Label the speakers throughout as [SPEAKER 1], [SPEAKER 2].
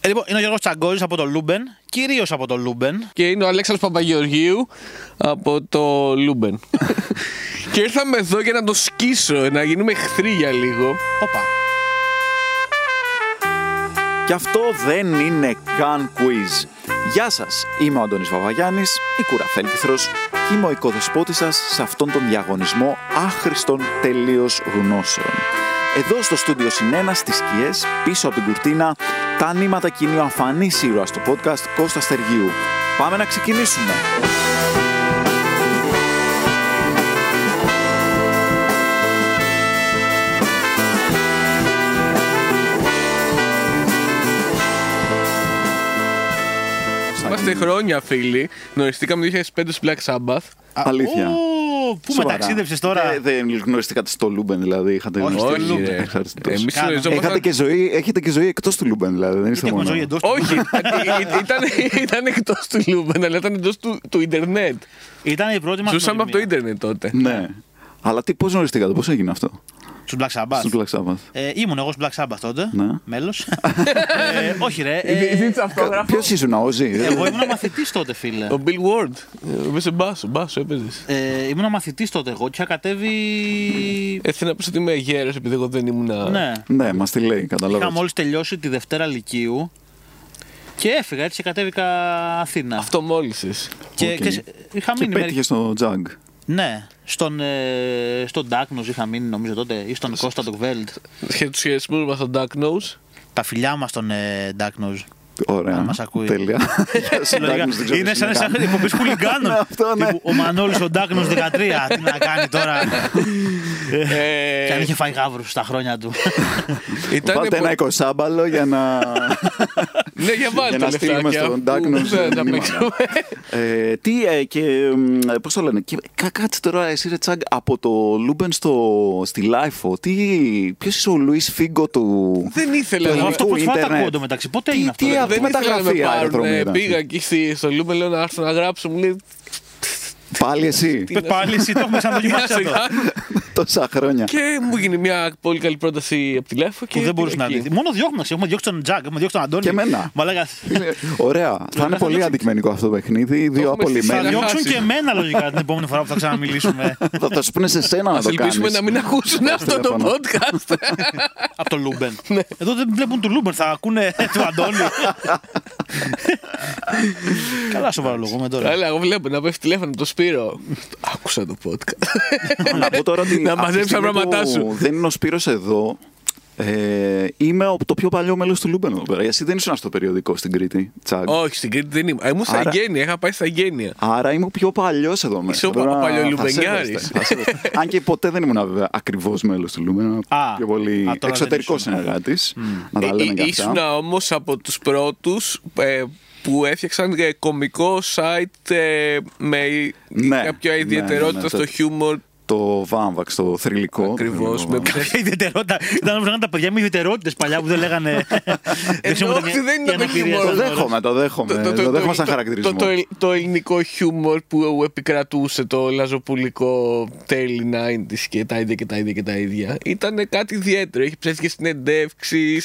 [SPEAKER 1] Ε, λοιπόν, είναι ο Γιώργος Τσαγκόρη από το Λούμπεν, κυρίως από το Λούμπεν.
[SPEAKER 2] Και είναι ο Αλέξανδρος Παπαγεωργίου από το Λούμπεν. και ήρθαμε εδώ για να το σκίσω, να γίνουμε εχθροί για λίγο.
[SPEAKER 1] Όπα.
[SPEAKER 3] Και αυτό δεν είναι καν quiz. Γεια σας, είμαι ο Αντώνης Βαβαγιάννης, η κουραφέλκυθρος και είμαι ο οικοδεσπότης σας σε αυτόν τον διαγωνισμό άχρηστων τελείως γνώσεων. Εδώ στο στούντιο Συνένας στις σκιές, πίσω από την κουρτίνα, τα νήματα κινεί ο αφανής ήρωας του podcast Κώστας Στεργίου. Πάμε να ξεκινήσουμε.
[SPEAKER 2] Είμαστε χρόνια φίλοι. Γνωριστήκαμε το 2005 στο Black Sabbath.
[SPEAKER 3] Αλήθεια.
[SPEAKER 1] Ω, Πού
[SPEAKER 3] Σοβαρά. Ε,
[SPEAKER 1] μεταξίδευσε τώρα.
[SPEAKER 3] Δεν, δεν γνωριστήκατε στο Λούμπεν, δηλαδή. Είχατε
[SPEAKER 1] Όχι,
[SPEAKER 3] γνωριστεί.
[SPEAKER 1] Λούμπεν.
[SPEAKER 3] Ε,
[SPEAKER 2] ρε.
[SPEAKER 3] ευχαριστώ.
[SPEAKER 2] Εμείς
[SPEAKER 1] Κάναμε.
[SPEAKER 3] Έχατε
[SPEAKER 2] γνωριζόμασταν...
[SPEAKER 3] και ζωή, έχετε και ζωή εκτός του Λούμπεν, δηλαδή. Δεν
[SPEAKER 1] Γιατί
[SPEAKER 3] είστε
[SPEAKER 1] έχουμε
[SPEAKER 3] μόνο.
[SPEAKER 1] ζωή εντός του.
[SPEAKER 2] Όχι, ήταν- ήταν, ήταν εκτός του Λούμπεν, αλλά ήταν εντός του, του Ιντερνετ.
[SPEAKER 1] Ήταν η πρώτη μας.
[SPEAKER 2] Ζούσαμε από το Ιντερνετ τότε.
[SPEAKER 3] Ναι. Αλλά τι, πώς γνωριστήκατε, πώς έγινε αυτό.
[SPEAKER 1] Στους Black Sabbath.
[SPEAKER 3] Στον Black Sabbath.
[SPEAKER 1] Ε, ήμουν εγώ στο Black Sabbath τότε.
[SPEAKER 3] Ναι.
[SPEAKER 1] Μέλος. ε, όχι, ρε.
[SPEAKER 2] Ε,
[SPEAKER 1] Ε,
[SPEAKER 3] Ποιος ήσουν, ο Όζη.
[SPEAKER 1] εγώ ήμουν μαθητής τότε, φίλε.
[SPEAKER 2] Ο Bill Ward. Ε, Έπαιζε μπάσο, μπάσο έπαιζες.
[SPEAKER 1] Ε, ήμουν μαθητής τότε εγώ και είχα κατέβει.
[SPEAKER 2] Ε, θέλω να πεις ότι είμαι γέρος επειδή εγώ δεν ήμουν.
[SPEAKER 1] ναι.
[SPEAKER 3] Ναι, μας τη λέει,
[SPEAKER 1] Είχα
[SPEAKER 3] καταλάβατε.
[SPEAKER 1] μόλις τελειώσει τη Δευτέρα Λυκείου και έφυγα έτσι και κατέβηκα Αθήνα.
[SPEAKER 2] Αυτό μόλι.
[SPEAKER 1] Και,
[SPEAKER 3] Οκ.
[SPEAKER 1] και είχα μείνει.
[SPEAKER 3] Και πέτυχε
[SPEAKER 1] μερικές-
[SPEAKER 3] στο Τζαγκ.
[SPEAKER 1] Ναι, στον, ε, στον Ντάκνος είχα μείνει νομίζω τότε ή στον Κώστα τον Κβέλτ.
[SPEAKER 2] Σχεδόν του χαιρετισμού μα στον Duck Nose.
[SPEAKER 1] Τα φιλιά μας στον ε, Ντάκνος. Αν
[SPEAKER 3] Ωραία.
[SPEAKER 1] μας ακούει.
[SPEAKER 3] Τέλεια.
[SPEAKER 1] Λογικά,
[SPEAKER 3] Συντάκμους, δεν ξέρω
[SPEAKER 1] Είναι
[SPEAKER 3] τι
[SPEAKER 1] σαν
[SPEAKER 3] να
[SPEAKER 1] σαν
[SPEAKER 3] κάνω.
[SPEAKER 1] εκπομπή χουλιγκάνων.
[SPEAKER 3] Ναι, αυτό, ναι.
[SPEAKER 1] Τύπου, Ο Μανώλης ο Ντάκνος 13. Τι να κάνει τώρα.
[SPEAKER 3] Ε,
[SPEAKER 2] Ε,
[SPEAKER 1] Και αν είχε φάει γάβρους στα χρόνια του.
[SPEAKER 3] Πάτε ένα εικοσάμπαλο για να.
[SPEAKER 2] Ναι, για
[SPEAKER 3] για
[SPEAKER 2] βάλτε
[SPEAKER 3] να
[SPEAKER 2] τα
[SPEAKER 3] στείλουμε
[SPEAKER 2] λεφτάκια.
[SPEAKER 3] στον Duck Nose
[SPEAKER 2] Ναι, τα
[SPEAKER 3] μηνύματα.
[SPEAKER 2] παίξουμε.
[SPEAKER 3] Ε, τι ε, και. Πώς το λένε. Και, κα- κάτσε τώρα εσύ, ρε Τσάγκ, από το Λούμπεν στο, στη Λάιφο. Τι. Ποιος είσαι ο Λουίς Φίγκο του.
[SPEAKER 2] Δεν ήθελα
[SPEAKER 3] Του
[SPEAKER 2] να
[SPEAKER 1] Αυτό
[SPEAKER 3] του
[SPEAKER 1] προσπαθώ να τα
[SPEAKER 3] ίντερνετ.
[SPEAKER 1] ακούω εντωμεταξύ. Πότε
[SPEAKER 3] Τι-
[SPEAKER 1] έγινε αυτό.
[SPEAKER 3] τι
[SPEAKER 1] ρε.
[SPEAKER 3] α-
[SPEAKER 2] Δεν ήθελα να με
[SPEAKER 3] μεταγραφή αεροδρομίου
[SPEAKER 2] πάρουν.
[SPEAKER 3] ήταν
[SPEAKER 2] Πήγα
[SPEAKER 3] αυτή.
[SPEAKER 2] εκεί στη- στο Λούμπε, λέω να έρθω να γράψω. Μου λέει
[SPEAKER 3] Πάλι εσύ.
[SPEAKER 1] Πες Πάλι εσύ το έχουμε ξαναδοκιμάσει
[SPEAKER 2] «Σιγά».
[SPEAKER 1] αυτό.
[SPEAKER 3] Τόσα χρόνια.
[SPEAKER 2] Και μου γίνει μια πολύ καλή πρόταση από τηλέφωνο. και
[SPEAKER 1] Που δεν μπορούσε
[SPEAKER 2] πήγα
[SPEAKER 1] να
[SPEAKER 2] εκεί.
[SPEAKER 1] δει. Μόνο διώχνουμε. Έχουμε διώξει τον Τζακ, έχουμε διώξει τον Αντώνη.
[SPEAKER 3] Και εμένα.
[SPEAKER 1] Μαλάκα.
[SPEAKER 3] Είναι- Ωραία. Θα είναι πολύ αντικειμενικό αυτό το παιχνίδι. Δύο
[SPEAKER 2] έχουμε
[SPEAKER 1] Θα
[SPEAKER 2] στη
[SPEAKER 3] απολυμμένοι.
[SPEAKER 2] σάλα.
[SPEAKER 1] διώξουν
[SPEAKER 2] χάσει.
[SPEAKER 1] και εμένα λογικά την επόμενη φορά που θα ξαναμιλήσουμε.
[SPEAKER 3] Θα το σου πούνε σε σένα να
[SPEAKER 2] Ας
[SPEAKER 3] το
[SPEAKER 2] ελπίσουμε
[SPEAKER 3] κάνεις.
[SPEAKER 2] να μην ακούσουν αυτό το
[SPEAKER 3] τηλέφωνο.
[SPEAKER 2] podcast.
[SPEAKER 1] Από το Λούμπεν. Ναι. Εδώ δεν βλέπουν του Λούμπεν, θα ακούνε του Αντώνη. Καλά σοβαρολογούμε τώρα.
[SPEAKER 2] Αλλά εγώ βλέπω να πέφτει τηλέφωνο από το Σπύρο. Άκουσα το podcast.
[SPEAKER 3] να πω τώρα ότι.
[SPEAKER 2] Να
[SPEAKER 3] αυτή τη
[SPEAKER 2] μαζέψεις τα
[SPEAKER 3] στιγμή
[SPEAKER 2] πράγματά
[SPEAKER 3] που
[SPEAKER 2] σου.
[SPEAKER 3] Δεν είναι ο Σπύρος εδώ. Ε, είμαι ο- το πιο παλιό μέλος του Λούμπεν εδώ πέρα. Εσύ δεν ήσουν στο περιοδικό στην Κρήτη, Τσάγκ.
[SPEAKER 2] Όχι, στην Κρήτη δεν είμαι. Ήμουν στα
[SPEAKER 3] Άρα-
[SPEAKER 2] γένεια, είχα πάει στα γένεια.
[SPEAKER 3] Άρα είμαι ο πιο παλιός εδώ μέσα.
[SPEAKER 2] Είσαι ο
[SPEAKER 3] Τώρα
[SPEAKER 2] πα- ο
[SPEAKER 3] θα
[SPEAKER 2] παλιολουμπενιάρης.
[SPEAKER 3] σέβεστε, θα σέβεστε. Αν και ποτέ δεν ήμουν βέβαια ακριβώς μέλος του Λούμπεν.
[SPEAKER 1] Α,
[SPEAKER 3] Πιο πολύ
[SPEAKER 1] α, τώρα
[SPEAKER 3] εξωτερικό
[SPEAKER 1] δεν ήσουν.
[SPEAKER 3] συνεργάτης. Να τα λέμε και
[SPEAKER 2] Ε, Ήσουν
[SPEAKER 3] αυτά.
[SPEAKER 2] όμως από τους πρώτους που έφτιαξαν ε, κωμικό site ε, με
[SPEAKER 3] Ναι,
[SPEAKER 2] κάποια
[SPEAKER 3] ναι, ναι,
[SPEAKER 2] ιδιαιτερότητα
[SPEAKER 3] ναι,
[SPEAKER 2] στο
[SPEAKER 3] το-
[SPEAKER 2] χιούμορ
[SPEAKER 3] Το Βάμβαξ, το θρηλυκό.
[SPEAKER 2] ακριβώς.
[SPEAKER 3] Το-
[SPEAKER 1] Ποια ιδιαιτερότητα. Ήταν όπως να είναι τα παιδιά με ιδιαιτερότητες παλιά που δεν λέγανε. Ε, Δεν ξέρω,
[SPEAKER 2] όχι,
[SPEAKER 1] ήταν
[SPEAKER 2] δεν
[SPEAKER 1] η
[SPEAKER 2] ήταν το
[SPEAKER 1] αναπηρία
[SPEAKER 2] χιούμορ.
[SPEAKER 3] Το
[SPEAKER 1] των ώρων.
[SPEAKER 3] δέχομαι, το δέχομαι. Ε, Το δέχομαι σαν χαρακτηρισμό.
[SPEAKER 2] Το, το, το ελληνικό χιούμορ που επικρατούσε το λαζοπουλικό τέλη 90s και τα ίδια και τα ίδια και τα ίδια. Ήταν κάτι ιδιαίτερο. Είχε ψεύτικε συνεντεύξει,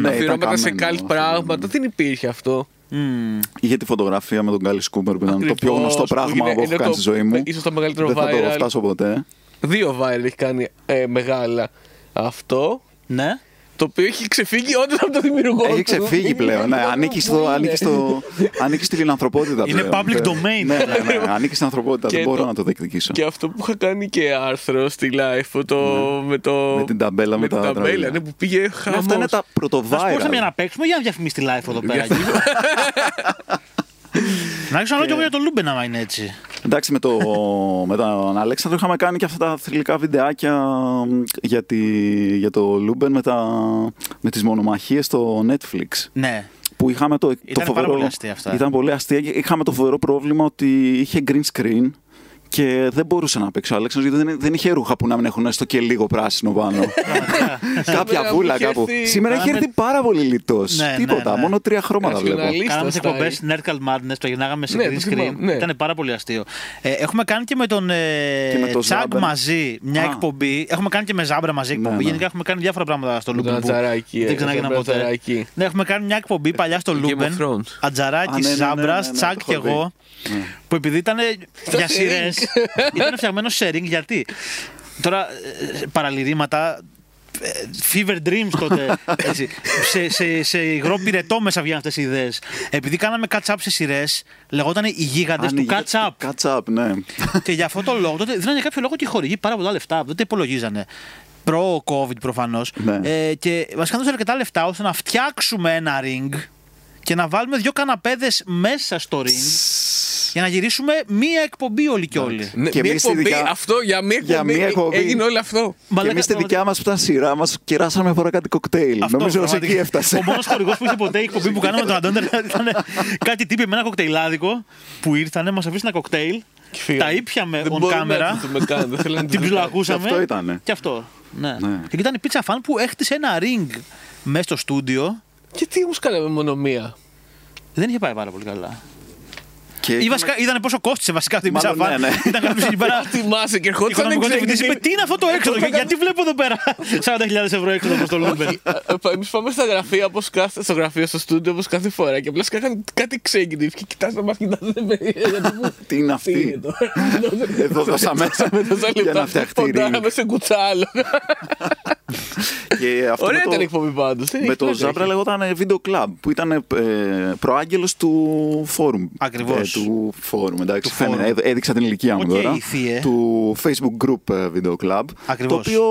[SPEAKER 3] Ναι,
[SPEAKER 2] αφιερώματα
[SPEAKER 3] ήταν
[SPEAKER 2] σε
[SPEAKER 3] καμένο
[SPEAKER 2] καλτ
[SPEAKER 3] αυτό,
[SPEAKER 2] πράγματα. Δεν υπήρχε αυτό.
[SPEAKER 3] Είχε τη φωτογραφία με τον Γκάλις Σκούμπερ που ήταν το πιο
[SPEAKER 2] Ακριβώς,
[SPEAKER 3] γνωστό
[SPEAKER 2] που
[SPEAKER 3] πράγμα
[SPEAKER 2] είναι-
[SPEAKER 3] που έχω
[SPEAKER 2] είναι
[SPEAKER 3] κάνει
[SPEAKER 2] το-
[SPEAKER 3] στη ζωή μου.
[SPEAKER 2] ίσως το μεγαλύτερο
[SPEAKER 3] Δεν θα το
[SPEAKER 2] viral.
[SPEAKER 3] φτάσω ποτέ.
[SPEAKER 2] Δύο viral έχει κάνει ε, μεγάλα αυτό.
[SPEAKER 1] Ναι.
[SPEAKER 2] Το οποίο έχει ξεφύγει όντως από το δημιουργό
[SPEAKER 3] Έχει
[SPEAKER 2] του.
[SPEAKER 3] ξεφύγει πλέον. Ναι, ανήκει, στο, ανήκει, στο, ανήκει στη λινανθρωπότητα.
[SPEAKER 1] Είναι
[SPEAKER 3] πλέον.
[SPEAKER 1] public
[SPEAKER 3] Ε,
[SPEAKER 1] domain.
[SPEAKER 3] Ναι, ναι, ναι, ανήκει στην ανθρωπότητα.
[SPEAKER 2] Και
[SPEAKER 3] Δεν μπορώ
[SPEAKER 2] το-
[SPEAKER 3] να το διεκδικήσω.
[SPEAKER 2] Και αυτό που είχα κάνει και άρθρο στη live το, με, το,
[SPEAKER 3] Ναι. Με την ταμπέλα με
[SPEAKER 2] με την
[SPEAKER 3] τα τραγούδια.
[SPEAKER 2] ταμπέλα ναι, που πήγε
[SPEAKER 3] Ναι,
[SPEAKER 2] χαμός.
[SPEAKER 3] Αυτά είναι τα
[SPEAKER 1] Θα σου πω
[SPEAKER 3] πρωτοβάρια.
[SPEAKER 1] μια να παίξουμε για να διαφημίσει τη live εδώ πέρα. Να ξέρω και εγώ για το Λούμπεν άμα είναι έτσι.
[SPEAKER 3] Εντάξει, με, το, με τον Αλέξανδρο είχαμε κάνει και αυτά τα θρηλυκά βιντεάκια μ, για, τη, για το Λούμπεν με, τα, με τις μονομαχίες στο Netflix.
[SPEAKER 1] Ναι.
[SPEAKER 3] που είχαμε το, το
[SPEAKER 1] πάρα
[SPEAKER 3] φοβερό.
[SPEAKER 1] πολύ αστεία αυτά.
[SPEAKER 3] Ήταν πολύ αστεία και είχαμε το φοβερό πρόβλημα ότι είχε green screen Και δεν μπορούσε να παίξει ο Αλέξανδρος γιατί δεν, δεν είχε ρούχα που να μην έχουν έστω και λίγο πράσινο πάνω. Κάποια
[SPEAKER 2] Σήμερα
[SPEAKER 3] βούλα
[SPEAKER 2] μου είχε
[SPEAKER 3] κάπου.
[SPEAKER 2] έρθει-
[SPEAKER 3] Σήμερα έχει
[SPEAKER 1] Κάναμε-
[SPEAKER 3] έρθει πάρα πολύ λιτός.
[SPEAKER 1] Ναι, ναι,
[SPEAKER 3] Τίποτα.
[SPEAKER 1] ναι.
[SPEAKER 3] Μόνο τρία χρώματα βλέπω.
[SPEAKER 2] Ρασιοναλί- Λίστα
[SPEAKER 1] Κάναμε τις
[SPEAKER 2] στα
[SPEAKER 1] εκπομπές
[SPEAKER 2] ή-
[SPEAKER 1] Nerdcal Madness, το γυρνάγαμε σε
[SPEAKER 2] Ναι,
[SPEAKER 1] green
[SPEAKER 2] το
[SPEAKER 1] screen.
[SPEAKER 2] θυμάμαι, ναι.
[SPEAKER 1] Ήταν πάρα πολύ αστείο. Ε, έχουμε κάνει και με τον ε,
[SPEAKER 3] Και με τον
[SPEAKER 1] Τσάγκ
[SPEAKER 3] Ζάμπρα.
[SPEAKER 1] μαζί μια
[SPEAKER 3] Α.
[SPEAKER 1] εκπομπή. Έχουμε κάνει και με Ζάμπρα μαζί εκπομπή.
[SPEAKER 3] ναι.
[SPEAKER 1] Γενικά έχουμε κάνει διάφορα πράγματα στο
[SPEAKER 2] Με τον
[SPEAKER 1] Λούμπεν. που
[SPEAKER 2] Ατζαράκη, ε,
[SPEAKER 1] Δεν ξανάγιναν
[SPEAKER 2] τον
[SPEAKER 1] ποτέ.
[SPEAKER 2] Ατζαράκη.
[SPEAKER 1] Ναι, έχουμε κάνει μια εκπομπή παλιά στο
[SPEAKER 2] Game of
[SPEAKER 1] Λούμπεν.
[SPEAKER 2] Thrones.
[SPEAKER 3] Α, ναι,
[SPEAKER 1] Ατζαράκη,
[SPEAKER 3] ναι, ναι, ναι,
[SPEAKER 1] Ζάμπρα,
[SPEAKER 3] ναι,
[SPEAKER 1] Τσάγκ
[SPEAKER 3] το
[SPEAKER 1] και
[SPEAKER 3] έχω δει. Ναι.
[SPEAKER 1] εγώ. Που επειδή ήταν για σειρές. Ήταν φτιαγμένο sharing γιατί. Τώρα ε, παραλυρήματα ε, Fever Dreams τότε. έτσι. σε, σε, σε υγρό πυρετό μέσα βγαίνουν αυτές οι ιδέες. Επειδή κάναμε catch-up σε σειρές, λεγόταν οι γίγαντες
[SPEAKER 3] ναι,
[SPEAKER 1] του catch-up.
[SPEAKER 3] Κατσάπ, ναι.
[SPEAKER 1] και για αυτόν τον λόγο, τότε δίνανε για κάποιο λόγο και οι χορηγοί πάρα πολλά λεφτά. Δεν τα υπολογίζανε. Προ-COVID προφανώς.
[SPEAKER 3] Ναι.
[SPEAKER 1] Ε, και μας είχαν δώσει αρκετά λεφτά ώστε να φτιάξουμε ένα ring και να βάλουμε δύο καναπέδες μέσα στο ring για να γυρίσουμε μία εκπομπή όλοι και όλοι.
[SPEAKER 2] Ναι,
[SPEAKER 3] Και
[SPEAKER 2] μια
[SPEAKER 3] εμείς στη
[SPEAKER 2] εκπομπή,
[SPEAKER 3] δικιά-
[SPEAKER 2] αυτό για μια
[SPEAKER 3] Για
[SPEAKER 2] εκπομπή,
[SPEAKER 3] μια εκπομπή.
[SPEAKER 2] έγινε όλο αυτό.
[SPEAKER 3] Και εμείς στη δικιά μας που ήταν σειρά μας, κεράσαμε φορά κάτι κοκτέιλ.
[SPEAKER 1] Αυτό,
[SPEAKER 3] Νομίζω ότι
[SPEAKER 1] πραγματικά.
[SPEAKER 3] εκεί έφτασε.
[SPEAKER 1] Ο μόνος χορηγός που είχε ποτέ η εκπομπή που κάναμε με τον Αντώνη ήταν κάτι τύποι με ένα κοκτέιλάδικο που ήρθανε, μας αφήσανε ένα κοκτέιλ.
[SPEAKER 2] Και φύγαμε.
[SPEAKER 1] Τα ήπιαμε
[SPEAKER 2] Δεν
[SPEAKER 1] on
[SPEAKER 2] μπορούμε να
[SPEAKER 1] camera.
[SPEAKER 2] έρθουμε καν, δεν θέλω να
[SPEAKER 1] Την
[SPEAKER 2] τους δω.
[SPEAKER 1] ψιλοακούσαμε.
[SPEAKER 3] Και αυτό ήτανε.
[SPEAKER 1] Και αυτό. Ναι.
[SPEAKER 3] Ναι.
[SPEAKER 1] Και ήταν η πίτσα φαν που έχτισε ένα ring μέσα στο στούντιο.
[SPEAKER 2] Και τι όμως κάναμε μόνο μία.
[SPEAKER 1] Δεν είχε πάει πάρα πολύ καλά.
[SPEAKER 3] Και
[SPEAKER 1] Ή
[SPEAKER 3] είχαμε-
[SPEAKER 1] βασικά ήταν πόσο κόστησε βασικά αυτή η πίτσα
[SPEAKER 3] Μάλλον,
[SPEAKER 1] φαν.
[SPEAKER 3] ναι, ναι.
[SPEAKER 1] Ήταν κάποιος εκεί πέρα.
[SPEAKER 2] Θυμάσαι και ερχόταν
[SPEAKER 1] Οικονομικό διευθυντή είπε: Τι είναι αυτό το έξοδο,
[SPEAKER 2] Ερχόταν-
[SPEAKER 1] γιατί βλέπω εδώ πέρα 40.000 ευρώ έξοδο προς το Λούμπεν.
[SPEAKER 2] Εμεί Ε, πάμε στα γραφεία, όπως κάθε, στο γραφείο, στο στούντιο, όπως κάθε φορά. Και απλά σκάγαν κάτι ξέγγινε και κοιτάζαμε μας, κοιτάζαμε με.
[SPEAKER 3] Τι είναι
[SPEAKER 2] Τι είναι
[SPEAKER 3] αυτή.
[SPEAKER 2] τώρα.
[SPEAKER 3] Εδώ δώσαμε
[SPEAKER 2] τόσα
[SPEAKER 3] για να
[SPEAKER 2] λεπτά,
[SPEAKER 3] φτιαχτεί η ring.
[SPEAKER 2] Ποντάραμε σε κουτσάλο.
[SPEAKER 3] Και αυτό
[SPEAKER 2] Ωραία
[SPEAKER 3] με το-
[SPEAKER 2] ήταν η εκπομπή πάντως.
[SPEAKER 3] Με το Ζάμπρα λεγόταν ε, Video Club που ήταν ε, προάγγελος του φόρουμ.
[SPEAKER 1] Ακριβώς.
[SPEAKER 3] Ε, του φόρουμ, εντάξει.
[SPEAKER 1] Του
[SPEAKER 3] φαίνεται,
[SPEAKER 1] φόρουμ.
[SPEAKER 3] έδ- έδειξα την ηλικία μου
[SPEAKER 1] Οκ,
[SPEAKER 3] τώρα.
[SPEAKER 1] η θεία.
[SPEAKER 3] Του Facebook Group ε, Video Club.
[SPEAKER 1] Ακριβώς.
[SPEAKER 3] Το οποίο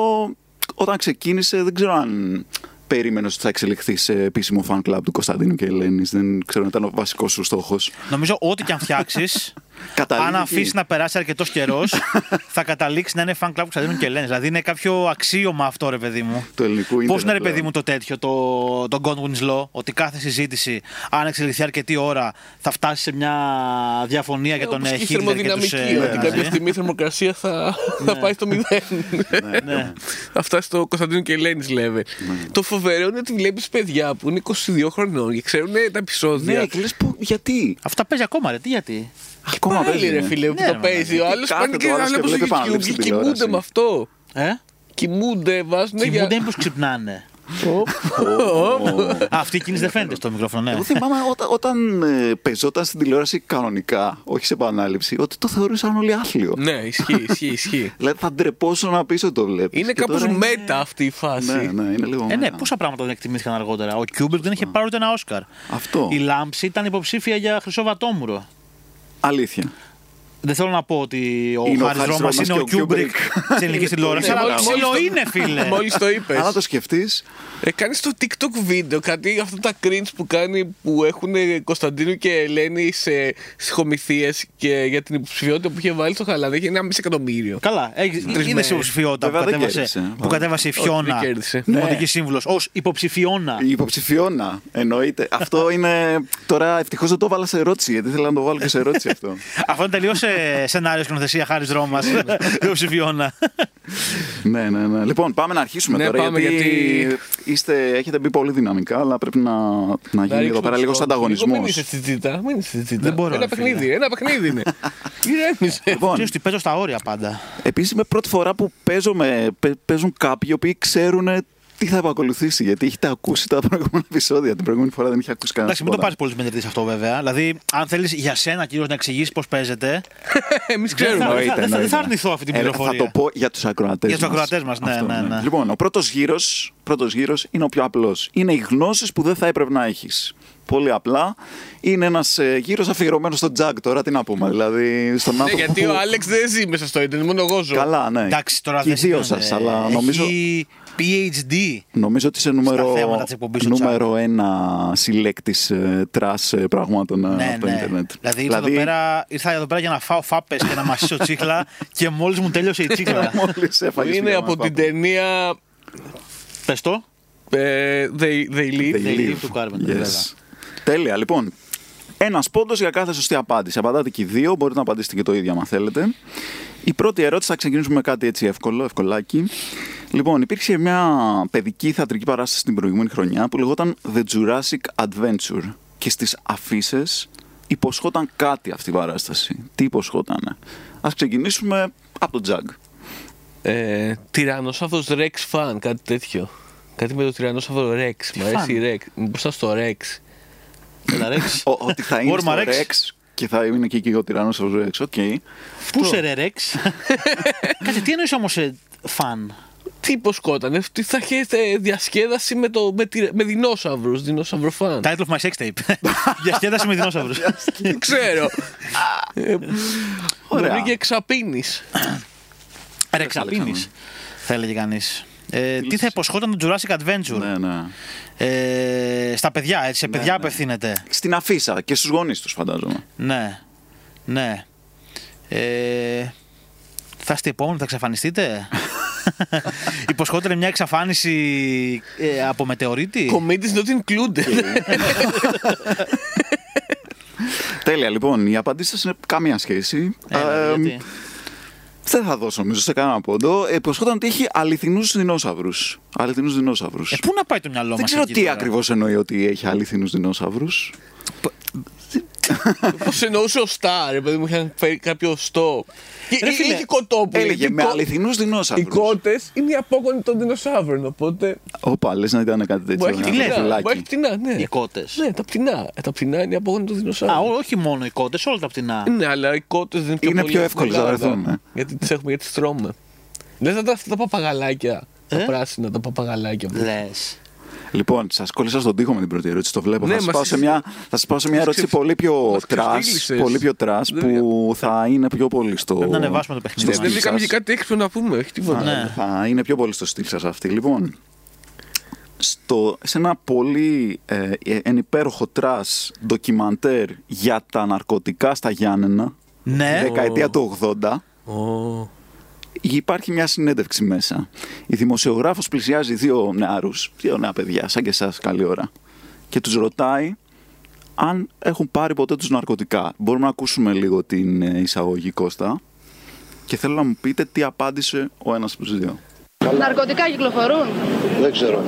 [SPEAKER 3] όταν ξεκίνησε δεν ξέρω αν περίμενες ότι θα εξελιχθεί σε επίσημο fan club του Κωνσταντίνου και Ελένης. Δεν ξέρω αν ήταν ο βασικός σου στόχος.
[SPEAKER 1] Νομίζω ό,τι και αν φτιάξεις,
[SPEAKER 3] Καταλήγει
[SPEAKER 1] αν
[SPEAKER 3] εκεί.
[SPEAKER 1] αφήσεις να περάσει αρκετός καιρός, θα καταλήξει να είναι fan club που ξαδίνουν και λένε. Δηλαδή είναι κάποιο αξίωμα αυτό, ρε παιδί μου.
[SPEAKER 3] Του ελληνικού
[SPEAKER 1] Πώς
[SPEAKER 3] ίντερνετ,
[SPEAKER 1] είναι, ρε παιδί
[SPEAKER 3] δηλαδή.
[SPEAKER 1] μου, το τέτοιο, το, το Godwin's Law, ότι κάθε συζήτηση, αν εξελιχθεί αρκετή ώρα, θα φτάσει σε μια διαφωνία για τον ε,
[SPEAKER 2] Η
[SPEAKER 1] Χίτλερ και τους,
[SPEAKER 2] θερμοδυναμική,
[SPEAKER 1] ε,
[SPEAKER 2] ότι κάποια
[SPEAKER 1] Ναζί.
[SPEAKER 3] ναι.
[SPEAKER 2] στιγμή η θερμοκρασία θα, θα πάει στο μηδέν.
[SPEAKER 1] Ναι.
[SPEAKER 2] θα φτάσει στο Κωνσταντίνο και Ελένης level.
[SPEAKER 3] Ναι.
[SPEAKER 2] Το φοβερό είναι ότι βλέπεις παιδιά που είναι 22 χρονών και ξέρουν ε, τα επεισόδια.
[SPEAKER 3] Ναι, και λες που, γιατί.
[SPEAKER 1] Αυτά παίζει ακόμα, ρε. Τι γιατί.
[SPEAKER 3] Ακόμα
[SPEAKER 2] Πάλι
[SPEAKER 3] παίζει.
[SPEAKER 2] ρε
[SPEAKER 3] ναι.
[SPEAKER 2] φίλε που
[SPEAKER 1] Ναι,
[SPEAKER 2] το
[SPEAKER 1] ρε,
[SPEAKER 2] παίζει. Ο άλλο
[SPEAKER 3] Κάθεται
[SPEAKER 2] πάνε και
[SPEAKER 3] ο άλλος και
[SPEAKER 2] να
[SPEAKER 3] βλέπει
[SPEAKER 2] βλέπει στο
[SPEAKER 3] επανάληψη
[SPEAKER 2] YouTube
[SPEAKER 3] στην
[SPEAKER 2] και
[SPEAKER 3] τηλεόραση.
[SPEAKER 2] κοιμούνται με αυτό.
[SPEAKER 1] Ε?
[SPEAKER 2] Κοιμούνται, βάζουν για.
[SPEAKER 1] Κοιμούνται ή πως ξυπνάνε.
[SPEAKER 3] Ω.
[SPEAKER 1] Α, Αυτή η κίνηση δεν φαίνεται στο μικρόφωνο, ναι.
[SPEAKER 3] Εγώ θυμάμαι όταν, όταν ε, παίζονταν στην τηλεόραση κανονικά, όχι σε επανάληψη, ότι το θεωρούσαν όλοι άθλιο.
[SPEAKER 2] Ναι, ισχύει, ισχύει, ισχύει.
[SPEAKER 3] Δηλαδή θα ντρεπόσουν να πεις ότι το βλέπεις.
[SPEAKER 2] Είναι
[SPEAKER 3] Και
[SPEAKER 2] κάπω
[SPEAKER 3] τώρα-
[SPEAKER 2] μετα αυτή η φάση.
[SPEAKER 3] Ναι, ναι, είναι λίγο
[SPEAKER 1] Ε, ναι,
[SPEAKER 3] μετά.
[SPEAKER 1] πόσα πράγματα δεν εκτιμήθηκαν αργότερα. Ο Κιούμπερ δεν είχε πάρει ούτε ένα Όσκαρ.
[SPEAKER 3] Αυτό.
[SPEAKER 1] Η Λάμψη ήταν υποψήφια για Χρυσό Βατόμουρο.
[SPEAKER 3] Αλήθεια.
[SPEAKER 1] Δεν θέλω να πω ότι ο
[SPEAKER 3] Είναι ο
[SPEAKER 1] Χάρης
[SPEAKER 3] Χάρης
[SPEAKER 1] Ρώμας
[SPEAKER 3] Ρώμας
[SPEAKER 1] είναι
[SPEAKER 3] και
[SPEAKER 1] ο
[SPEAKER 3] ο Κιούμπρικ
[SPEAKER 1] Κιούμπρικ της ελληνικής τηλεόραση,
[SPEAKER 2] Ναι,
[SPEAKER 1] αλλά
[SPEAKER 2] μόλις-
[SPEAKER 1] ψηλό
[SPEAKER 2] μόλις-
[SPEAKER 1] είναι, φίλε.
[SPEAKER 2] Μόλις το είπες.
[SPEAKER 3] Αλλά το σκεφτείς,
[SPEAKER 2] Ε, κάνεις το TikTok βίντεο, κάτι αυτά τα cringe που κάνει που έχουν Κωνσταντίνου και Ελένη σε συγχωμηθίες και για την υποψηφιότητα που είχε βάλει στο χαλάδι. Έχει ένα μισή εκατομμύριο.
[SPEAKER 1] Καλά, είδες
[SPEAKER 2] μέρες.
[SPEAKER 1] υποψηφιότητα που
[SPEAKER 3] Βέβαια δεν
[SPEAKER 1] κατέβασε,
[SPEAKER 3] κέρδισε. Ναι.
[SPEAKER 1] που κατέβασε η Φιώνα,
[SPEAKER 2] δεν κέρδισε.
[SPEAKER 1] δημοτικής σύμβουλος, ως υποψηφιώνα.
[SPEAKER 3] η υποψηφιώνα εννοείται. αυτό είναι. Τώρα ευτυχώς δεν το βάλα σε ερώτηση, γιατί ήθελα να το βάλω και σε ερώτηση αυτό.
[SPEAKER 1] Αυτό είναι τελείω ε, σενάριο σκηνοθεσία Χάρης Ρώμας. Υποψηφιώνα.
[SPEAKER 3] Λοιπόν. ναι, ναι, ναι. Λοιπόν, πάμε να αρχίσουμε
[SPEAKER 2] Ναι,
[SPEAKER 3] τώρα.
[SPEAKER 2] πάμε, γιατί-
[SPEAKER 3] Είστε, έχετε μπει πολύ δυναμικά, αλλά πρέπει να, να γίνει εδώ πέρα λίγο ανταγωνισμός.
[SPEAKER 2] Μην είσαι στη τσίτα. Μην είσαι στη τσίτα.
[SPEAKER 1] Δεν μπορώ,
[SPEAKER 2] Ένα
[SPEAKER 1] ρε,
[SPEAKER 2] παιχνίδι,
[SPEAKER 1] φίλε.
[SPEAKER 2] ένα παιχνίδι είναι. Ηρέμησε.
[SPEAKER 3] Λοιπόν,
[SPEAKER 1] Ξέρεις ότι παίζω στα όρια πάντα.
[SPEAKER 3] Επίσης, είναι πρώτη φορά που παίζω με- παι- παίζουν κάποιοι οι οποίοι ξέρουν τι θα επακολουθήσει. Γιατί έχετε ακούσει τα προηγούμενα επεισόδια. Την προηγούμενη φορά δεν είχε ακούσει κανένα.
[SPEAKER 1] Εντάξει, μην το πάρεις πολύ μετρητή αυτό βέβαια. Δηλαδή, αν θέλεις για σένα κυρίω να εξηγήσεις πώς παίζεται,
[SPEAKER 2] Εμείς
[SPEAKER 1] Δεν θα-
[SPEAKER 2] ξέρουμε.
[SPEAKER 1] δεν θα- δεν θα αρνηθώ αυτή την πληροφορία.
[SPEAKER 3] Ε, Θα το πω για τους ακροατές
[SPEAKER 1] Για τους ακροατές μας, ναι, ναι, ναι.
[SPEAKER 3] Λοιπόν, ο πρώτος γύρος πρώτος γύρος είναι ο πιο απλός. Είναι οι γνώσεις που δεν θα έπρεπε να έχεις. Πολύ απλά. Είναι ε, ένα γύρος αφιερωμένος στο τζακ τώρα. Τι να πούμε, δηλαδή στον
[SPEAKER 2] Ναι,
[SPEAKER 3] άνθρωπο.
[SPEAKER 2] γιατί
[SPEAKER 3] που-
[SPEAKER 2] ο Άλεξ δεν ζει μέσα στο Ιντερνετ, μόνο εγώ ζω.
[SPEAKER 3] Καλά, ναι.
[SPEAKER 1] Εντάξει, τώρα
[SPEAKER 3] Και οι
[SPEAKER 1] δεν
[SPEAKER 3] δύο
[SPEAKER 1] σημαίνει,
[SPEAKER 3] σα,
[SPEAKER 1] ε,
[SPEAKER 3] αλλά νομίζω.
[SPEAKER 1] Έχει PhD.
[SPEAKER 3] Νομίζω ότι είσαι νούμερο,
[SPEAKER 1] θέματα της εκπομπής ο
[SPEAKER 3] νούμερο ένα συλλέκτη τρα πραγμάτων ε,
[SPEAKER 1] Ναι,
[SPEAKER 3] από το
[SPEAKER 1] ναι.
[SPEAKER 3] Ιντερνετ.
[SPEAKER 1] Δηλαδή, ήρθα, Εδώ πέρα, ήρθα εδώ πέρα για να φάω φάπες και να μασίσω τσίχλα και μόλις μου τέλειωσε η τσίχλα.
[SPEAKER 3] μόλις
[SPEAKER 2] Που
[SPEAKER 3] έφαγες
[SPEAKER 2] είναι
[SPEAKER 3] μία
[SPEAKER 2] από
[SPEAKER 3] μας,
[SPEAKER 2] την
[SPEAKER 3] πάπα.
[SPEAKER 2] ταινία
[SPEAKER 1] Πες το.
[SPEAKER 2] ε, They, They Live.
[SPEAKER 1] They
[SPEAKER 3] They
[SPEAKER 1] Live
[SPEAKER 3] Live.
[SPEAKER 1] του Carpenter,
[SPEAKER 3] Yes.
[SPEAKER 1] βέβαια.
[SPEAKER 3] Τέλεια, λοιπόν. Ένας πόντος για κάθε σωστή απάντηση. Απαντάτε και οι δύο, μπορείτε να απαντήσετε και το ίδιο, αν θέλετε. Η πρώτη ερώτηση θα ξεκινήσουμε με κάτι έτσι εύκολο, ευκολάκι. Λοιπόν, υπήρξε μια παιδική θεατρική παράσταση την προηγούμενη χρονιά που λεγόταν The Jurassic Adventure. Και στις αφήσει υποσχόταν κάτι αυτή η παράσταση. Τι υποσχόταν. Ας ξεκινήσουμε από τον Τζαγκ.
[SPEAKER 2] Ε, Τυρανόσαυρος Rex fan, κάτι τέτοιο. Κάτι με το Τυρανόσαυρο Rex. Μ' αρέσει η Rex. Μπροστά στο Rex.
[SPEAKER 1] Έλα, Ρεξ.
[SPEAKER 3] Ο- Ότι θα είναι στο
[SPEAKER 1] Όρμα Ρεξ.
[SPEAKER 3] Ρεξ και θα είναι και εκεί ο Τυρανόσαυρος Ρεξ. Οκ.
[SPEAKER 1] Πού σε ρε, Ρεξ. Κάτσε, τι εννοείς όμως ε, φαν.
[SPEAKER 2] Τι υποσκότανε, τι θα έχετε διασκέδαση με, το, με, τη, με δεινόσαυρους, δεινόσαυρο φαν.
[SPEAKER 1] Title of my sex tape. Διασκέδαση με δεινόσαυρους.
[SPEAKER 2] Δεν ξέρω. Ε,
[SPEAKER 3] Ωραία.
[SPEAKER 2] Μπορεί και εξαπίνεις.
[SPEAKER 1] Ρεξαπίνης, Ε, θα έλεγε κανείς. Ε, τι θα υποσχόταν το Jurassic Adventure.
[SPEAKER 3] Ναι, ναι.
[SPEAKER 1] Ε, στα παιδιά, έτσι, σε παιδιά
[SPEAKER 3] ναι.
[SPEAKER 1] απευθύνεται.
[SPEAKER 3] Στην αφίσα και στους γονείς τους φαντάζομαι.
[SPEAKER 1] Ναι. Ναι. Ε, θα είστε επόμενοι, θα εξαφανιστείτε. Υποσχόταν μια εξαφάνιση ε, από μετεωρίτη.
[SPEAKER 2] Comedies not included.
[SPEAKER 3] Τέλεια, λοιπόν. Η απαντήση σας είναι καμία σχέση.
[SPEAKER 1] Έλα, δηλαδή,
[SPEAKER 3] Ε,
[SPEAKER 1] γιατί.
[SPEAKER 3] Δεν θα δώσω νομίζω σε κανένα πόντο. Ε, Υποσχόταν ότι έχει αληθινούς δεινόσαυρους. Αληθινούς δεινόσαυρους.
[SPEAKER 1] Ε, πού να πάει το μυαλό
[SPEAKER 3] δεν
[SPEAKER 1] μας
[SPEAKER 3] ξέρω
[SPEAKER 1] εκεί
[SPEAKER 3] τι
[SPEAKER 1] τώρα.
[SPEAKER 3] ακριβώς εννοεί ότι έχει αληθινούς δεινόσαυρους.
[SPEAKER 2] Πώς εννοούσε ο Σταρ, ρε παιδί μου, είχαν φέρει κάποιο στο. Και
[SPEAKER 1] Ρε φίλε,
[SPEAKER 2] είχε κοτόπουλο.
[SPEAKER 3] Έλεγε
[SPEAKER 2] γιατί
[SPEAKER 3] με
[SPEAKER 2] κο-
[SPEAKER 3] αληθινούς
[SPEAKER 2] Οι
[SPEAKER 3] δεινόσαυρου.
[SPEAKER 2] κότε είναι οι απόγονοι των δεινοσαύρων, οπότε.
[SPEAKER 3] Όπα, λες να ήταν κάτι τέτοιο.
[SPEAKER 2] Μπορεί να
[SPEAKER 3] ένα
[SPEAKER 2] έχει πτηνά.
[SPEAKER 3] κοτελάκι.
[SPEAKER 2] Μπορεί να έχει πτηνά, ναι.
[SPEAKER 1] Οι κότες.
[SPEAKER 2] Ναι, τα πτηνά. Ε, Τα πτηνά είναι οι απόγονοι των
[SPEAKER 1] Ε. Α,
[SPEAKER 2] δεινοσαύρων.
[SPEAKER 1] ό, όχι μόνο οι κότες, όλα τα πτηνά.
[SPEAKER 3] Ε,
[SPEAKER 2] Ναι, αλλά οι κότε δεν είναι πιο,
[SPEAKER 3] Είναι
[SPEAKER 2] πολύ
[SPEAKER 3] πιο εύκολες να
[SPEAKER 2] εύκολα,
[SPEAKER 3] βρεθούν,
[SPEAKER 2] ναι.
[SPEAKER 3] ναι.
[SPEAKER 2] Γιατί τις έχουμε, γιατί τις τρώμε. Δεν θα τα αυτά τα παπαγαλάκια.
[SPEAKER 1] Ε?
[SPEAKER 2] Τα πράσινα, τα παπαγαλάκια.
[SPEAKER 3] ναι.
[SPEAKER 2] που-
[SPEAKER 1] Λες.
[SPEAKER 3] Λοιπόν, σας κόλλησα στον τοίχο με την πρώτη ερώτηση. Το βλέπω.
[SPEAKER 2] Ναι,
[SPEAKER 3] θα, σας
[SPEAKER 2] μας
[SPEAKER 3] πάω σε
[SPEAKER 2] ξε-
[SPEAKER 3] μια, θα σας πάω σε μια
[SPEAKER 2] μας
[SPEAKER 3] ερώτηση
[SPEAKER 2] ξε-
[SPEAKER 3] πολύ πιο
[SPEAKER 2] μας
[SPEAKER 3] τρας,
[SPEAKER 2] ξεφτύλισες.
[SPEAKER 3] πολύ πιο τρας,
[SPEAKER 2] Δεν-
[SPEAKER 3] που θα είναι πιο πολύ στο.
[SPEAKER 1] Ναι, Πρέπει να ανεβάσουμε το παιχνίδι
[SPEAKER 3] στο
[SPEAKER 1] μας.
[SPEAKER 2] Δεν
[SPEAKER 3] στυλ
[SPEAKER 2] βρήκαμε και
[SPEAKER 3] σας.
[SPEAKER 2] κάτι έξυπνο να πούμε, όχι τίποτα.
[SPEAKER 1] ναι.
[SPEAKER 3] Θα είναι πιο πολύ στο στυλ σας αυτή. Λοιπόν, στο, σε ένα πολύ ε, εν υπέροχο τρας ντοκιμαντέρ για τα ναρκωτικά στα Γιάννενα,
[SPEAKER 1] Ναι.
[SPEAKER 3] δεκαετία του 80,
[SPEAKER 2] Ω.
[SPEAKER 3] υπάρχει μια συνέντευξη μέσα. Η δημοσιογράφος πλησιάζει δύο νεαρούς, δύο νέα παιδιά, σαν και εσάς, καλή ώρα, και τους ρωτάει αν έχουν πάρει ποτέ τους ναρκωτικά. Μπορούμε να ακούσουμε λίγο την ε, εισαγωγή Κώστα και θέλω να μου πείτε τι απάντησε ο ένας από τους δύο.
[SPEAKER 4] Ναρκωτικά κυκλοφορούν.
[SPEAKER 5] Δεν ξέρω.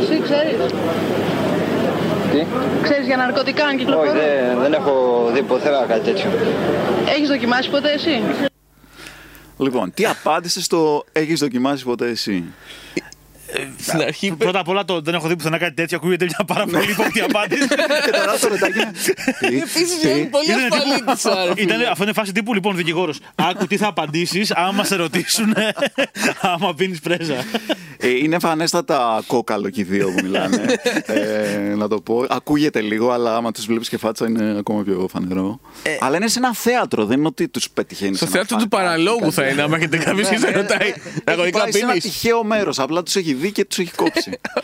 [SPEAKER 4] Εσύ ξέρεις.
[SPEAKER 5] Τι?
[SPEAKER 4] Ξέρεις για ναρκωτικά αν
[SPEAKER 5] Όχι,
[SPEAKER 4] κυκλοφορούν.
[SPEAKER 5] δεν, δεν έχω δει πουθενά κάτι τέτοιο.
[SPEAKER 4] Έχεις δοκιμάσει ποτέ εσύ.
[SPEAKER 3] Λοιπόν, τι απάντησες στο έχεις δοκιμάσει ποτέ εσύ.
[SPEAKER 2] Στην αρχή είπε.
[SPEAKER 1] Πρώτα απ' όλα το, δεν έχω δει πουθενά κάτι τέτοιο. Ακούγεται μια
[SPEAKER 3] Ναι.
[SPEAKER 1] πάρα πολύ ύποπτη απάντηση.
[SPEAKER 3] και το δεύτερο ρετάκι. είναι, τι,
[SPEAKER 2] Επίσης
[SPEAKER 3] τι.
[SPEAKER 2] είναι πολύ
[SPEAKER 1] Ήτανε τύπου-
[SPEAKER 2] ασφαλή τη
[SPEAKER 1] Ήτανε- Αυτό είναι φάση τύπου λοιπόν δικηγόρος. Άκου τι θα απαντήσεις άμα σε ρωτήσουν άμα πίνεις πρέζα.
[SPEAKER 3] Ε, είναι εμφανέστατα κόκαλο και οι δύο που μιλάνε. ε, να το πω. Ακούγεται λίγο, αλλά άμα τους βλέπεις και φάτσα είναι ακόμα πιο φανερό. αλλά είναι σε ένα θέατρο, δεν είναι ότι τους πετυχαίνει.
[SPEAKER 2] Στο θέατρο του παραλόγου θα είναι, άμα έχετε κάποιος
[SPEAKER 1] Ναι,
[SPEAKER 2] και σε ρωτάει.
[SPEAKER 3] Έχει
[SPEAKER 2] Ναρκωτικά
[SPEAKER 3] πάει σε ένα
[SPEAKER 2] πίνεις.
[SPEAKER 3] τυχαίο μέρος. Απλά τους έχει δει και τους έχει κόψει.
[SPEAKER 2] Ε.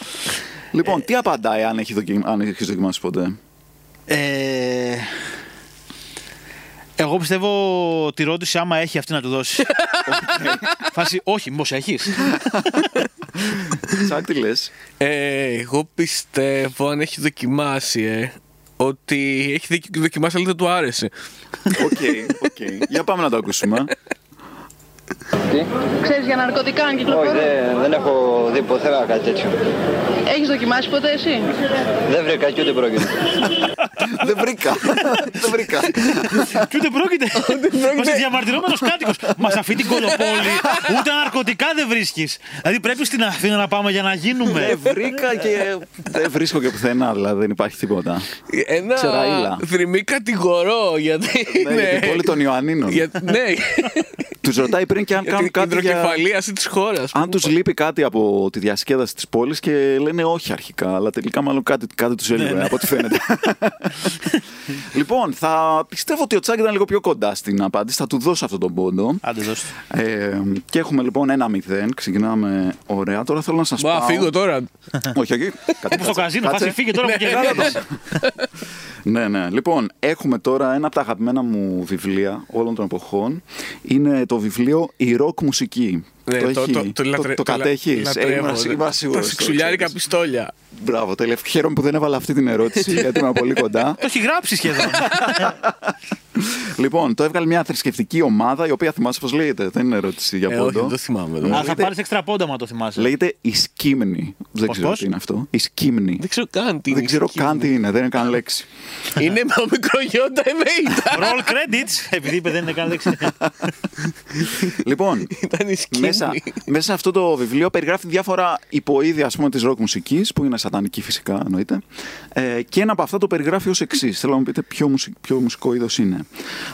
[SPEAKER 3] λοιπόν, τι απαντάει αν έχει δοκιμ- αν έχεις δοκιμάσει ποτέ.
[SPEAKER 1] Ε, εγώ πιστεύω τη ρώτηση άμα έχει αυτή να του δώσει. Ε, Φάση, όχι, μήπως έχεις.
[SPEAKER 3] Τσακ, τι λες.
[SPEAKER 2] Ε, εγώ πιστεύω, αν έχει δοκιμάσει, ε, ότι έχει δοκι- δοκιμάσει, αλλά δεν του άρεσε.
[SPEAKER 3] Οκ, οκ. Για πάμε να το ακούσουμε.
[SPEAKER 5] Τι?
[SPEAKER 4] Ξέρεις για ναρκωτικά αν
[SPEAKER 5] Όχι,
[SPEAKER 4] κυκλοφορούν.
[SPEAKER 5] δεν, δεν έχω δει πουθενά κάτι τέτοιο.
[SPEAKER 4] Έχεις δοκιμάσει ποτέ εσύ.
[SPEAKER 5] Δεν βρήκα και ούτε πρόκειται.
[SPEAKER 3] Δεν βρήκα. Δεν βρήκα.
[SPEAKER 1] Και ούτε πρόκειται. Είμαστε διαμαρτυρόμενος κάτοικος. Μας αυτή την κολοπόλη ούτε ναρκωτικά δεν βρίσκεις. Δηλαδή πρέπει στην Αθήνα να πάμε για να γίνουμε.
[SPEAKER 3] Δεν βρήκα και. Δεν βρίσκω και πουθενά, δηλαδή δεν υπάρχει τίποτα.
[SPEAKER 2] Ένα
[SPEAKER 3] Ξεραήλα.
[SPEAKER 2] δρυμή κατηγορό γιατί.
[SPEAKER 3] Ναι, για την πόλη των Ιωαννίνων.
[SPEAKER 2] Για, ναι,
[SPEAKER 3] Τους ρωτάει πριν και αν
[SPEAKER 2] για την
[SPEAKER 3] κάνουν κάτι. Για...
[SPEAKER 2] υδροκεφαλίαση της χώρας.
[SPEAKER 3] Αν τους λείπει κάτι από τη διασκέδαση της πόλης και λένε όχι αρχικά, αλλά τελικά μάλλον κάτι, κάτι τους
[SPEAKER 2] Ναι,
[SPEAKER 3] έλειπε, από ό,τι φαίνεται. λοιπόν, θα πιστεύω ότι ο Τσάκ ήταν λίγο πιο κοντά στην απάντηση. Θα του δώσω αυτόν τον πόντο.
[SPEAKER 1] Άντε δώστε.
[SPEAKER 3] Ε, και έχουμε λοιπόν ένα μηδέν. Ξεκινάμε ωραία. Τώρα θέλω να σας πω.
[SPEAKER 2] Μα φύγω τώρα. Ναι,
[SPEAKER 3] Όχι, όχι. Κάτσε,
[SPEAKER 1] Όπω στο
[SPEAKER 3] κάτσε,
[SPEAKER 1] καζίνο,
[SPEAKER 3] κάτσε.
[SPEAKER 1] φάση φύγε τώρα που κερδίζει.
[SPEAKER 3] Ναι, ναι. Λοιπόν, έχουμε τώρα ένα από τα αγαπημένα μου βιβλία όλων των εποχών. Είναι το βιβλίο Η ροκ μουσική
[SPEAKER 2] Ναι,
[SPEAKER 3] το,
[SPEAKER 2] το-
[SPEAKER 3] έχει,
[SPEAKER 2] το-
[SPEAKER 3] το, Ε,
[SPEAKER 2] το λατρε- το λα-
[SPEAKER 3] κατέχει.
[SPEAKER 2] λατρεύω, ναι. δε-
[SPEAKER 3] Είμαι σίγουρο.
[SPEAKER 2] Τα σεξουλιάρικα πιστόλια.
[SPEAKER 3] Μπράβο, τελευταίο. Χαίρομαι που δεν έβαλα αυτή την ερώτηση, γιατί είμαι πολύ κοντά.
[SPEAKER 1] Το έχει γράψει σχεδόν.
[SPEAKER 3] Λοιπόν, το έβγαλε μια θρησκευτική ομάδα, η οποία θυμάσαι πώς λέγεται. Δεν είναι ερώτηση για
[SPEAKER 2] Ε, όχι,
[SPEAKER 3] πόντο.
[SPEAKER 2] δεν το θυμάμαι. εδώ.
[SPEAKER 1] Αλλά θα πάρεις έξτρα πόντα, μα το θυμάσαι.
[SPEAKER 3] Λέγεται η σκύμνη. Δεν
[SPEAKER 1] Πώς,
[SPEAKER 3] ξέρω
[SPEAKER 1] πώς?
[SPEAKER 3] τι είναι αυτό. Η σκύμνη.
[SPEAKER 2] Δεν ξέρω καν τι
[SPEAKER 3] Δεν
[SPEAKER 2] είναι.
[SPEAKER 3] ξέρω
[SPEAKER 2] σκύλι.
[SPEAKER 3] καν τι είναι, δεν είναι καν λέξη.
[SPEAKER 2] Είναι με μικρό γιόντα εμέιτα.
[SPEAKER 1] Roll credits, επειδή είπε δεν είναι καν λέξη.
[SPEAKER 3] Λοιπόν,
[SPEAKER 2] Ήταν η σκύμνη.
[SPEAKER 3] μέσα, μέσα σε αυτό το βιβλίο περιγράφει διάφορα υποείδη ας πούμε της ροκ μουσικής, που είναι σατανική φυσικά εννοείται, ε, και ένα από αυτά το περιγράφει ως εξής. Θέλω να μου πείτε ποιο, μουσι- ποιο μουσικό είδος είναι.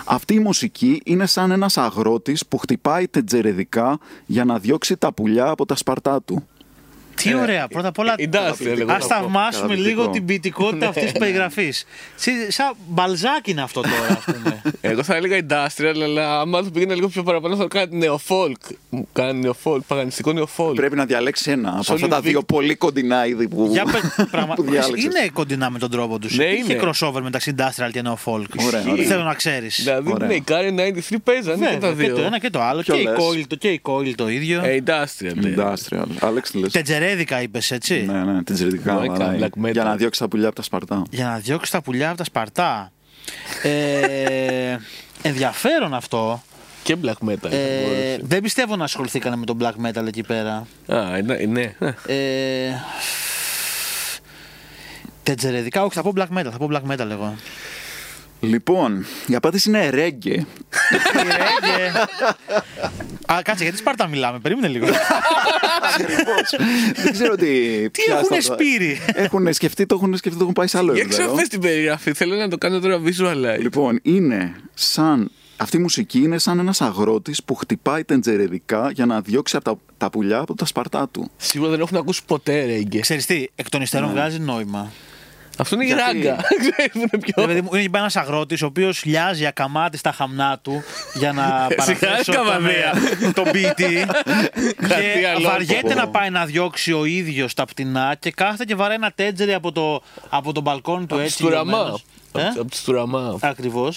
[SPEAKER 3] Αυτή η μουσική είναι σαν ένας αγρότης που χτυπάει τετζερεδικά για να διώξει τα πουλιά από τα σπαρτά του.
[SPEAKER 1] Τι ωραία, πρώτα απ' όλα.
[SPEAKER 2] Industrial, εγώ
[SPEAKER 1] Α
[SPEAKER 2] θα πω.
[SPEAKER 1] θαυμάσουμε
[SPEAKER 3] Καταπληκτικό.
[SPEAKER 1] λίγο την ποιητικότητα αυτής της περιγραφή. Σαν μπαλζάκι είναι αυτό τώρα, ας πούμε.
[SPEAKER 2] Εγώ θα έλεγα industrial, αλλά άμα το πήγαινα λίγο πιο παραπάνω θα κάνει νεοφόλκ. Μου κάνει νεοφόλκ, παγανιστικό νεοφόλκ.
[SPEAKER 3] Πρέπει να διαλέξει ένα από αυτά τα
[SPEAKER 2] Olympic-
[SPEAKER 3] δύο πολύ κοντινά είδη που,
[SPEAKER 1] Για πε- πράγμα-
[SPEAKER 3] που διάλεξες.
[SPEAKER 1] Είναι κοντινά με τον τρόπο τους.
[SPEAKER 2] Ναι,
[SPEAKER 1] Είχε
[SPEAKER 2] είναι.
[SPEAKER 1] crossover μεταξύ industrial και neo folk.
[SPEAKER 3] Ωραία, ωραία.
[SPEAKER 1] Θέλω να ξέρεις.
[SPEAKER 2] Δηλαδή,
[SPEAKER 3] Ωραία.
[SPEAKER 2] ναι, οι Karen 93 παίζανε και τα
[SPEAKER 1] Ναι, και το
[SPEAKER 2] δύο.
[SPEAKER 1] ένα και το άλλο.
[SPEAKER 3] Ποιο
[SPEAKER 1] Και η,
[SPEAKER 3] λες?
[SPEAKER 1] coil, το, και η coil το ίδιο.
[SPEAKER 2] Ε, industrial. ναι.
[SPEAKER 3] Industrial. Άλεξ, τι λες.
[SPEAKER 1] Τετζερέδικα είπες, έτσι.
[SPEAKER 3] Ναι, ναι, τετζερεδικά.
[SPEAKER 2] Μαλάκα,
[SPEAKER 3] μαλάκα.
[SPEAKER 2] black metal.
[SPEAKER 3] Για να διώξει τα πουλιά από τα σπαρτά.
[SPEAKER 1] Για να διώξει τα πουλιά από τα Σπαρτά. Ε, ενδιαφέρον αυτό.
[SPEAKER 2] Και black metal.
[SPEAKER 1] Ε, δεν πιστεύω να ασχοληθήκανε με τον black metal εκεί πέρα.
[SPEAKER 2] Α, ναι, ναι.
[SPEAKER 1] Ε, τετζερεδικά, όχι, θα πω black metal. Θα πω black metal εγώ.
[SPEAKER 3] Λοιπόν, η απάντηση είναι reggae.
[SPEAKER 1] Reggae. Α, κάτσε, γιατί Σπάρτα μιλάμε, περίμενε λίγο. Ε,
[SPEAKER 3] Ακριβώς. Δεν ξέρω τι.
[SPEAKER 1] Τι
[SPEAKER 3] ποια
[SPEAKER 1] έχουνε
[SPEAKER 3] στα-
[SPEAKER 1] σπείρει.
[SPEAKER 3] Έχουν σκεφτεί, το έχουν σκεφτεί, το έχουν πάει σε άλλο
[SPEAKER 2] Για
[SPEAKER 3] επίπεδο.
[SPEAKER 2] ξαναπες την περιγραφή, θέλω να το κάνω τώρα visualize.
[SPEAKER 3] Λοιπόν, είναι σαν. Αυτή η μουσική είναι σαν ένας αγρότης που χτυπάει τεντζερεδικά για να διώξει από τα, τα πουλιά από τα σπαρτά του.
[SPEAKER 2] Σίγουρα δεν έχουν ακούσει ποτέ ρέγγε.
[SPEAKER 1] Ξέρεις τι, εκ των
[SPEAKER 2] Ναι.
[SPEAKER 1] υστέρων βγάζει νόημα.
[SPEAKER 2] Αυτό είναι η
[SPEAKER 3] Γιατί? Λοιπόν,
[SPEAKER 2] ράγκα. Ξέρουν
[SPEAKER 1] Ρε
[SPEAKER 2] ποιο.
[SPEAKER 1] παιδί μου, είναι ένας αγρότης ο οποίος λιάζει ακαμάτι στα χαμνά του για να παραθέσω
[SPEAKER 2] Σιγά, ναι.
[SPEAKER 1] τον, ε, τον ποιητή.
[SPEAKER 2] Κάτι
[SPEAKER 1] και
[SPEAKER 2] άλλο.
[SPEAKER 1] βαριέται να πάει να διώξει ο ίδιος τα πτηνά και κάθεται και βαράει ένα τέντζερι από, το, από τον μπαλκόνι του
[SPEAKER 2] Από
[SPEAKER 1] έτσι.
[SPEAKER 2] Στουραμά.
[SPEAKER 1] λιωμένος. Ε?
[SPEAKER 2] Από τη Στουραμά.
[SPEAKER 1] Ακριβώ.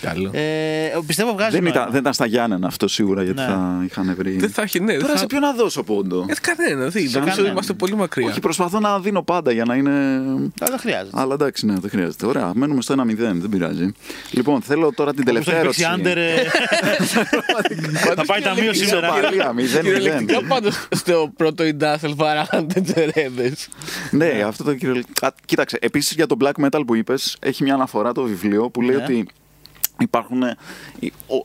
[SPEAKER 2] Καλό.
[SPEAKER 1] Ε, πιστεύω βγάζει
[SPEAKER 3] Δεν
[SPEAKER 1] νόημα.
[SPEAKER 3] ήταν, δεν ήταν στα Γιάννενα αυτό σίγουρα γιατί
[SPEAKER 1] Ναι.
[SPEAKER 3] θα είχαν βρει.
[SPEAKER 2] Δεν θα έχει, ναι.
[SPEAKER 3] Τώρα
[SPEAKER 2] θα-
[SPEAKER 3] σε ποιον να δώσω πόντο.
[SPEAKER 2] Ε, κανένα, δεν είδα. Νομίζω
[SPEAKER 1] κανένα.
[SPEAKER 2] ότι είμαστε πολύ μακριά.
[SPEAKER 3] Όχι, προσπαθώ να δίνω πάντα για να είναι
[SPEAKER 1] Αλλά δεν χρειάζεται.
[SPEAKER 3] Αλλά εντάξει, ναι, δεν χρειάζεται. Ωραία, μένουμε στο 1-0, δεν πειράζει. Λοιπόν, θέλω τώρα την
[SPEAKER 1] Όπως το
[SPEAKER 3] τελευταία
[SPEAKER 1] έχει παίξει
[SPEAKER 3] ερώτηση.
[SPEAKER 1] άντερ, ε, θα πάει ταμείο σήμερα.
[SPEAKER 3] Ισοπαλία, 0-0.
[SPEAKER 2] Κυριολεκτικά πάντως στο πρώτο Industrial βαράγανε τζερέδε.
[SPEAKER 3] Ναι, αυτό το κυριολεκτικό. Α, Κοίταξε, επίσης για το black metal που είπες, έχει μια αναφορά το βιβλίο που λέει
[SPEAKER 1] Ναι.
[SPEAKER 3] ότι υπάρχουν. ε,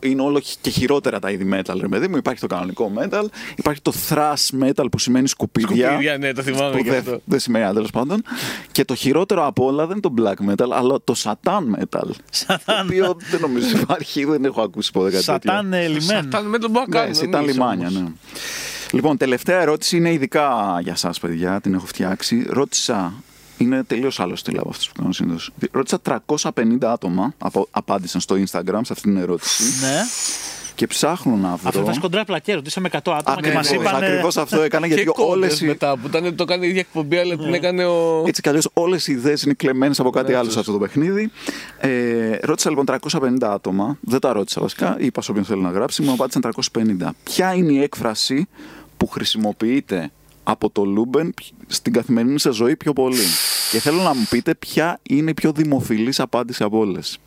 [SPEAKER 3] Είναι όλο και χειρότερα τα είδη metal, ρε παιδί μου. Υπάρχει το κανονικό metal, υπάρχει το thrash metal που σημαίνει σκουπίδια.
[SPEAKER 2] Σκουπίδια, ναι, το θυμάμαι
[SPEAKER 3] που
[SPEAKER 2] και
[SPEAKER 3] δεν-
[SPEAKER 2] αυτό.
[SPEAKER 3] Δεν σημαίνει τέλο πάντων. Και το χειρότερο από όλα δεν είναι το black metal, αλλά το satan metal. Το οποίο δεν νομίζω υπάρχει, δεν έχω ακούσει ποτέ κάτι τέτοιο.
[SPEAKER 1] Σατάν ε, λιμένο.
[SPEAKER 2] Σατάν με τον Μπακάν.
[SPEAKER 3] Ναι, ήταν λιμάνια, ναι. Λοιπόν, τελευταία ερώτηση είναι ειδικά για εσά, παιδιά. Την έχω φτιάξει. Ρώτησα. Είναι τελείως άλλο στυλ από αυτού που κάνω συνήθως. Ρώτησα 350 άτομα απο- απάντησαν στο Instagram σε αυτή την ερώτηση
[SPEAKER 1] Ναι.
[SPEAKER 3] και ψάχνω να βρω.
[SPEAKER 1] Αυτό ήταν σκοντρά πλακέ. Ρωτήσαμε 100 άτομα και μας είπαν.
[SPEAKER 3] Ακριβώς αυτό έκανα γιατί
[SPEAKER 2] Και
[SPEAKER 3] όλε
[SPEAKER 2] κόλλες
[SPEAKER 3] οι. Ναι. Ε,
[SPEAKER 2] μετά που ήταν, το κάνει η ίδια εκπομπή, αλλά την έκανε ο.
[SPEAKER 3] Έτσι κι αλλιώς όλες οι ιδέες είναι κλεμμένες από κάτι άλλο σε αυτό το παιχνίδι. Ε, ρώτησα λοιπόν 350 άτομα. Δεν τα ρώτησα βασικά. Είπα σε όποιον θέλει να γράψει. Μου απάντησαν 350. Ποια είναι η έκφραση που χρησιμοποιείται από το Λούμπεν στην καθημερινή σας ζωή πιο πολύ. Και θέλω να μου πείτε ποια είναι η πιο δημοφιλής απάντηση από όλες.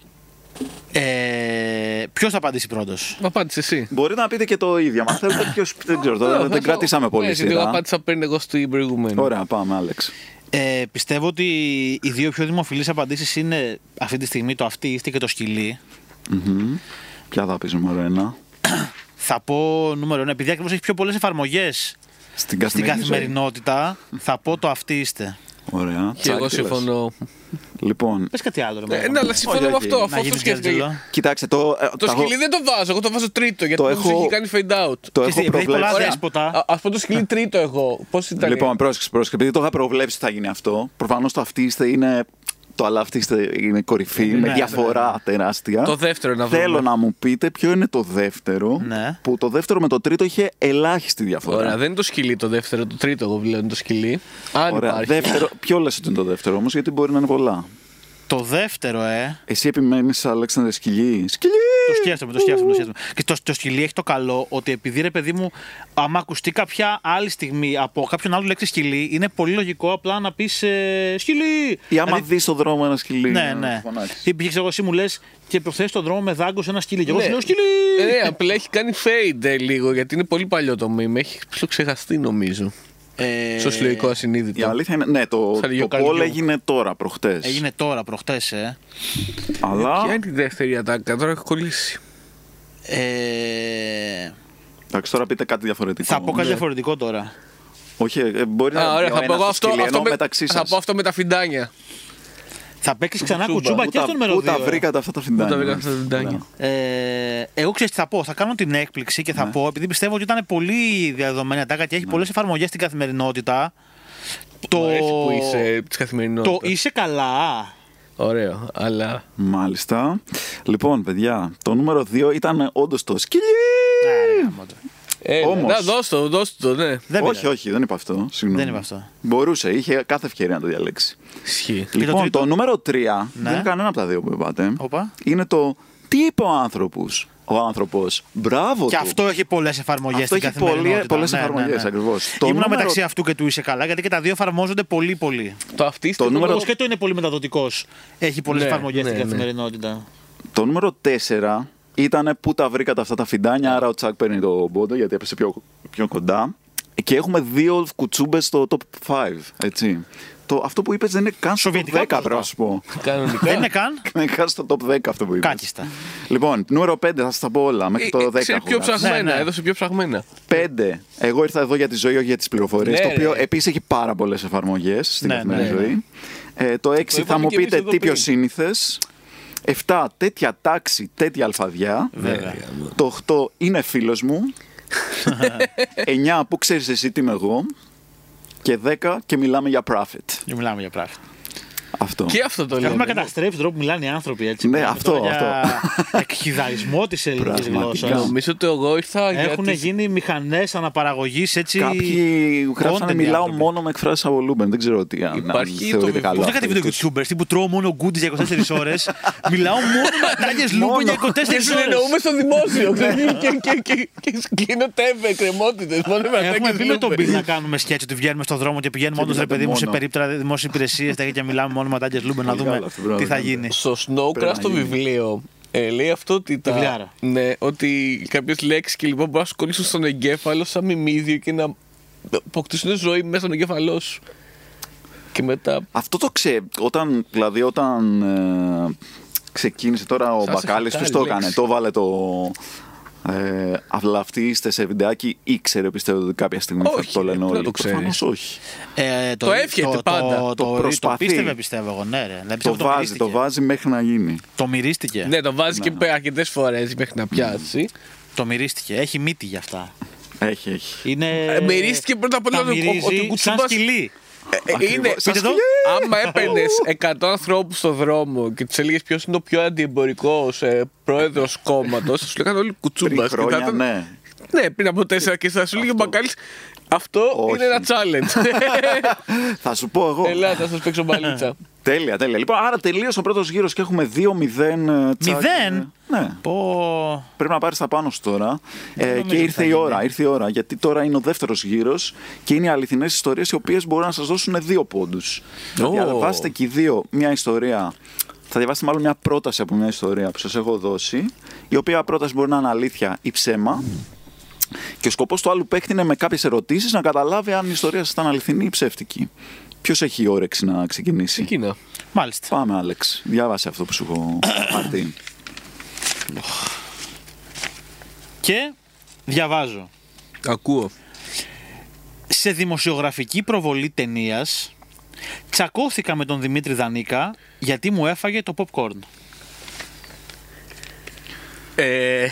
[SPEAKER 1] Ε, Ποιος θα απαντήσει πρώτος.
[SPEAKER 2] Απάντησε εσύ.
[SPEAKER 3] Μπορείτε να πείτε και το ίδιο. Μα θέλετε ποιος, δεν ξέρω,
[SPEAKER 2] Ε,
[SPEAKER 3] δεν,
[SPEAKER 2] θα
[SPEAKER 3] δεν
[SPEAKER 2] το-
[SPEAKER 3] κρατήσαμε πολύ
[SPEAKER 2] Ναι, γιατί Εγώ
[SPEAKER 3] σειρά.
[SPEAKER 2] απάντησα πριν εγώ στην προηγούμενη.
[SPEAKER 3] Ωραία, πάμε, Άλεξ.
[SPEAKER 1] Ε, πιστεύω ότι οι δύο πιο δημοφιλείς απαντήσεις είναι αυτή τη στιγμή το αυτή είστε και το σκυλί.
[SPEAKER 3] Ποια θα πεις νούμερο ένα.
[SPEAKER 1] Θα πω νούμερο ένα. Επειδή ακριβώς έχει πιο πολλές εφαρμογές
[SPEAKER 3] Στην
[SPEAKER 1] στην
[SPEAKER 3] καθημερινή, ζωή.
[SPEAKER 1] καθημερινότητα, θα πω το αυτή είστε.
[SPEAKER 3] Ωραία.
[SPEAKER 2] Και εγώ
[SPEAKER 3] Τσάκ, τι λες.
[SPEAKER 2] συμφωνώ.
[SPEAKER 3] Λοιπόν,
[SPEAKER 1] Πες κάτι άλλο, ρε
[SPEAKER 2] Ε,
[SPEAKER 1] μάνα.
[SPEAKER 2] Ναι, αλλά συμφωνώ
[SPEAKER 3] όχι,
[SPEAKER 2] με αυτό.
[SPEAKER 1] Να
[SPEAKER 2] Αφού
[SPEAKER 1] γίνει
[SPEAKER 2] αυτό
[SPEAKER 1] και
[SPEAKER 2] σκέφτεται.
[SPEAKER 3] Κοιτάξτε, το, ε,
[SPEAKER 2] Το
[SPEAKER 3] τα έχω-
[SPEAKER 2] σκυλί δεν το βάζω. Εγώ το βάζω τρίτο γιατί το
[SPEAKER 3] Το
[SPEAKER 2] έχει
[SPEAKER 3] έχω-
[SPEAKER 2] κάνει fade out.
[SPEAKER 3] το
[SPEAKER 1] Ξέρεις
[SPEAKER 3] έχω
[SPEAKER 1] τι, επειδή πολλά
[SPEAKER 3] προβλέψει.
[SPEAKER 1] δεν- Δέσποτα.
[SPEAKER 2] Α ας πω το σκυλί τρίτο εγώ. Πώς ήταν.
[SPEAKER 3] Λοιπόν, πρόσεξε, πρόσεξε. Επειδή το είχα προβλέψει ότι θα γίνει αυτό, προφανώς το αυτή είστε είναι. Το αλλά αυτή είστε είναι κορυφή, με
[SPEAKER 1] ναι,
[SPEAKER 3] διαφορά τεράστια.
[SPEAKER 2] Το δεύτερο να βρούμε.
[SPEAKER 3] Θέλω να μου πείτε ποιο είναι το δεύτερο.
[SPEAKER 1] Ναι.
[SPEAKER 3] Που το δεύτερο με το τρίτο είχε ελάχιστη διαφορά.
[SPEAKER 2] Ωραία, δεν είναι το σκυλί το δεύτερο, το τρίτο εγώ βλέπω είναι το σκυλί. Αν
[SPEAKER 3] Ωραία.
[SPEAKER 2] υπάρχει.
[SPEAKER 3] Δεύτερο, ποιο λες ότι είναι το δεύτερο όμως, γιατί μπορεί να είναι πολλά.
[SPEAKER 1] Το δεύτερο, ε.
[SPEAKER 3] Εσύ επιμένεις, Αλέξανδρε, σκυλί. Σκυλί!
[SPEAKER 1] Το σκέφτομαι, το σκέφτομαι. Το, σκέφτομαι. Και το, το σκυλί έχει το καλό ότι επειδή ρε παιδί μου, άμα ακουστεί κάποια άλλη στιγμή από κάποιον άλλο λέξη σκυλί, είναι πολύ λογικό απλά να πεις ε, σκυλί.
[SPEAKER 3] Ή άμα
[SPEAKER 1] Δηλαδή,
[SPEAKER 3] δεις στον δρόμο ένα σκυλί.
[SPEAKER 1] ναι,
[SPEAKER 3] να
[SPEAKER 1] ναι.
[SPEAKER 3] φωνάξεις.
[SPEAKER 1] Ή πήγες, ξέρω εγώ, εσύ μου λες και προχθέ στον δρόμο με δάγκωσε ένα σκυλί. Και εγώ
[SPEAKER 2] Ναι.
[SPEAKER 1] σου λέω σκυλί.
[SPEAKER 2] Ε, Ναι, απλά έχει κάνει fade ε, λίγο γιατί είναι πολύ παλιό το meme. Έχει ξεχαστεί νομίζω.
[SPEAKER 1] Ε,
[SPEAKER 2] Στο συλλογικό
[SPEAKER 3] Η
[SPEAKER 2] ασυνείδητο.
[SPEAKER 3] αλήθεια είναι, ναι, το,
[SPEAKER 2] Σαν
[SPEAKER 3] το
[SPEAKER 2] λιγοκάλι
[SPEAKER 3] πόλ
[SPEAKER 2] λίγο.
[SPEAKER 3] έγινε τώρα, προχτές.
[SPEAKER 1] Έγινε τώρα, προχτές, ε.
[SPEAKER 3] Αλλά,
[SPEAKER 2] Ποια είναι η δεύτερη ατάκα, τώρα έχω κολλήσει.
[SPEAKER 1] ε
[SPEAKER 3] εντάξει, τώρα πείτε κάτι διαφορετικό.
[SPEAKER 1] θα πω κάτι διαφορετικό τώρα.
[SPEAKER 3] Όχι, ε, μπορεί να
[SPEAKER 2] Ναι. Α, ωραία, θα
[SPEAKER 3] ο
[SPEAKER 2] πω
[SPEAKER 3] ένας
[SPEAKER 2] εγώ
[SPEAKER 3] το
[SPEAKER 2] αυτό,
[SPEAKER 3] σκύλι,
[SPEAKER 2] αυτό,
[SPEAKER 3] ενώ
[SPEAKER 2] με,
[SPEAKER 3] μεταξύ
[SPEAKER 2] θα
[SPEAKER 3] σας.
[SPEAKER 2] πω αυτό με τα φιντάνια.
[SPEAKER 1] Θα παίξεις ξανά
[SPEAKER 2] Κουτσούμπα.
[SPEAKER 1] κουτσούμπα
[SPEAKER 3] Πού
[SPEAKER 1] και ε.
[SPEAKER 3] τα-
[SPEAKER 1] στο νούμερο
[SPEAKER 3] Πού τα
[SPEAKER 1] 2.
[SPEAKER 3] βρήκατε αυτά τα
[SPEAKER 2] Πού
[SPEAKER 3] φιντάνια.
[SPEAKER 2] τα βρήκα αυτά τα φιντάνια.
[SPEAKER 1] Ε, εγώ ξέρω τι θα πω. Θα κάνω την έκπληξη και θα πω, επειδή πιστεύω ότι ήταν πολύ διαδεδομένη ατάκα και έχει πολλές εφαρμογές στην καθημερινότητα. Το...
[SPEAKER 2] Μου αρέσει που είσαι της
[SPEAKER 1] το
[SPEAKER 2] καθημερινότητα.
[SPEAKER 1] είσαι καλά.
[SPEAKER 2] Ωραίο, αλλά.
[SPEAKER 3] Μάλιστα. Λοιπόν, παιδιά, το νούμερο 2 ήταν όντως το σκυλί.
[SPEAKER 1] Α, ρε, γάμο το.
[SPEAKER 2] Ε,
[SPEAKER 3] Όμως.
[SPEAKER 2] Να δώσ' το, δώσ' το, ναι.
[SPEAKER 1] Δεν
[SPEAKER 3] όχι,
[SPEAKER 1] πειράζει.
[SPEAKER 3] όχι, δεν είπα αυτό. Συγγνώμη.
[SPEAKER 1] Δεν είπα αυτό.
[SPEAKER 3] Μπορούσε, είχε κάθε ευκαιρία να το διαλέξει.
[SPEAKER 2] Ισχύει.
[SPEAKER 1] το
[SPEAKER 3] λοιπόν, το,
[SPEAKER 1] τρίτο?
[SPEAKER 3] νούμερο 3
[SPEAKER 1] Ναι.
[SPEAKER 3] δεν είναι κανένα από τα δύο που είπατε.
[SPEAKER 1] Όπα.
[SPEAKER 3] Είναι το τι είπε ο άνθρωπος. Ο άνθρωπος. Μπράβο
[SPEAKER 1] Και
[SPEAKER 3] του.
[SPEAKER 1] αυτό έχει πολλές εφαρμογές
[SPEAKER 3] Αυτό
[SPEAKER 1] στην
[SPEAKER 3] έχει πολλή-
[SPEAKER 1] καθημερινότητα. ναι,
[SPEAKER 3] πολλές εφαρμογές, ακριβώς. Το
[SPEAKER 1] Ήμουνα
[SPEAKER 3] νούμερο-
[SPEAKER 1] μεταξύ αυτού και του είσαι καλά, γιατί και τα δύο εφαρμόζονται πολύ πολύ.
[SPEAKER 2] Το αυτή
[SPEAKER 3] Το νούμερο-
[SPEAKER 1] Ο σκέτο είναι πολύ μεταδοτικό. Έχει πολλές
[SPEAKER 2] Ναι,
[SPEAKER 1] εφαρμογές
[SPEAKER 2] ναι,
[SPEAKER 1] στην
[SPEAKER 2] ναι.
[SPEAKER 1] καθημερινότητα.
[SPEAKER 3] Το νούμερο 4 ήταν που τα βρήκατε αυτά τα φιντάνια, άρα ο Τσακ παίρνει το πόντο γιατί έπεσε πιο, πιο κοντά. Και έχουμε δύο κουτσούμπες στο top 5, έτσι. Το, αυτό που είπες δεν είναι καν στο top 10
[SPEAKER 1] Σοβιετικά
[SPEAKER 3] πρέπει να
[SPEAKER 1] ποσοστά.
[SPEAKER 3] σου πω.
[SPEAKER 2] Κανονικά.
[SPEAKER 1] Δεν είναι καν.
[SPEAKER 3] Είναι καν στο top 10 αυτό που είπες.
[SPEAKER 1] Κάκιστα.
[SPEAKER 3] Λοιπόν, νούμερο 5 θα σας τα πω όλα, μέχρι το 10
[SPEAKER 2] Ε, Ξέρει
[SPEAKER 3] έχω
[SPEAKER 2] πιο
[SPEAKER 3] γράψει.
[SPEAKER 2] ψαγμένα,
[SPEAKER 1] Ναι, ναι.
[SPEAKER 2] έδωσε πιο ψαγμένα.
[SPEAKER 3] 5. Εγώ ήρθα εδώ για τη ζωή, όχι για τις πληροφορίες.
[SPEAKER 2] Ναι,
[SPEAKER 3] το οποίο
[SPEAKER 2] ρε.
[SPEAKER 3] επίσης έχει πάρα πολλές εφαρμογές στην
[SPEAKER 1] Ναι,
[SPEAKER 3] καθημερινή
[SPEAKER 1] ναι, ναι.
[SPEAKER 3] ζωή. Ε, το 6 θα
[SPEAKER 2] είπαμε
[SPEAKER 3] μου
[SPEAKER 2] κι εμείς
[SPEAKER 3] πείτε
[SPEAKER 2] εδώ
[SPEAKER 3] τι πιο
[SPEAKER 2] πριν.
[SPEAKER 3] σύνηθε. 7. Τέτοια τάξη, τέτοια αλφαδιά. Το 8 είναι φίλος μου. 9. Πού ξέρεις εσύ τι είμαι εγώ. Και 10. Και μιλάμε για profit.
[SPEAKER 1] Δεν μιλάμε για πράγματα.
[SPEAKER 3] Αυτό.
[SPEAKER 2] Και αυτό το
[SPEAKER 1] Και
[SPEAKER 2] λέω.
[SPEAKER 1] Έχουμε καταστρέψει τον τρόπο που μιλάνε οι άνθρωποι έτσι.
[SPEAKER 3] Ναι,
[SPEAKER 1] Μιλάμε
[SPEAKER 3] αυτό,
[SPEAKER 1] τώρα για
[SPEAKER 3] αυτό.
[SPEAKER 1] Εκχυδαρισμό της ελληνικής
[SPEAKER 3] Πραγματικά.
[SPEAKER 1] γλώσσας.
[SPEAKER 2] Νομίζω ότι εγώ ήρθα
[SPEAKER 1] Έχουν
[SPEAKER 2] για τις-
[SPEAKER 1] γίνει μηχανές αναπαραγωγής έτσι.
[SPEAKER 3] Κάποιοι γράψανε
[SPEAKER 1] content οι
[SPEAKER 3] μιλάω
[SPEAKER 1] άνθρωποι».
[SPEAKER 3] μόνο με εκφράσεις από Λούμπεν. Δεν ξέρω τι αν, αν
[SPEAKER 2] Υπάρχει το
[SPEAKER 3] θεωρείται
[SPEAKER 2] βιβλίο.
[SPEAKER 3] καλό.
[SPEAKER 1] Πώ
[SPEAKER 3] αυτό
[SPEAKER 1] δεν
[SPEAKER 3] ή
[SPEAKER 1] κατεβεί το
[SPEAKER 3] τόσο.
[SPEAKER 1] YouTuber, που τρώω μόνο γκουτ για 24 ώρες. Μιλάω μόνο με τάγε λούμπε για 24
[SPEAKER 2] Και
[SPEAKER 1] ώρε.
[SPEAKER 2] συνεννοούμε στο δημόσιο. ξέρεις, και- και- και- Και σκύνονται εκκρεμότητες. Μόνο με
[SPEAKER 1] Έχουμε
[SPEAKER 2] αυτά και
[SPEAKER 1] πει με τον
[SPEAKER 2] λούπες.
[SPEAKER 1] Μπιλ να κάνουμε σκέτσι ότι βγαίνουμε στον δρόμο και πηγαίνουμε όντως ρε
[SPEAKER 3] μιλάτε
[SPEAKER 1] παιδί μου σε
[SPEAKER 3] μόνο.
[SPEAKER 1] περίπτερα δημόσιες υπηρεσίες και μιλάμε μόνο με τάγε λούμπε να
[SPEAKER 3] Πολύ
[SPEAKER 1] δούμε
[SPEAKER 3] καλό αυτό, μπράβο,
[SPEAKER 1] τι θα
[SPEAKER 3] μπράβο.
[SPEAKER 1] γίνει.
[SPEAKER 2] Στο Snowcrash
[SPEAKER 3] Πρέπει να
[SPEAKER 2] το
[SPEAKER 3] γίνει.
[SPEAKER 2] βιβλίο ε, λέει αυτό ότι, τα,
[SPEAKER 1] Βιβλιάρα.
[SPEAKER 2] ναι, ότι κάποιες λέξεις και λοιπόν μπορούν να σου κολλήσουν στον εγκέφαλο σαν μιμίδιο και να αποκτήσουν ζωή μέσα στον εγκέφαλό σου. Και μετά
[SPEAKER 3] Αυτό το ξέ... Όταν, δηλαδή, όταν ε, ξεκίνησε τώρα ο
[SPEAKER 2] Σας
[SPEAKER 3] Μπακάλης,
[SPEAKER 2] έχω
[SPEAKER 3] ποιος το
[SPEAKER 2] κάνει
[SPEAKER 3] έκανε,
[SPEAKER 2] λέξη.
[SPEAKER 3] το βάλε το... Ε, αλλά αυτοί είστε σε βιντεάκι ήξερε πιστεύω ότι κάποια στιγμή
[SPEAKER 2] Όχι,
[SPEAKER 3] θα το λένε
[SPEAKER 2] πού να
[SPEAKER 3] όλοι.
[SPEAKER 2] το ξέρεις.
[SPEAKER 3] Προφανώς όχι.
[SPEAKER 1] Ε,
[SPEAKER 2] Το εύχεται πάντα,
[SPEAKER 1] Το,
[SPEAKER 3] το
[SPEAKER 1] το, το
[SPEAKER 3] προσπαθεί.
[SPEAKER 1] πίστευε, πιστεύω εγώ. Ναι, ρε. Δηλαδή,
[SPEAKER 3] Το
[SPEAKER 1] πιστεύω το
[SPEAKER 3] βάζει,
[SPEAKER 1] μυρίστηκε.
[SPEAKER 3] το βάζει μέχρι να γίνει.
[SPEAKER 1] Το μυρίστηκε.
[SPEAKER 2] ναι, το βάζει και αρκετές φορές μέχρι να πιάσει.
[SPEAKER 1] Το μυρίστηκε. Έχει μύτη για αυτά.
[SPEAKER 3] Έχει, έχει.
[SPEAKER 1] Είναι...
[SPEAKER 2] Ε, μυρίστηκε πρώτα απ' όλα
[SPEAKER 1] τα
[SPEAKER 2] ότι ο-
[SPEAKER 1] μυρίζει
[SPEAKER 2] ότι ο
[SPEAKER 1] σαν
[SPEAKER 2] Κουτσούμπας-
[SPEAKER 1] σκυλί.
[SPEAKER 2] Ε,
[SPEAKER 3] Ακριβώς.
[SPEAKER 2] είναι,
[SPEAKER 3] Σας
[SPEAKER 1] πείτε το.
[SPEAKER 2] άμα έπαιρνες 100 ανθρώπου στον δρόμο και του έλεγες ποιος είναι ο πιο αντιεμπορικό ε, πρόεδρος κόμματος, θα σου λέγανε όλοι κουτσούμπας.
[SPEAKER 3] Πριν χρόνια, ναι.
[SPEAKER 2] Ναι, πριν από τέσσερα και θα σου λέγει ο Μπακάλι. Αυτό
[SPEAKER 3] Όχι.
[SPEAKER 2] είναι ένα challenge.
[SPEAKER 3] Θα σου πω εγώ.
[SPEAKER 2] Ελάτε, θα σας παίξω μπαλίτσα.
[SPEAKER 3] Τέλεια, τέλεια. Λοιπόν, άρα τελείωσε ο πρώτος γύρος και έχουμε 2-0. ε, τσακ.
[SPEAKER 1] Μηδέν?
[SPEAKER 3] Ναι.
[SPEAKER 1] Πω...
[SPEAKER 3] Πρέπει να πάρεις τα πάνω σου τώρα. Ε,
[SPEAKER 1] νομίζω
[SPEAKER 3] και
[SPEAKER 1] ότι
[SPEAKER 3] ήρθε
[SPEAKER 1] θα
[SPEAKER 3] η
[SPEAKER 1] γίνει.
[SPEAKER 3] ώρα, ήρθε η ώρα. Γιατί τώρα είναι ο δεύτερος γύρος και είναι οι αληθινές ιστορίες οι οποίες μπορούν να σας δώσουν δύο πόντους. Θα
[SPEAKER 2] Ω.
[SPEAKER 3] διαβάσετε και οι δύο μια ιστορία. Θα διαβάσετε μάλλον μια πρόταση από μια ιστορία που σας έχω δώσει, η οποία πρόταση μπορεί να είναι αλήθεια ή ψέμα. Και ο σκοπός του άλλου παίκτη είναι με κάποιες ερωτήσεις να καταλάβει αν η ιστορία σας ήταν αληθινή ή ψεύτικη. Ποιος έχει όρεξη να ξεκινήσει.
[SPEAKER 2] Εκείνα.
[SPEAKER 1] Μάλιστα.
[SPEAKER 3] Πάμε, Άλεξ. Διάβασε αυτό που σου έχω πάρει.
[SPEAKER 1] Και διαβάζω.
[SPEAKER 2] Ακούω.
[SPEAKER 1] Σε δημοσιογραφική προβολή ταινίας τσακώθηκα με τον Δημήτρη Δανίκα γιατί μου έφαγε το popcorn.
[SPEAKER 2] Ε,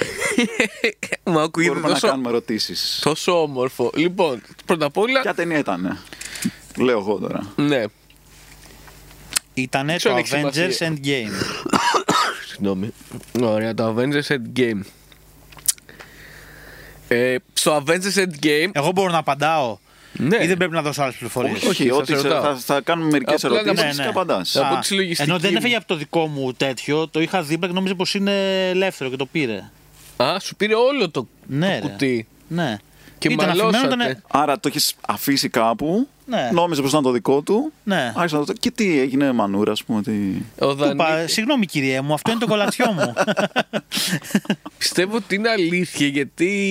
[SPEAKER 2] Μου ακούγεται
[SPEAKER 3] Μπορούμε να
[SPEAKER 2] τόσο,
[SPEAKER 3] κάνουμε ερωτήσεις.
[SPEAKER 2] τόσο όμορφο. Λοιπόν, πρώτα απ' όλα.
[SPEAKER 3] Ποια ταινία ήταν. Λέω εγώ τώρα.
[SPEAKER 2] Ναι,
[SPEAKER 1] Ήτανε
[SPEAKER 2] ξέρω
[SPEAKER 1] το
[SPEAKER 2] αν έχει
[SPEAKER 1] Avengers
[SPEAKER 2] σημασία.
[SPEAKER 1] Endgame.
[SPEAKER 2] συγγνώμη. Ωραία, το Avengers Endgame. Ε, στο Avengers Endgame
[SPEAKER 1] Εγώ μπορώ να απαντάω.
[SPEAKER 2] Ναι.
[SPEAKER 1] Ή δεν πρέπει να δώσω άλλες πληροφορίες.
[SPEAKER 2] Όχι,
[SPEAKER 3] Όχι,
[SPEAKER 2] σας
[SPEAKER 3] ό,τι σε-
[SPEAKER 2] ρωτάω.
[SPEAKER 3] θα, θα κάνουμε μερικές
[SPEAKER 2] Απλά ναι, να
[SPEAKER 3] ερωτήσεις
[SPEAKER 2] απαντήσεις
[SPEAKER 3] και απαντάς.
[SPEAKER 2] Να πω τη λογιστική
[SPEAKER 1] ναι. Ενώ δεν
[SPEAKER 2] μου.
[SPEAKER 1] έφυγε από το δικό μου τέτοιο, το είχα δίπλα και νόμιζα πως είναι ελεύθερο και το πήρε.
[SPEAKER 2] Α, σου πήρε όλο το,
[SPEAKER 1] Ναι,
[SPEAKER 2] το
[SPEAKER 1] ρε.
[SPEAKER 2] κουτί.
[SPEAKER 1] Ναι.
[SPEAKER 2] Και Ναι. μαλώσατε.
[SPEAKER 1] ήταν-
[SPEAKER 3] Άρα το έχεις αφήσει κάπου.
[SPEAKER 1] Ναι.
[SPEAKER 3] Νόμιζες πως ήταν το δικό του.
[SPEAKER 1] Ναι.
[SPEAKER 3] Άρχισε να το. Και τι έγινε, Μανούρα, ας πούμε. Τι...
[SPEAKER 2] Ο
[SPEAKER 1] Του
[SPEAKER 2] Δανή...
[SPEAKER 1] είπα, συγγνώμη κυρία μου, αυτό είναι το κολατσιό μου.
[SPEAKER 2] Πιστεύω ότι είναι αλήθεια γιατί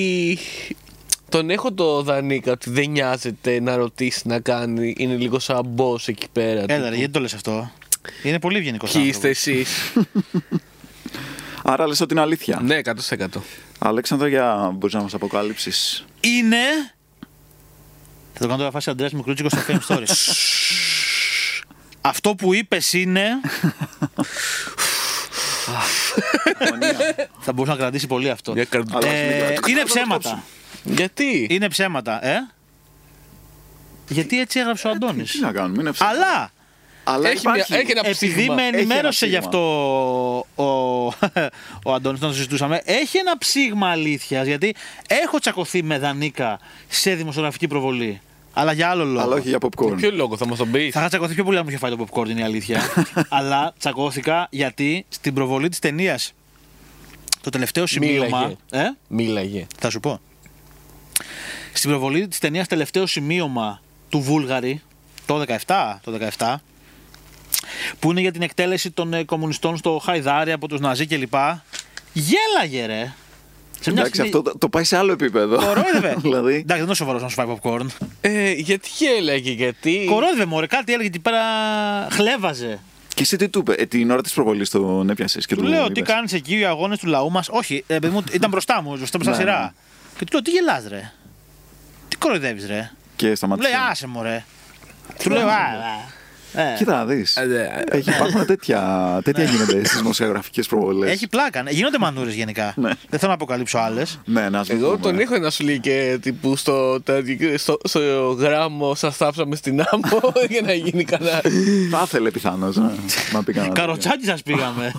[SPEAKER 2] τον έχω το Δανίκα ότι δεν νοιάζεται να ρωτήσει να κάνει. Είναι λίγο σαν boss εκεί πέρα.
[SPEAKER 1] Έλα, ρε, γιατί το λες αυτό. Είναι πολύ ευγενικός.
[SPEAKER 2] Ποιοι είστε εσείς.
[SPEAKER 3] Άρα λες ότι είναι αλήθεια.
[SPEAKER 2] ναι, 100%.
[SPEAKER 3] Αλέξανδρο, για μπορεί να μα αποκαλύψει.
[SPEAKER 1] Είναι. Θα το κάνω τώρα φάση Αντρέας Μικρούτσικος στο Fame Story. Αυτό που είπες είναι. θα μπορούσε να κρατήσει πολύ αυτό.
[SPEAKER 2] Μια καρδιά.
[SPEAKER 3] Αλλά-
[SPEAKER 1] Ε, είναι ψέματα.
[SPEAKER 2] Γιατί.
[SPEAKER 1] Είναι ψέματα, ε. Γιατί έτσι
[SPEAKER 2] Ε,
[SPEAKER 1] έγραψε ο Αντώνης.
[SPEAKER 3] Τι να κάνουμε, είναι ψέμα.
[SPEAKER 1] Αλλά
[SPEAKER 3] Αλλά
[SPEAKER 2] Έχει μια-
[SPEAKER 3] υπάρχει.
[SPEAKER 2] έχει ένα-
[SPEAKER 1] επειδή
[SPEAKER 2] ψήγμα.
[SPEAKER 1] με
[SPEAKER 3] Έχει
[SPEAKER 1] ενημέρωσε
[SPEAKER 3] ένα
[SPEAKER 1] γι' αυτό
[SPEAKER 3] ψήγμα.
[SPEAKER 1] ο, ο Αντώνης όταν το συζητούσαμε, έχει ένα ψήγμα αλήθειας. Γιατί έχω τσακωθεί με Δανίκα σε δημοσιογραφική προβολή. Αλλά για άλλο λόγο.
[SPEAKER 3] Αλλά όχι για popcorn.
[SPEAKER 2] Ποιο λόγο θα μας τον πεις.
[SPEAKER 1] Θα είχα τσακωθεί πιο πολύ αν μου είχε φάει το popcorn, είναι η αλήθεια. Αλλά τσακώθηκα γιατί στην προβολή της ταινίας. Το τελευταίο σημείωμα.
[SPEAKER 2] Μίλαγε.
[SPEAKER 1] Ε,
[SPEAKER 2] Μίλαγε.
[SPEAKER 1] θα σου πω. Στην προβολή της ταινίας, τελευταίο σημείωμα του Βούλγαρη, το 17, το 17 που είναι για την εκτέλεση των ε, κομμουνιστών στο Χαϊδάρι από τους Ναζί κλπ. Γέλαγε ρε! Σε μια
[SPEAKER 3] Εντάξει,
[SPEAKER 1] στιγμή-
[SPEAKER 3] αυτό το, το πάει σε άλλο επίπεδο.
[SPEAKER 1] Κορόιδευε.
[SPEAKER 3] δηλαδή.
[SPEAKER 1] Εντάξει, δεν είναι σοβαρός να σου φάει popcorn.
[SPEAKER 2] Ε, γιατί γέλαγε, γιατί.
[SPEAKER 1] Κορόιδευε, μωρέ, κάτι έλεγε εκεί πέρα. Χλέβαζε.
[SPEAKER 3] Και εσύ τι του είπε, ε, την ώρα της προβολής τον έπιασες και του
[SPEAKER 1] Του λέω τι
[SPEAKER 3] είπες.
[SPEAKER 1] κάνεις εκεί, οι αγώνες του λαού μας. Όχι, ε, παιδί μου, ήταν μπροστά μου, μπροστά μου στα
[SPEAKER 3] Ναι,
[SPEAKER 1] σειρά.
[SPEAKER 3] ναι.
[SPEAKER 1] Και του λέω τι γελάς, ρε. Τι κοροϊδεύεις, ρε.
[SPEAKER 3] Και
[SPEAKER 1] Μου λέει
[SPEAKER 3] σταματήσε.
[SPEAKER 1] άσε μου, ρε. Του λέω α, α, ε.
[SPEAKER 3] Κοίτα, δεις.
[SPEAKER 2] Ε, ναι.
[SPEAKER 3] Υπάρχουν τέτοια, τέτοια γίνονται στις δημοσιογραφικές προβολές.
[SPEAKER 1] Ναι. Έχει πλάκα. ναι. Γίνονται μανούρες γενικά.
[SPEAKER 3] Ναι.
[SPEAKER 1] Δεν θέλω να αποκαλύψω άλλες.
[SPEAKER 3] Ναι, να σου
[SPEAKER 2] Εγώ
[SPEAKER 3] πούμε.
[SPEAKER 2] τον έχω ένα σου λέει και τύπου στο, τέτοιο- στο, στο γράμμο σας θάψαμε στην άμμο για να γίνει καλά.
[SPEAKER 3] Θα ήθελε πιθανώς να πει κανένα. τέτοιο.
[SPEAKER 1] Καροτσάκι σας πήγαμε.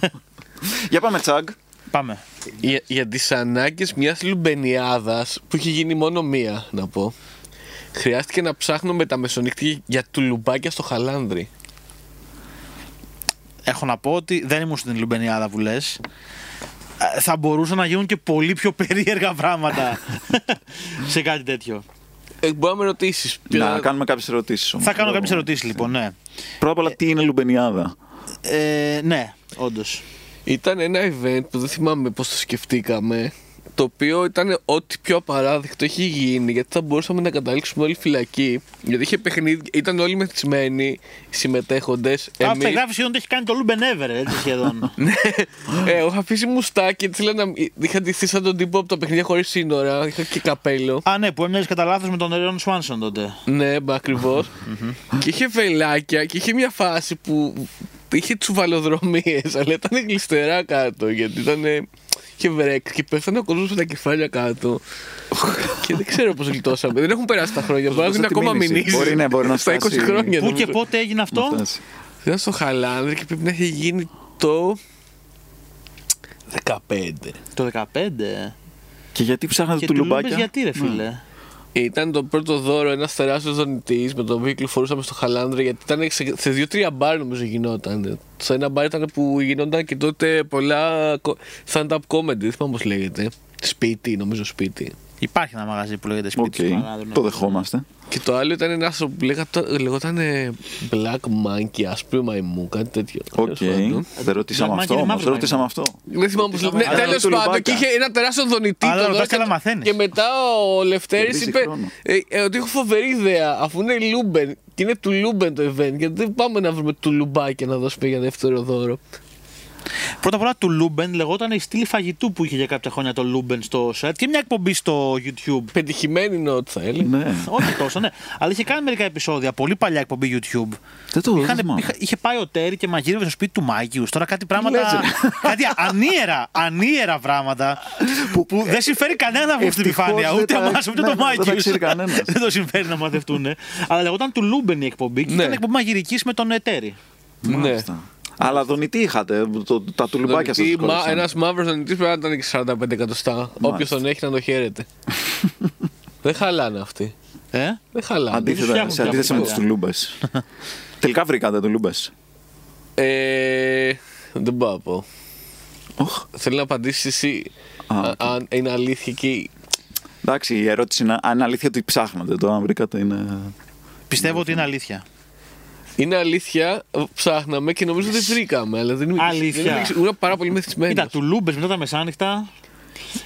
[SPEAKER 3] Για πάμε, Τσαγκ.
[SPEAKER 1] Πάμε.
[SPEAKER 2] για, για τις ανάγκες μιας λουμπενιάδας που είχε γίνει μόνο μία, να πω. Χρειάστηκε να ψάχνω με τα μεσονύχτια για τουλουμπάκια στο χαλάνδρι.
[SPEAKER 1] Έχω να πω ότι δεν ήμουν στην Λουμπενιάδα που λες. Θα μπορούσαν να γίνουν και πολύ πιο περίεργα πράγματα σε κάτι τέτοιο.
[SPEAKER 2] Ε, μπορεί να με ρωτήσεις.
[SPEAKER 3] Να κάνουμε κάποιες ερωτήσεις.
[SPEAKER 1] Θα κάνω κάποιες ερωτήσεις λοιπόν, ναι.
[SPEAKER 3] Πρώτα απ' όλα, τι είναι Λουμπενιάδα.
[SPEAKER 1] Ε, ναι, όντως.
[SPEAKER 2] Ήταν ένα event που δεν θυμάμαι πώς το σκεφτήκαμε. Το οποίο ήταν ό,τι πιο απαράδεκτο έχει γίνει γιατί θα μπορούσαμε να καταλήξουμε όλοι φυλακή. Γιατί είχε παιχνίδι, ήταν όλοι μεθυσμένοι, συμμετέχοντες.
[SPEAKER 1] Εμείς... Αυτό γράφει ότι έχει κάνει το Λουμπενέβερ έτσι σχεδόν.
[SPEAKER 2] ε, έχω αφήσει μουστάκι, έτσι λένε, είχα ντυθεί σαν τον τύπο από τα παιχνίδια χωρίς σύνορα. Είχα και καπέλο.
[SPEAKER 1] Α, ναι, που έμοιαζε κατά λάθος με τον Ρέον Σουάνσον τότε.
[SPEAKER 2] Ναι, μπα ακριβώς. και είχε βελάκια και είχε μια φάση που είχε τσουβαλοδρομίες, αλλά ήταν γλιστερά κάτω. Γιατί ήταν. είχε βρέξει και πέθανε ο κόσμο με τα κεφάλια κάτω. και δεν ξέρω πώς γλιτώσαμε. δεν έχουν περάσει τα χρόνια. Μπορεί να
[SPEAKER 3] δώσω
[SPEAKER 2] έχουν
[SPEAKER 3] τη
[SPEAKER 2] ακόμα
[SPEAKER 3] μήνυση.
[SPEAKER 2] μηνύσεις.
[SPEAKER 3] Μπορεί, ναι, μπορεί να
[SPEAKER 2] Στα 20
[SPEAKER 3] φτάσει.
[SPEAKER 2] χρόνια.
[SPEAKER 1] Πού και
[SPEAKER 2] νομίζω.
[SPEAKER 1] πότε έγινε αυτό.
[SPEAKER 3] Φτάσει.
[SPEAKER 2] Ήταν στο Χαλάνδρη και πρέπει να έχει γίνει το. 15.
[SPEAKER 1] Το 15.
[SPEAKER 3] Και γιατί
[SPEAKER 1] Και
[SPEAKER 3] ψάχνατε του
[SPEAKER 1] του Ναι. λούμπες
[SPEAKER 3] λουμπάκια.
[SPEAKER 1] γιατί ρε φίλε.
[SPEAKER 2] Ήταν το πρώτο δώρο ένας τεράστιο δονητής με τον οποίο κυκλοφορούσαμε στο Χαλάνδρε γιατί ήταν σε, σε δύο-τρία μπαρ νομίζω γινόταν. Σε ένα μπαρ ήταν που γινόταν και τότε πολλά κο- stand-up comedy, δεν θυμάμαι πώς λέγεται. Σπίτι, νομίζω σπίτι.
[SPEAKER 1] Υπάρχει ένα μαγαζί που λέγεται
[SPEAKER 3] Οκ,
[SPEAKER 1] σπίτι του Μαγάδου, ναι.
[SPEAKER 3] το δεχόμαστε.
[SPEAKER 2] Και το άλλο ήταν ένα που λέγα- λεγόταν ε, Black Monkey, άσπρη μαϊμού, κάτι τέτοιο.
[SPEAKER 3] Οκ.
[SPEAKER 2] Τέλος πάντων.
[SPEAKER 3] Δεν ρωτήσαμε
[SPEAKER 1] Black Monkey
[SPEAKER 3] αυτό όμω.
[SPEAKER 1] είναι
[SPEAKER 3] Δεν
[SPEAKER 1] μαύρο
[SPEAKER 3] ρωτήσαμε
[SPEAKER 1] είναι.
[SPEAKER 3] αυτό.
[SPEAKER 2] Δεν θυμάμαι πώ λέγεται.
[SPEAKER 1] Αλλά
[SPEAKER 2] Τέλος
[SPEAKER 3] του
[SPEAKER 2] πάντων, και
[SPEAKER 3] Λουμπάκα.
[SPEAKER 2] είχε ένα τεράστιο δονητή.
[SPEAKER 1] Αλλά
[SPEAKER 2] το
[SPEAKER 1] ρωτάς
[SPEAKER 2] δώρο
[SPEAKER 1] και άλλα μαθαίνεις.
[SPEAKER 2] Και μετά ο Λευτέρης
[SPEAKER 3] Κερδίζει
[SPEAKER 2] είπε
[SPEAKER 3] χρόνο.
[SPEAKER 2] ε, ε, ότι έχω φοβερή ιδέα. Αφού είναι Λούμπεν και είναι του Λούμπεν το event, γιατί δεν πάμε να βρούμε του Λουμπάκια να δώσουμε για δεύτερο δώρο.
[SPEAKER 1] Πρώτα απ' όλα του Λούμπεν λεγόταν η στήλη φαγητού που είχε για κάποια χρόνια το Λούμπεν στο site και μια εκπομπή στο YouTube.
[SPEAKER 2] Πετυχημένη νότ θα έλεγα.
[SPEAKER 3] Ναι.
[SPEAKER 1] Όχι τόσο, ναι. Αλλά είχε κάνει μερικά επεισόδια. Πολύ παλιά εκπομπή YouTube.
[SPEAKER 3] Δεν το
[SPEAKER 1] Είχαν-
[SPEAKER 3] θυμάμαι.
[SPEAKER 1] είχα- είχε πάει ο Τέρι και μαγείρευε στο σπίτι του Μάικιου. Τώρα κάτι πράγματα.
[SPEAKER 3] λες,
[SPEAKER 1] κάτι ανίερα, ανίερα πράγματα. που, που δεν συμφέρει κανένα από αυτή την
[SPEAKER 3] ευτυχώς
[SPEAKER 1] επιφάνεια.
[SPEAKER 3] δεν
[SPEAKER 1] Ούτε
[SPEAKER 3] τα-
[SPEAKER 1] εμάς, ούτε
[SPEAKER 3] ναι,
[SPEAKER 1] το
[SPEAKER 3] ναι, δεν τα
[SPEAKER 1] Μάικιου.
[SPEAKER 3] ξέρει κανένας.
[SPEAKER 1] Δεν το συμφέρει να μαθευτούν. Αλλά λεγόταν του Λούμπεν η εκπομπή και
[SPEAKER 2] Ναι.
[SPEAKER 1] ήταν εκπομπή μαγειρικής με τον ε, Τέρι.
[SPEAKER 2] Ναι.
[SPEAKER 3] Μάλιστα. Αλλά δονητή είχατε, το- τα τουλουμπάκια σα.
[SPEAKER 2] Ένας μαύρος δονητής πρέπει να ήταν και 45 εκατοστά. Όποιος τον έχει να το χαίρεται. δεν χαλάνε αυτοί.
[SPEAKER 1] Ε?
[SPEAKER 2] Δεν χαλάμε.
[SPEAKER 3] Αντίθετα,
[SPEAKER 1] φτιάχνουν
[SPEAKER 3] σε αντίθεση με τους
[SPEAKER 1] διαφορετικά.
[SPEAKER 3] τουλούμπε. Τελικά βρήκατε τουλούμπε.
[SPEAKER 2] Ε, δεν πάω να πω.
[SPEAKER 3] Οχ.
[SPEAKER 2] Θέλω να απαντήσεις εσύ
[SPEAKER 3] Α,
[SPEAKER 2] α-
[SPEAKER 3] οκ.
[SPEAKER 2] αν είναι αλήθεια και.
[SPEAKER 3] Εντάξει, η ερώτηση είναι αν είναι αλήθεια ότι ψάχνατε το, αν βρήκατε είναι.
[SPEAKER 1] Πιστεύω ότι είναι αλήθεια.
[SPEAKER 2] Είναι αλήθεια, ε, ψάχναμε και νομίζω δεν βρήκαμε. Αλλά δεν
[SPEAKER 1] Αλήθεια.
[SPEAKER 2] Δεν είναι- ήμουν πάρα πολύ μεθυσμένος.
[SPEAKER 1] Κοίτα, του Λούμπες μετά τα μεσάνυχτα.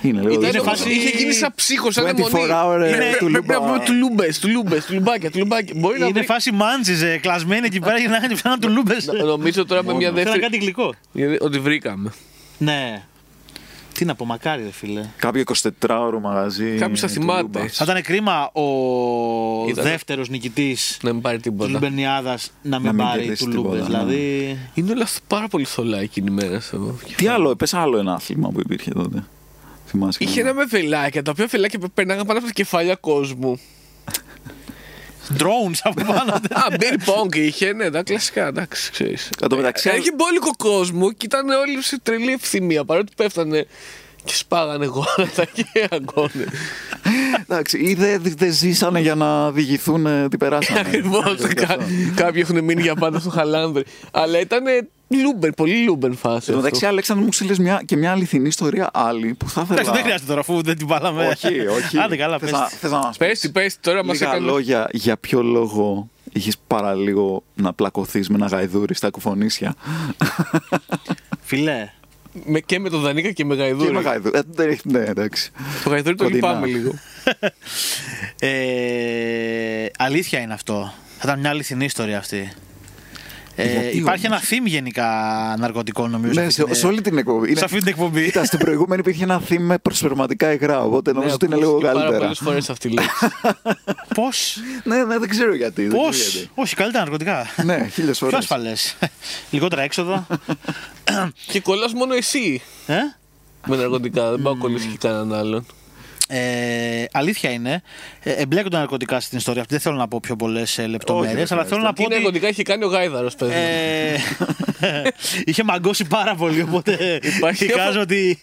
[SPEAKER 3] Είναι λίγο
[SPEAKER 2] Ήταν
[SPEAKER 1] Είναι
[SPEAKER 3] δύσκολο.
[SPEAKER 1] φάση-
[SPEAKER 2] φάση... Είχε γίνει σαν ψύχος, σαν
[SPEAKER 3] 24
[SPEAKER 2] αιμονή.
[SPEAKER 3] hour, ε,
[SPEAKER 2] Πρέπει-
[SPEAKER 3] τουλούμπα.
[SPEAKER 2] Πρέπει να πούμε του λούμπες, του λούμπες, του λουμπάκια, του λουμπάκια. Μπορεί να
[SPEAKER 1] Είναι
[SPEAKER 2] βρει.
[SPEAKER 1] φάση μάντζιζε, κλασμένη εκεί πέρα για να κάνει πιάνα του Λούμπες.
[SPEAKER 2] Νο- Νομίζω τώρα με μια
[SPEAKER 1] Θέλω
[SPEAKER 2] δεύτερη.
[SPEAKER 1] κάτι γλυκό.
[SPEAKER 2] Ότι βρήκαμε.
[SPEAKER 1] Ναι. Τι να πω, μακάρι, ρε φίλε.
[SPEAKER 3] Κάποιο 24ωρο μαγαζί. ε,
[SPEAKER 2] Κάποιος θα
[SPEAKER 3] του
[SPEAKER 2] θυμάται.
[SPEAKER 3] Λούμπας.
[SPEAKER 1] Θα ήταν κρίμα ο
[SPEAKER 2] Ήταν-
[SPEAKER 1] δεύτερος νικητής
[SPEAKER 2] Ναι, Να μην πάρει
[SPEAKER 1] τη
[SPEAKER 2] τίποτα.
[SPEAKER 1] Λουμπενιάδας να μην
[SPEAKER 3] μην
[SPEAKER 1] πάρει
[SPEAKER 3] κερδίσει
[SPEAKER 1] του Λούμπες.
[SPEAKER 3] τίποτα, ναι.
[SPEAKER 1] Δηλαδή.
[SPEAKER 2] Είναι όλα αυτό πάρα πολύ θολά εκείνη η μέρα. στο-
[SPEAKER 3] Τι άλλο, πες άλλο ένα άθλημα που υπήρχε τότε. Θυμάσαι.
[SPEAKER 2] Είχε ένα με βελάκια, τα οποία βελάκια περνάγαν πάνω από τα κεφάλια κόσμου.
[SPEAKER 1] Drones από πάνω.
[SPEAKER 2] Α, beer pong είχε, ναι, τα κλασικά, εντάξει, ξέρεις.
[SPEAKER 3] Εν τω μεταξύ-
[SPEAKER 2] Ε, Είχε μπόλικο κόσμο και ήταν όλοι σε τρελή ευθυμία, παρότι πέφτανε και σπάγανε γόνατα και αγώνες.
[SPEAKER 3] Εντάξει, ή δεν δεν ζήσανε για να διηγηθούν ε, τι περάσανε. Ε,
[SPEAKER 2] Ακριβώ. Λοιπόν, Κάποιοι έχουν μείνει για πάντα στο χαλάνδρι. Αλλά ήταν λούμπεν, πολύ λούμπεν φάση.
[SPEAKER 3] Εν τω
[SPEAKER 2] αυτό.
[SPEAKER 3] μεταξύ, Αλέξανδρο μου ξύλες μια, και μια αληθινή ιστορία άλλη που θα ήθελα.
[SPEAKER 1] Εντάξει, δεν χρειάζεται τώρα αφού δεν την πάλαμε.
[SPEAKER 3] Όχι, όχι.
[SPEAKER 1] Άντε καλά,
[SPEAKER 3] Θες
[SPEAKER 1] πες.
[SPEAKER 3] να- θες να μας
[SPEAKER 2] Πες τη, πες τη, τώρα μας
[SPEAKER 3] Λίγα
[SPEAKER 2] έκανες.
[SPEAKER 3] λόγια για ποιο λόγο είχες παραλίγο να πλακωθείς με ένα γαϊδούρι στα κουφονίσια.
[SPEAKER 1] Φιλέ.
[SPEAKER 2] Με, και με τον Δανίκα και με
[SPEAKER 3] Και
[SPEAKER 2] Γαϊδούρη.
[SPEAKER 3] με γαϊδούρι. Ε, δεν έχει- Ναι, εντάξει.
[SPEAKER 2] Το Γαϊδούρη το
[SPEAKER 3] Κοντινά.
[SPEAKER 2] λυπάμαι λίγο.
[SPEAKER 1] Ε, αλήθεια είναι αυτό. Θα ήταν μια αληθινή ιστορία αυτή. Ε,
[SPEAKER 3] Γιατί
[SPEAKER 1] υπάρχει
[SPEAKER 3] όμως?
[SPEAKER 1] ένα theme γενικά ναρκωτικών νομίζω. σε
[SPEAKER 3] Ναι,
[SPEAKER 1] αυτή
[SPEAKER 3] σε,
[SPEAKER 1] την-
[SPEAKER 3] σε όλη την εκπομπή. Είναι-
[SPEAKER 1] σε αυτή την εκπομπή. Ναι,
[SPEAKER 3] Κοίτα, στην προηγούμενη υπήρχε ένα theme με προσφερματικά υγρά, οπότε νομίζω ότι είναι λίγο
[SPEAKER 2] Ακούστηκε Ναι, Πάρα
[SPEAKER 3] καλύτερα.
[SPEAKER 2] πολλές φορές αυτή η λέξη.
[SPEAKER 1] Πώς.
[SPEAKER 3] Ναι, ναι, δεν ξέρω γιατί. δεν
[SPEAKER 1] Πώ.
[SPEAKER 3] ξέρω γιατί.
[SPEAKER 1] Όχι, καλύτερα ναρκωτικά.
[SPEAKER 3] Ναι, χίλιες
[SPEAKER 1] Πιο
[SPEAKER 3] φορές.
[SPEAKER 1] ασφαλές. Λιγότερα έξοδα.
[SPEAKER 2] και κολλάς μόνο εσύ
[SPEAKER 1] ε?
[SPEAKER 2] με ναρκωτικά. Δεν πάω κολλήσει και κανέναν άλλον.
[SPEAKER 1] Ε, αλήθεια είναι. Ε, εμπλέκονται ναρκωτικά στην ιστορία αυτή. Δεν θέλω να πω πιο πολλές λεπτομέρειε,
[SPEAKER 3] δεν
[SPEAKER 1] αλλά θέλω να πω
[SPEAKER 2] Τι
[SPEAKER 1] ότι.
[SPEAKER 2] ναρκωτικά είχε κάνει ο Γάιδαρος, παιδί. μου.
[SPEAKER 1] Ε, είχε μαγκώσει πάρα πολύ, οπότε
[SPEAKER 2] Υπάρχει
[SPEAKER 1] εικάζω
[SPEAKER 2] ένα-
[SPEAKER 1] ότι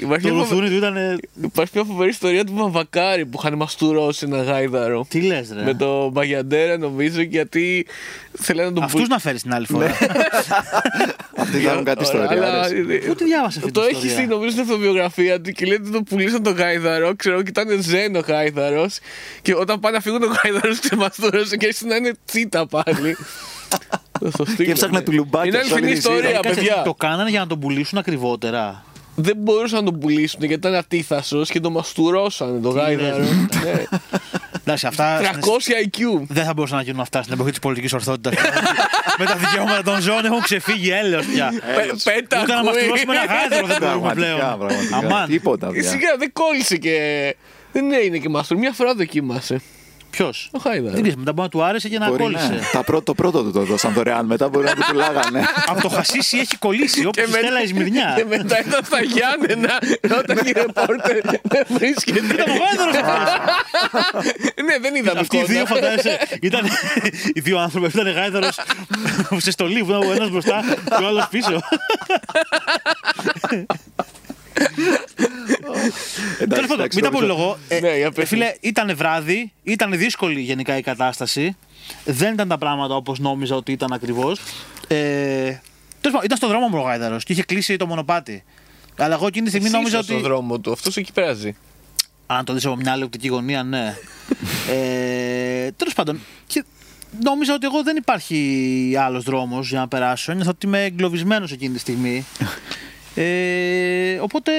[SPEAKER 2] Υπάρχει
[SPEAKER 1] το
[SPEAKER 2] ένα-
[SPEAKER 1] λουθούνι του ήταν... ε,
[SPEAKER 2] Υπάρχει μια φοβερή ιστορία του Μαμβακάρη που είχαν μαστούρωσει ένα γάιδαρο.
[SPEAKER 1] Τι λες
[SPEAKER 3] Ναι.
[SPEAKER 1] ρε.
[SPEAKER 2] Με τον Μπαγιαντέρα νομίζω γιατί θέλανε να τον
[SPEAKER 1] Αυτούς να φέρεις την άλλη
[SPEAKER 2] Ναι,
[SPEAKER 1] φορά. Ε,
[SPEAKER 3] Αυτοί θα έχουν κάτι ιστορία.
[SPEAKER 1] Πού τη διάβασες αυτή
[SPEAKER 2] ε, το
[SPEAKER 1] την
[SPEAKER 2] έχει
[SPEAKER 1] ιστορία?
[SPEAKER 2] στην νομίζω στην αυτοβιογραφία του και λέει ότι το πουλήσαν τον Γάιδαρο, ξέρω, και ήταν ζένο Γάιδαρος. Και όταν πάνε να φύγουν τον Γάιδαρος, ξεμαστούρωσε και έτσι να είναι τσίτα πάλι. Θα στο στείλω,
[SPEAKER 3] Και έψαχνε
[SPEAKER 2] ναι.
[SPEAKER 3] του λουμπάκια
[SPEAKER 2] Είναι
[SPEAKER 3] σε όλη
[SPEAKER 2] αληθινή
[SPEAKER 3] τη ζήτα.
[SPEAKER 2] ιστορία,
[SPEAKER 1] Κάτσε,
[SPEAKER 2] παιδιά.
[SPEAKER 1] Το κάνανε για να τον πουλήσουν ακριβότερα.
[SPEAKER 2] Δεν μπορούσαν να τον πουλήσουν γιατί ήταν ατίθασος και τον μαστούρωσαν τον
[SPEAKER 1] Τι
[SPEAKER 2] Γάιδαρο.
[SPEAKER 1] λες,
[SPEAKER 2] Ναι.
[SPEAKER 1] Εντάξει, αυτά
[SPEAKER 2] 300 IQ.
[SPEAKER 1] δεν θα μπορούσαν να γίνουν αυτά στην εποχή της πολιτικής ορθότητας. Με τα δικαιώματα των ζώων έχουν ξεφύγει έλεος πια.
[SPEAKER 2] Πε- Πέτα
[SPEAKER 1] Ούτε να
[SPEAKER 2] ακούει.
[SPEAKER 1] μαστιγώσουμε ένα γάιδρο δεν μπορούμε πλέον.
[SPEAKER 3] Ναι, Πραγματικά, πραγματικά.
[SPEAKER 1] Αμάν.
[SPEAKER 3] Τίποτα.
[SPEAKER 2] Ε,
[SPEAKER 3] παιδιά.
[SPEAKER 2] Σιγά δεν κόλλησε και. Δεν έγινε και μαστούρ. Μια φορά δοκίμασε.
[SPEAKER 1] Ποιος?
[SPEAKER 2] Ο
[SPEAKER 1] Δεν
[SPEAKER 2] Χάιδαρο.
[SPEAKER 1] ξέρεις, μετά μπορεί να του άρεσε και να
[SPEAKER 3] Μπορεί, ναι.
[SPEAKER 1] κόλλησε.
[SPEAKER 3] Τα πρώτο, το πρώτο του το δώσαν δωρεάν, μετά μπορεί να του πουλάγανε.
[SPEAKER 1] Από το χασίσι έχει κολλήσει, όπως η Στέλλα η Σμυρνιά.
[SPEAKER 2] και μετά ήταν στα Γιάννενα όταν η ρεπόρτερ δεν βρίσκεται.
[SPEAKER 1] Ήταν ο γάιδρος αυτός.
[SPEAKER 2] ναι, δεν είδαμε
[SPEAKER 1] Αυτοί οι
[SPEAKER 2] κόντρα.
[SPEAKER 1] δύο φαντάζεσαι. Ήταν, οι δύο άνθρωποι ήταν γάιδαρο σε στολή που ήταν ο ένας μπροστά και ο άλλος πίσω. Τέλος πάντων, μην τα πολυλογώ. Ε,
[SPEAKER 2] Ναι, για
[SPEAKER 1] ε,
[SPEAKER 2] πες.
[SPEAKER 1] Φίλε, ήταν βράδυ, ήταν δύσκολη γενικά η κατάσταση. Δεν ήταν τα πράγματα όπως νόμιζα ότι ήταν ακριβώς. Ε, Τέλος πάντων, ήταν στον δρόμο μου ο γάιδαρος και είχε κλείσει το μονοπάτι. Αλλά εγώ εκείνη τη στιγμή
[SPEAKER 2] Εσύ
[SPEAKER 1] νόμιζα
[SPEAKER 2] ήσουν
[SPEAKER 1] ότι.
[SPEAKER 2] στον δρόμο του, αυτός εκεί πέραζε.
[SPEAKER 1] Αν το δεις από μια άλλη οπτική γωνία, ναι. ε, Τέλος πάντων, και νόμιζα ότι εγώ δεν υπάρχει άλλος δρόμος για να περάσω. Νιώθω ότι είμαι εγκλωβισμένος εκείνη τη στιγμή. Ε, οπότε,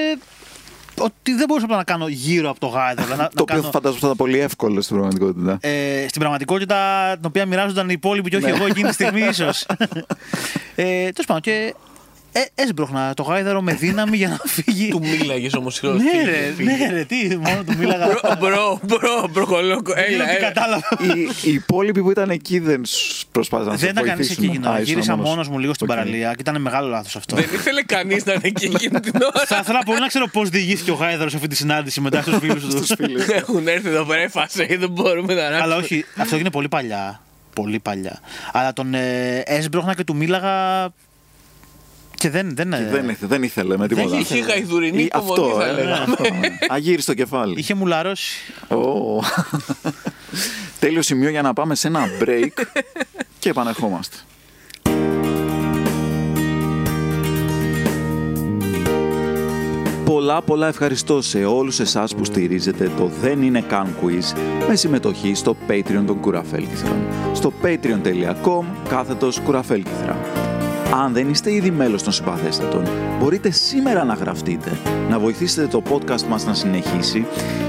[SPEAKER 1] ότι δεν μπορούσα απλά να κάνω γύρω από το γάιδρο. να, να
[SPEAKER 3] Το οποίο
[SPEAKER 1] κάνω,
[SPEAKER 3] φαντάζομαι θα ήταν πολύ εύκολο στην πραγματικότητα.
[SPEAKER 1] ε, στην πραγματικότητα την οποία μοιράζονταν οι υπόλοιποι και όχι εγώ εκείνη τη στιγμή, ίσως. ε, Τέλος πάντων, και ε, έσπρωχνα το γάιδαρο με δύναμη για να φύγει.
[SPEAKER 2] Του μίλαγες όμως χειρό.
[SPEAKER 1] ναι, ρε, ναι, ρε, τι, μόνο του μίλαγα.
[SPEAKER 2] Μπρο, μπρο, μπροχολόκο. Έλα,
[SPEAKER 1] Δεν
[SPEAKER 2] έλα.
[SPEAKER 1] κατάλαβα.
[SPEAKER 3] οι, οι υπόλοιποι που ήταν εκεί δεν σ- προσπάθησαν να σε
[SPEAKER 1] Ε. Δεν τα κάνεις
[SPEAKER 3] βοηθήσουν.
[SPEAKER 1] εκεί
[SPEAKER 3] Α,
[SPEAKER 1] γίνοντα.
[SPEAKER 3] ήσουν
[SPEAKER 1] Γύρισα
[SPEAKER 3] μόνος.
[SPEAKER 1] μόνος μου λίγο στην
[SPEAKER 3] Οκ.
[SPEAKER 1] παραλία και ήταν μεγάλο λάθος αυτό.
[SPEAKER 2] Δεν ήθελε κανείς να είναι εκεί εκείνη την
[SPEAKER 1] Θα
[SPEAKER 2] ώρα.
[SPEAKER 1] ήθελα πολύ να ξέρω πώς διηγήθηκε ο Γάιδαρος αυτή τη συνάντηση μετά στους φίλους του.
[SPEAKER 3] Στους φίλους.
[SPEAKER 2] Έχουν έρθει εδώ πέρα, έφασε, δεν μπορούμε να ράξουμε.
[SPEAKER 1] Αλλά όχι, αυτό έγινε πολύ παλιά. Πολύ παλιά. Αλλά τον ε, έσπρωχνα και του μίλαγα. Και δεν. δεν, ε,
[SPEAKER 3] Δεν, ήθε- δεν ήθελε με τίποτα.
[SPEAKER 1] είχε
[SPEAKER 2] Είχε γαϊδουρινή
[SPEAKER 3] Ή-
[SPEAKER 2] υπομονή, θα
[SPEAKER 3] ε,
[SPEAKER 2] έλεγα.
[SPEAKER 3] αυτό, ε. Αγύριστο κεφάλι.
[SPEAKER 1] Είχε μουλαρώσει.
[SPEAKER 3] Ω. Τέλειο σημείο για να πάμε σε ένα break και επανερχόμαστε. Πολλά πολλά ευχαριστώ σε όλους εσάς που στηρίζετε το Δεν Είναι Καν Quiz με συμμετοχή στο Patreon των Κουραφέλκυθρων. Στο patreon.com κάθετος Κουραφέλκυθρα. Αν δεν είστε ήδη μέλος των συμπαθέστατων, μπορείτε σήμερα να γραφτείτε, να βοηθήσετε το podcast μας να συνεχίσει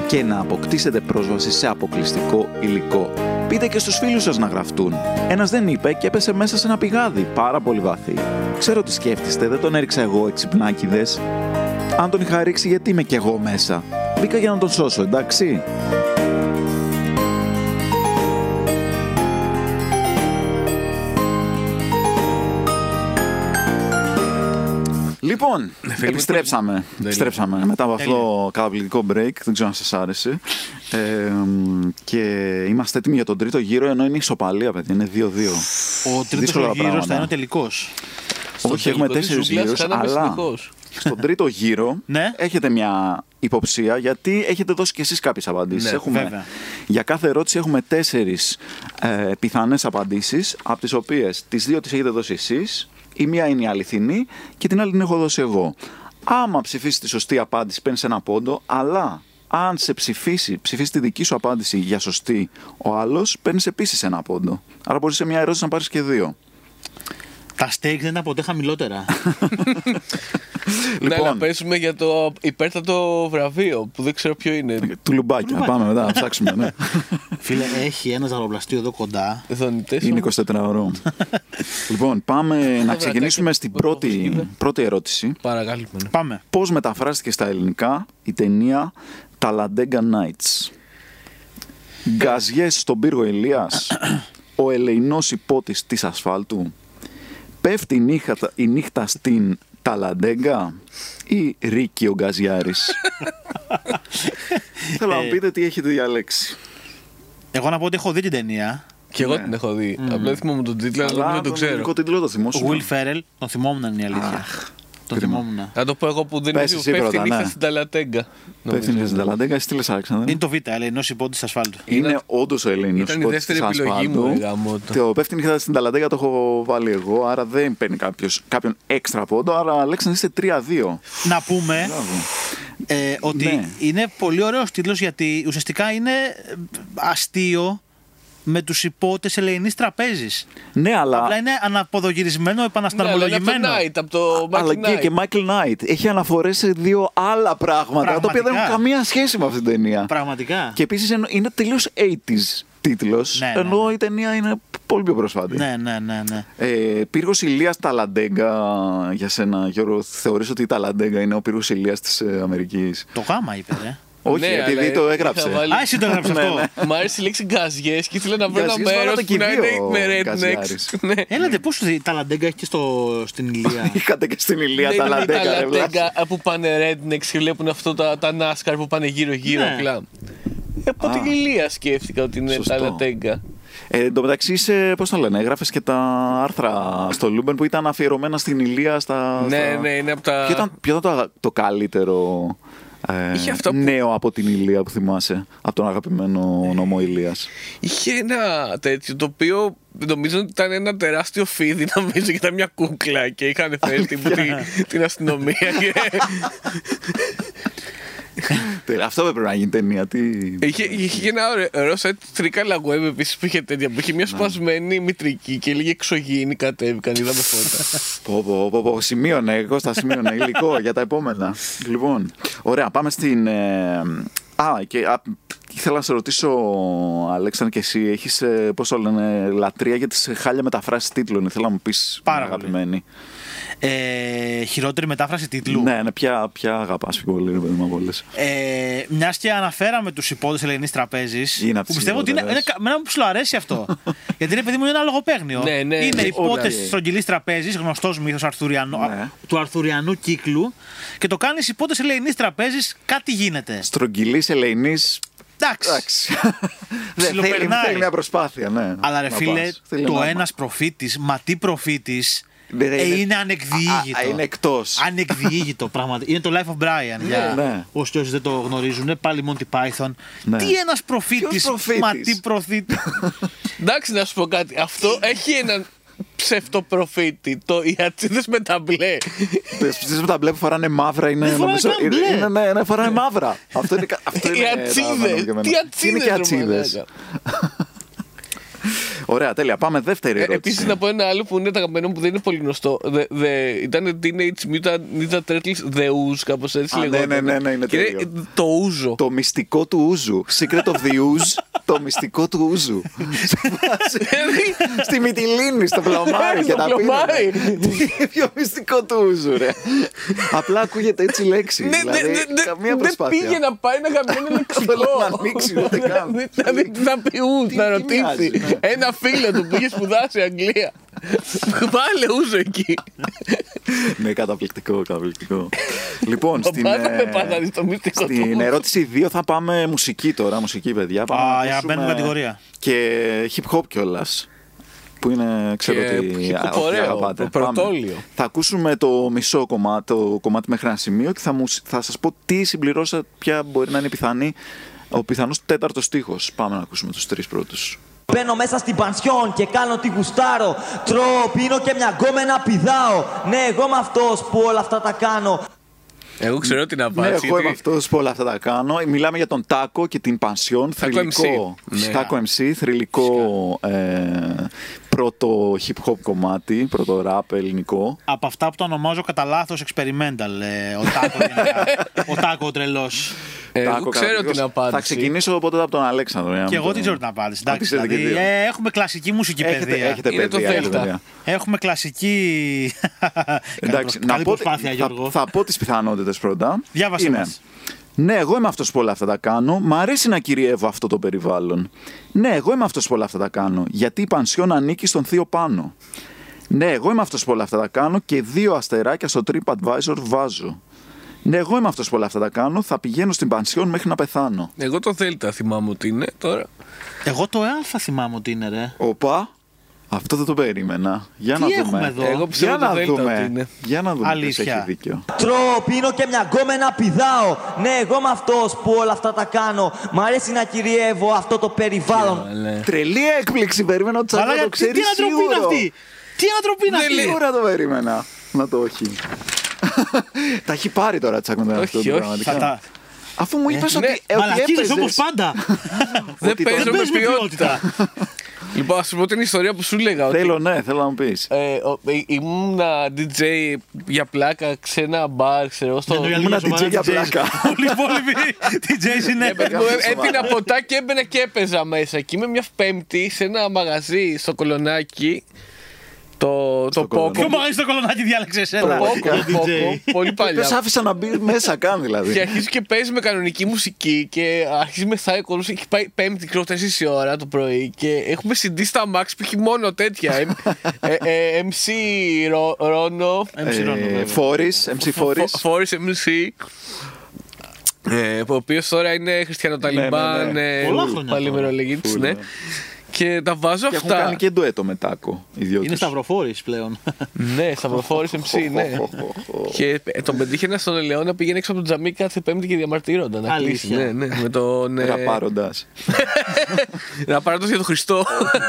[SPEAKER 3] και να αποκτήσετε πρόσβαση σε αποκλειστικό υλικό. Πείτε και στους φίλους σας να γραφτούν. Ένας δεν είπε και έπεσε μέσα σε ένα πηγάδι, πάρα πολύ βαθύ. Ξέρω τι σκέφτεστε, δεν τον έριξα εγώ εξυπνάκιδες. Αν τον είχα ρίξει, γιατί είμαι κι εγώ μέσα. Μπήκα για να τον σώσω, εντάξει. Λοιπόν, επιστρέψαμε. επιστρέψαμε μετά από αυτό καταπληκτικό break. Δεν ξέρω αν σας άρεσε. Ε, μ, και είμαστε έτοιμοι για τον τρίτο γύρο, ενώ είναι ισοπαλία, παιδί. Είναι 2-2.
[SPEAKER 1] Ο τρίτος
[SPEAKER 3] Δύσκολα
[SPEAKER 1] γύρο
[SPEAKER 3] πράγματα.
[SPEAKER 1] θα είναι ο τελικός.
[SPEAKER 3] Όχι, έχουμε τέσσερι γύρου, αλλά στον τρίτο γύρο
[SPEAKER 1] Ναι.
[SPEAKER 3] έχετε μια υποψία γιατί έχετε δώσει κι εσείς κάποιες απαντήσεις.
[SPEAKER 2] Ναι,
[SPEAKER 3] έχουμε,
[SPEAKER 1] βέβαια.
[SPEAKER 3] Για κάθε ερώτηση έχουμε τέσσερις ε, πιθανές απαντήσεις, από τις οποίες τις δύο τις έχετε δώσει εσείς, η μία είναι η αληθινή και την άλλη την έχω δώσει εγώ. Άμα ψηφίσει τη σωστή απάντηση παίρνεις ένα πόντο, αλλά αν σε ψηφίσει, ψηφίσει τη δική σου απάντηση για σωστή ο άλλος, παίρνεις επίσης ένα πόντο. Άρα μπορείς σε μια ερώτηση να πάρεις και δύο.
[SPEAKER 1] Τα stakes δεν ήταν ποτέ χαμηλότερα.
[SPEAKER 2] Ναι,
[SPEAKER 3] Λοιπόν,
[SPEAKER 2] να πέσουμε για το υπέρτατο βραβείο που δεν ξέρω ποιο είναι.
[SPEAKER 3] Του λουμπάκια. Πάμε μετά να ψάξουμε. Ναι.
[SPEAKER 1] Φίλε, έχει ένας ζαροπλαστείο εδώ κοντά.
[SPEAKER 2] Δονητές.
[SPEAKER 3] Είναι 24 ώρο. λοιπόν, πάμε να
[SPEAKER 2] βραδάκι
[SPEAKER 3] ξεκινήσουμε στην
[SPEAKER 2] που έχω
[SPEAKER 3] πρώτη,
[SPEAKER 2] σκύβε.
[SPEAKER 3] πρώτη ερώτηση.
[SPEAKER 2] Παρακαλούμε.
[SPEAKER 1] Πάμε.
[SPEAKER 3] Πώς μεταφράστηκε στα ελληνικά η ταινία Talladega Nights. Γκαζιές στον πύργο Ηλίας. Ο ελεηνός υπότης της ασφάλτου. Πέφτει η νύχτα, η νύχτα στην Ταλαντέγκα ή Ρίκη ο Γκαζιάρης. Θέλω να μου πείτε τι έχετε διαλέξει.
[SPEAKER 1] Εγώ να πω ότι έχω δει την ταινία.
[SPEAKER 2] Και εγώ την έχω δει. Απλά δεν θυμόμαι τον τίτλο, αλλά
[SPEAKER 3] Ναι. Αλλά
[SPEAKER 2] δεν το
[SPEAKER 3] τον
[SPEAKER 2] ξέρω.
[SPEAKER 3] ελληνικό τίτλο το
[SPEAKER 1] Ο Will
[SPEAKER 3] θυμόσουν.
[SPEAKER 1] Ferrell, τον θυμόμουν είναι η αλήθεια. Τον
[SPEAKER 3] κρίμα.
[SPEAKER 1] θυμόμουν.
[SPEAKER 2] Θα το πω εγώ που δεν
[SPEAKER 3] Πες
[SPEAKER 2] είναι
[SPEAKER 3] εσύ
[SPEAKER 2] πέφτει
[SPEAKER 3] πρώτα,
[SPEAKER 2] η νύχτα
[SPEAKER 3] ναι.
[SPEAKER 2] στην Ταλατέγκα.
[SPEAKER 3] Πέφτει στην Ταλαντέγκα, εσύ τι λες, Αλέξανδρε.
[SPEAKER 1] Είναι το Β, αλλά ενός υπόντης ασφάλτου.
[SPEAKER 3] Είναι όντως ο Ελλήνιο.
[SPEAKER 2] Ήταν η δεύτερη επιλογή μου, ρε γαμότο.
[SPEAKER 3] Το πέφτει η νύχτα στην Ταλαντέγκα το έχω βάλει εγώ, άρα δεν παίρνει κάποιος, κάποιον έξτρα πόντο. Άρα, Αλέξανδρε, είστε 3-2.
[SPEAKER 1] Να πούμε ε, ότι
[SPEAKER 3] Ναι.
[SPEAKER 1] είναι πολύ ωραίος τίτλος γιατί ουσιαστικά είναι ε, αστείο με τους υπότες ελεηνής τραπέζης.
[SPEAKER 3] Ναι, αλλά.
[SPEAKER 1] Απλά είναι αναποδογυρισμένο, επανασταρμολογημένο.
[SPEAKER 2] Ναι, από το
[SPEAKER 3] αλλά
[SPEAKER 2] Mike
[SPEAKER 3] και, και
[SPEAKER 2] Knight.
[SPEAKER 3] Michael Knight έχει αναφορές σε δύο άλλα πράγματα τα οποία δεν
[SPEAKER 1] Πραγματικά.
[SPEAKER 3] έχουν καμία σχέση με αυτή την ταινία.
[SPEAKER 1] Πραγματικά.
[SPEAKER 3] Και επίσης είναι τελείως 80s τίτλος,
[SPEAKER 1] Ναι, ναι,
[SPEAKER 3] ενώ
[SPEAKER 1] ναι.
[SPEAKER 3] η ταινία είναι πολύ πιο προσφάτη.
[SPEAKER 1] Ναι, ναι, ναι, ναι.
[SPEAKER 3] Ε, πύργος Ηλίας Ταλαντέγκα για σένα, Γιώργο. Θεωρείς ότι η Ταλαντέγκα είναι ο πύργος Ηλίας της Αμερικής.
[SPEAKER 1] Το γάμα είπε, ρε.
[SPEAKER 3] ε, Όχι,
[SPEAKER 2] Ναι,
[SPEAKER 3] επειδή
[SPEAKER 2] αλλά
[SPEAKER 3] το
[SPEAKER 2] είχα
[SPEAKER 3] έγραψε.
[SPEAKER 2] βάλει-
[SPEAKER 1] Α, εσύ το έγραψες
[SPEAKER 3] Ναι,
[SPEAKER 1] αυτό.
[SPEAKER 3] ναι.
[SPEAKER 2] Μ' άρεσε η λέξη γκαζιές και ήθελα να βρω ένα
[SPEAKER 3] Γκαζιές
[SPEAKER 2] μέρος
[SPEAKER 3] βάλατε
[SPEAKER 2] που
[SPEAKER 3] και
[SPEAKER 2] να
[SPEAKER 3] δύο
[SPEAKER 2] είναι με
[SPEAKER 3] γκαζιάρης.
[SPEAKER 2] rednecks. Ναι.
[SPEAKER 1] Έλατε, πόσο η ταλαντέγκα έχεις και στο, στην Ηλία.
[SPEAKER 3] Είχατε και στην Ηλία
[SPEAKER 2] Ναι,
[SPEAKER 3] τα
[SPEAKER 2] είναι η
[SPEAKER 3] λαντέκα, ρε
[SPEAKER 2] Ταλαντέγκα,
[SPEAKER 3] βλάκα.
[SPEAKER 2] α, που πάνε rednecks και βλέπουν αυτό τα, τα NASCAR που πάνε γύρω-γύρω
[SPEAKER 1] Ναι.
[SPEAKER 2] απλά. Ε, Από την Ηλία σκέφτηκα ότι είναι
[SPEAKER 3] Σωστό.
[SPEAKER 2] τα Λατέγκα.
[SPEAKER 3] Ε, εν τω μεταξύ είσαι, πώς το λένε, έγραφες και τα άρθρα στο Λούμπεν που ήταν αφιερωμένα στην Ηλία στα...
[SPEAKER 2] Ναι,
[SPEAKER 3] στα-
[SPEAKER 2] ναι, είναι από τα.
[SPEAKER 3] Ποιο ήταν, ποιο ήταν το, το καλύτερο ε,
[SPEAKER 2] Είχε αυτό που- Ε,
[SPEAKER 3] νέο από την Ηλία που θυμάσαι, από τον αγαπημένο νόμο Ηλίας.
[SPEAKER 2] Είχε ένα τέτοιο το οποίο νομίζω ότι ήταν ένα τεράστιο φίδι, νομίζω και ήταν μια κούκλα και είχαν φέρει τύπου την, την αστυνομία. και- ε.
[SPEAKER 3] Τε- Αυτό δεν πρέπει να γίνει ταινία. Τι...
[SPEAKER 2] Είχε, είχε και ένα ωραίο- ωραίο σαν τρίκα λαγουέμ επίσης που είχε τέτοια. Που είχε
[SPEAKER 3] Ναι.
[SPEAKER 2] μια σπασμένη μητρική και λίγη εξωγήινη κατέβηκαν. Είδαμε φώτα.
[SPEAKER 3] Πω, πω, πω, πω, σημείωνε, Κώστα, σημείωνε υλικό για τα επόμενα. Λοιπόν, ωραία, πάμε στην... ε, α, και α, ήθελα να σε ρωτήσω, Αλέξανδρε, και εσύ, έχεις, ε, πώς το λένε, λατρεία για τις χάλια μεταφράσεις τίτλων. Ήθελα να μου πεις,
[SPEAKER 1] Πάρα πολύ.
[SPEAKER 3] αγαπημένη.
[SPEAKER 1] ε, χειρότερη μετάφραση τίτλου.
[SPEAKER 3] Ναι, ναι, ποια, ποια αγαπάς πιο πολύ, ρε παιδί μου, από όλες.
[SPEAKER 1] Ε, Μιας και αναφέραμε τους υπότε Ελληνικής Τραπέζης.
[SPEAKER 3] Είναι από
[SPEAKER 1] Που
[SPEAKER 3] τις
[SPEAKER 1] πιστεύω ότι είναι.
[SPEAKER 3] χειρότερες.
[SPEAKER 1] είναι κα- Μένα μου ψιλοαρέσει αυτό. Γιατί ρε παιδί μου είναι ένα λογοπαίγνιο.
[SPEAKER 2] Ναι, ναι,
[SPEAKER 1] είναι
[SPEAKER 2] ναι.
[SPEAKER 1] υπότε
[SPEAKER 3] Όλα.
[SPEAKER 1] τη στρογγυλής τραπέζης, γνωστός μύθος
[SPEAKER 3] Ναι.
[SPEAKER 1] του αρθουριανού κύκλου. Και το κάνεις υπότες Ελληνικής Τραπέζης, κάτι γίνεται.
[SPEAKER 3] Στρογγυλής, ελεηνής,
[SPEAKER 1] Εντάξει.
[SPEAKER 3] εντάξει. Δεν θέλει,
[SPEAKER 1] Ψιλοπερνάει.
[SPEAKER 3] θέλει μια προσπάθεια, ναι.
[SPEAKER 1] Αλλά ρε
[SPEAKER 3] να
[SPEAKER 1] φίλε,
[SPEAKER 3] πας. Θέλει
[SPEAKER 1] το
[SPEAKER 3] να-
[SPEAKER 1] ένας προφήτης, μα τι προφήτης,
[SPEAKER 3] Ναι, ρε,
[SPEAKER 1] Ε, είναι
[SPEAKER 3] Α, α,
[SPEAKER 1] ανεκδιήγητο.
[SPEAKER 3] είναι εκτός.
[SPEAKER 1] Ανεκδιήγητο πράγμα. Είναι το Life of Brian. για
[SPEAKER 3] ναι.
[SPEAKER 1] όσοι όσοι δεν το γνωρίζουν. Πάλι Monty Python.
[SPEAKER 3] Ναι.
[SPEAKER 1] Τι ένα προφήτης.
[SPEAKER 3] Ποιος προφήτης?
[SPEAKER 1] Μα τι προφήτη.
[SPEAKER 2] Εντάξει, να σου πω κάτι. Αυτό έχει έναν ψευτοπροφήτη. Το οι ατσίδες με τα μπλε.
[SPEAKER 3] Τι με τα μπλε που φοράνε μαύρα είναι.
[SPEAKER 1] Δεν φοράνε καν
[SPEAKER 3] είναι,
[SPEAKER 1] μπλε.
[SPEAKER 3] είναι, ναι, ναι, φοράνε μαύρα. Αυτό είναι. κα- Αυτό
[SPEAKER 2] Οι
[SPEAKER 3] είναι ράδανο
[SPEAKER 2] ατσίδε.
[SPEAKER 3] για μένα.
[SPEAKER 2] Τι
[SPEAKER 3] Είναι και
[SPEAKER 2] ατσίδε.
[SPEAKER 3] ατσίδες. Ωραία, τέλεια. Πάμε δεύτερη ερώτηση.
[SPEAKER 2] Επίσης, Ε, να πω ένα άλλο που είναι τα αγαπημένο μου που δεν είναι πολύ γνωστό. The, the, ήταν Teenage Mutant Ninja Turtles The Ooze, κάπως έτσι
[SPEAKER 3] Α, ναι,
[SPEAKER 2] λέγεται.
[SPEAKER 3] ναι, ναι, ναι, είναι
[SPEAKER 2] Και
[SPEAKER 3] τέλειο.
[SPEAKER 2] Το ούζο.
[SPEAKER 3] Το μυστικό του ούζου. Secret of the ooze. το μυστικό του ούζου. Σε φάση- Στη Μυτιλίνη, στο
[SPEAKER 2] Δηλαδή-
[SPEAKER 3] πλωμάρι και
[SPEAKER 2] Ε, Στο
[SPEAKER 3] τα
[SPEAKER 2] πλωμάρι.
[SPEAKER 3] πήρανε. Τι πιο μυστικό του ούζου, ρε. Απλά ακούγεται έτσι λέξη.
[SPEAKER 2] Ναι, ναι,
[SPEAKER 3] δηλαδή,
[SPEAKER 2] ναι, ναι,
[SPEAKER 3] καμία
[SPEAKER 2] δεν
[SPEAKER 3] προσπάθεια.
[SPEAKER 2] πήγε να πάει ένα γαμμένο λεξικό.
[SPEAKER 3] Θέλω να ανοίξει, ούτε καν.
[SPEAKER 2] Δεν- δεν- δεν- τι Θα πει ούζ,
[SPEAKER 3] Τι-
[SPEAKER 2] να
[SPEAKER 3] τι
[SPEAKER 2] ρωτήσει.
[SPEAKER 3] μοιάζει, ναι.
[SPEAKER 2] Ένα φίλο του που είχε σπουδάσει Αγγλία. Βάλε ούζο εκεί.
[SPEAKER 3] Ναι, καταπληκτικό, καταπληκτικό. λοιπόν, στην,
[SPEAKER 2] Πάντα
[SPEAKER 3] ε,
[SPEAKER 2] με πάντα στο μυστικό του.
[SPEAKER 3] στην
[SPEAKER 2] ούζου.
[SPEAKER 3] ερώτηση 2 θα πάμε μουσική τώρα, μουσική παιδιά. Πάμε
[SPEAKER 1] Α,
[SPEAKER 3] να
[SPEAKER 1] για να
[SPEAKER 3] ακούσουμε
[SPEAKER 1] μπαίνουμε κατηγορία.
[SPEAKER 3] Και hip hop κιόλας. Που είναι, ξέρω
[SPEAKER 2] Και
[SPEAKER 3] ότι,
[SPEAKER 2] hip hop
[SPEAKER 3] ότι
[SPEAKER 2] ωραίο,
[SPEAKER 3] αγαπάτε.
[SPEAKER 2] το πρωτόλιο.
[SPEAKER 3] Πάμε. Θα ακούσουμε το μισό κομμάτι, το κομμάτι μέχρι ένα σημείο και θα, μου, θα σας πω τι συμπληρώσα, ποια μπορεί να είναι πιθανή. Ο πιθανός τέταρτος στίχος. Πάμε να ακούσουμε τους τρεις πρώτους.
[SPEAKER 6] Μπαίνω μέσα στην πανσιόν και κάνω τι γουστάρω. Τρώω, πίνω και μια γκόμενα πηδάω. Ναι, εγώ είμαι αυτός που όλα αυτά τα κάνω.
[SPEAKER 2] Εγώ ξέρω τι να
[SPEAKER 3] Ναι,
[SPEAKER 2] πάρει.
[SPEAKER 3] εγώ είμαι αυτός που όλα αυτά τα κάνω. Μιλάμε για τον Τάκο και την Πανσιόν. Θρηλυκό.
[SPEAKER 2] MC. Ναι.
[SPEAKER 3] Τάκο MC, θρηλυκό ε, πρώτο hip hop κομμάτι, πρώτο rap ελληνικό.
[SPEAKER 1] Από αυτά που το ονομάζω κατά λάθος experimental. ε, ο Τάκο γενικά. ο Τάκο τρελό.
[SPEAKER 2] Εγώ
[SPEAKER 3] Τάκο,
[SPEAKER 2] Ε, ξέρω
[SPEAKER 3] καταδίωξη.
[SPEAKER 2] την απάντηση.
[SPEAKER 3] Ε, Θα ξεκινήσω οπότε από τον Αλέξανδρο. για να
[SPEAKER 1] και
[SPEAKER 3] μην
[SPEAKER 1] εγώ
[SPEAKER 3] το-
[SPEAKER 1] δεν ξέρω την απάντηση.
[SPEAKER 3] Α, τη
[SPEAKER 1] Εντάξει,
[SPEAKER 3] ξέρετε και
[SPEAKER 1] δηλαδή,
[SPEAKER 3] δύο.
[SPEAKER 1] ε, έχουμε κλασική μουσική
[SPEAKER 3] Έχετε,
[SPEAKER 1] παιδεία.
[SPEAKER 3] έχετε
[SPEAKER 2] Είναι το
[SPEAKER 3] παιδεία,
[SPEAKER 2] Δέλτα.
[SPEAKER 3] έχετε παιδεία.
[SPEAKER 1] Έχουμε κλασική. καλή, προ-
[SPEAKER 3] Εντάξει,
[SPEAKER 1] καλή
[SPEAKER 3] να πω,
[SPEAKER 1] προσπάθεια, Γιώργο.
[SPEAKER 3] θα, θα πω τις πιθανότητες πρώτα.
[SPEAKER 1] Διάβασέ
[SPEAKER 3] Είναι,
[SPEAKER 1] μας.
[SPEAKER 3] Ναι, εγώ είμαι αυτός που όλα αυτά τα κάνω. Μ' αρέσει να κυριεύω αυτό το περιβάλλον. Ναι, εγώ είμαι αυτός που όλα αυτά τα κάνω. Γιατί η πανσιόν ανήκει στον θείο πάνω. Ναι, εγώ είμαι αυτός που όλα αυτά τα κάνω και δύο αστεράκια στο TripAdvisor βάζω. Ναι, εγώ είμαι αυτός που όλα αυτά τα κάνω. Θα πηγαίνω στην πανσιόν μέχρι να πεθάνω.
[SPEAKER 2] Εγώ το Δέλτα θυμάμαι ότι είναι τώρα.
[SPEAKER 1] Εγώ το Α θυμάμαι ότι είναι, ρε.
[SPEAKER 3] Οπα. Αυτό δεν το περίμενα. Για
[SPEAKER 1] Τι
[SPEAKER 3] να δούμε.
[SPEAKER 1] έχουμε εδώ?
[SPEAKER 2] Εγώ
[SPEAKER 3] Για
[SPEAKER 2] πιστεύω το
[SPEAKER 3] να
[SPEAKER 2] Δέλτα ότι
[SPEAKER 3] δούμε.
[SPEAKER 2] είναι.
[SPEAKER 3] Για να δούμε. ποιος
[SPEAKER 1] Αλήθεια.
[SPEAKER 3] Έχει δίκιο.
[SPEAKER 6] Τρώω, πίνω και μια γκόμενα πηδάω. Ναι, εγώ είμαι αυτός που όλα αυτά τα κάνω. Μ' αρέσει να κυριεύω αυτό το περιβάλλον.
[SPEAKER 2] Αλλά-
[SPEAKER 3] Τρελή έκπληξη. Περίμενα ότι
[SPEAKER 1] Αλλά
[SPEAKER 3] θα
[SPEAKER 1] τι,
[SPEAKER 3] το
[SPEAKER 1] τι
[SPEAKER 3] ξέρεις.
[SPEAKER 1] ανατροπή είναι αυτή! Τι ανατροπή
[SPEAKER 3] Ναι,
[SPEAKER 1] είναι αυτή!
[SPEAKER 3] Σίγουρα το περίμενα. Να το όχι. τα έχει πάρει τώρα τσακ με τον εαυτό
[SPEAKER 2] Όχι,
[SPEAKER 3] του
[SPEAKER 2] όχι,
[SPEAKER 1] Θα
[SPEAKER 3] πραγματικά.
[SPEAKER 1] τα-
[SPEAKER 3] Αφού μου είπε ότι.
[SPEAKER 2] ναι.
[SPEAKER 3] ε, ότι
[SPEAKER 1] Μαλακίδες
[SPEAKER 3] έπαιζες.
[SPEAKER 1] όπως πάντα.
[SPEAKER 2] Δεν
[SPEAKER 3] Ότι το-
[SPEAKER 1] Δεν
[SPEAKER 2] παίζω με
[SPEAKER 1] παίζουμε
[SPEAKER 2] ποιότητα.
[SPEAKER 1] ποιότητα.
[SPEAKER 2] Λοιπόν, ας πούμε την ιστορία που σου λέγα. ότι-
[SPEAKER 3] Θέλω, ναι, θέλω να μου πεις.
[SPEAKER 2] Ε, ο- ε, ήμουνα DJ για πλάκα ξένα μπαρ, ξέρω, στο...
[SPEAKER 1] Δεν το
[SPEAKER 2] Ε,
[SPEAKER 1] διαλύω
[SPEAKER 3] DJ
[SPEAKER 1] σοβαρά,
[SPEAKER 3] για
[SPEAKER 1] DJs.
[SPEAKER 3] πλάκα.
[SPEAKER 1] Όλοι οι υπόλοιποι DJs είναι.
[SPEAKER 2] παιδί μου,
[SPEAKER 3] Σοβαρά.
[SPEAKER 2] Ε, Έπινα ποτά και έμπαινα και έπαιζα μέσα. Και είμαι μια πέμπτη σε ένα μαγαζί στο Κολονάκι, το, το Πόκο.
[SPEAKER 3] Κολονάκι. Ε,
[SPEAKER 1] Ποιο μαγαζί στο κολονάκι διάλεξες
[SPEAKER 2] Το
[SPEAKER 1] ένα.
[SPEAKER 2] Πόκο,
[SPEAKER 3] Πραγματικά.
[SPEAKER 2] Πόκο, πολύ
[SPEAKER 3] Πε
[SPEAKER 2] παλιά.
[SPEAKER 3] άφησα να μπει μέσα καν
[SPEAKER 2] Και
[SPEAKER 3] δηλαδή.
[SPEAKER 2] αρχίζεις και παίζεις με κανονική μουσική και αρχίζεις με θάει κορούς. Έχει πάει πέμπτη, ξέρω, 4 η ώρα το πρωί και έχουμε CD στα Max που έχει μόνο τέτοια. ε, ε, ε, MC Ρο- Ρόνο,
[SPEAKER 3] Ε, Φόρη, MC Φόρης.
[SPEAKER 2] Φόρης MC. Ε, ο οποίος τώρα είναι Χριστιανοταλιμπάν,
[SPEAKER 3] Ναι, ναι, ναι.
[SPEAKER 2] ε,
[SPEAKER 1] Πολλά χρόνια
[SPEAKER 2] παλιμερολεγίτης,
[SPEAKER 3] Φουλ,
[SPEAKER 2] ναι.
[SPEAKER 3] ναι.
[SPEAKER 2] Και τα βάζω
[SPEAKER 3] Και έχουν
[SPEAKER 2] αυτά.
[SPEAKER 3] κάνει και ντουέτο με τάκο. οι δυο
[SPEAKER 1] Είναι
[SPEAKER 3] τους.
[SPEAKER 1] σταυροφόρης πλέον.
[SPEAKER 2] Ναι, Σταυροφόρης MC, ναι. και ε, τον πετύχαινα στον Ελαιό να πηγαίνει έξω από τον τζαμί κάθε Πέμπτη και διαμαρτύρονταν. Να κλείσει.
[SPEAKER 1] Αλήθεια.
[SPEAKER 2] Ναι, ναι, με τον. ε,
[SPEAKER 3] Ραπάροντας.
[SPEAKER 2] Ραπάροντας για τον Χριστό.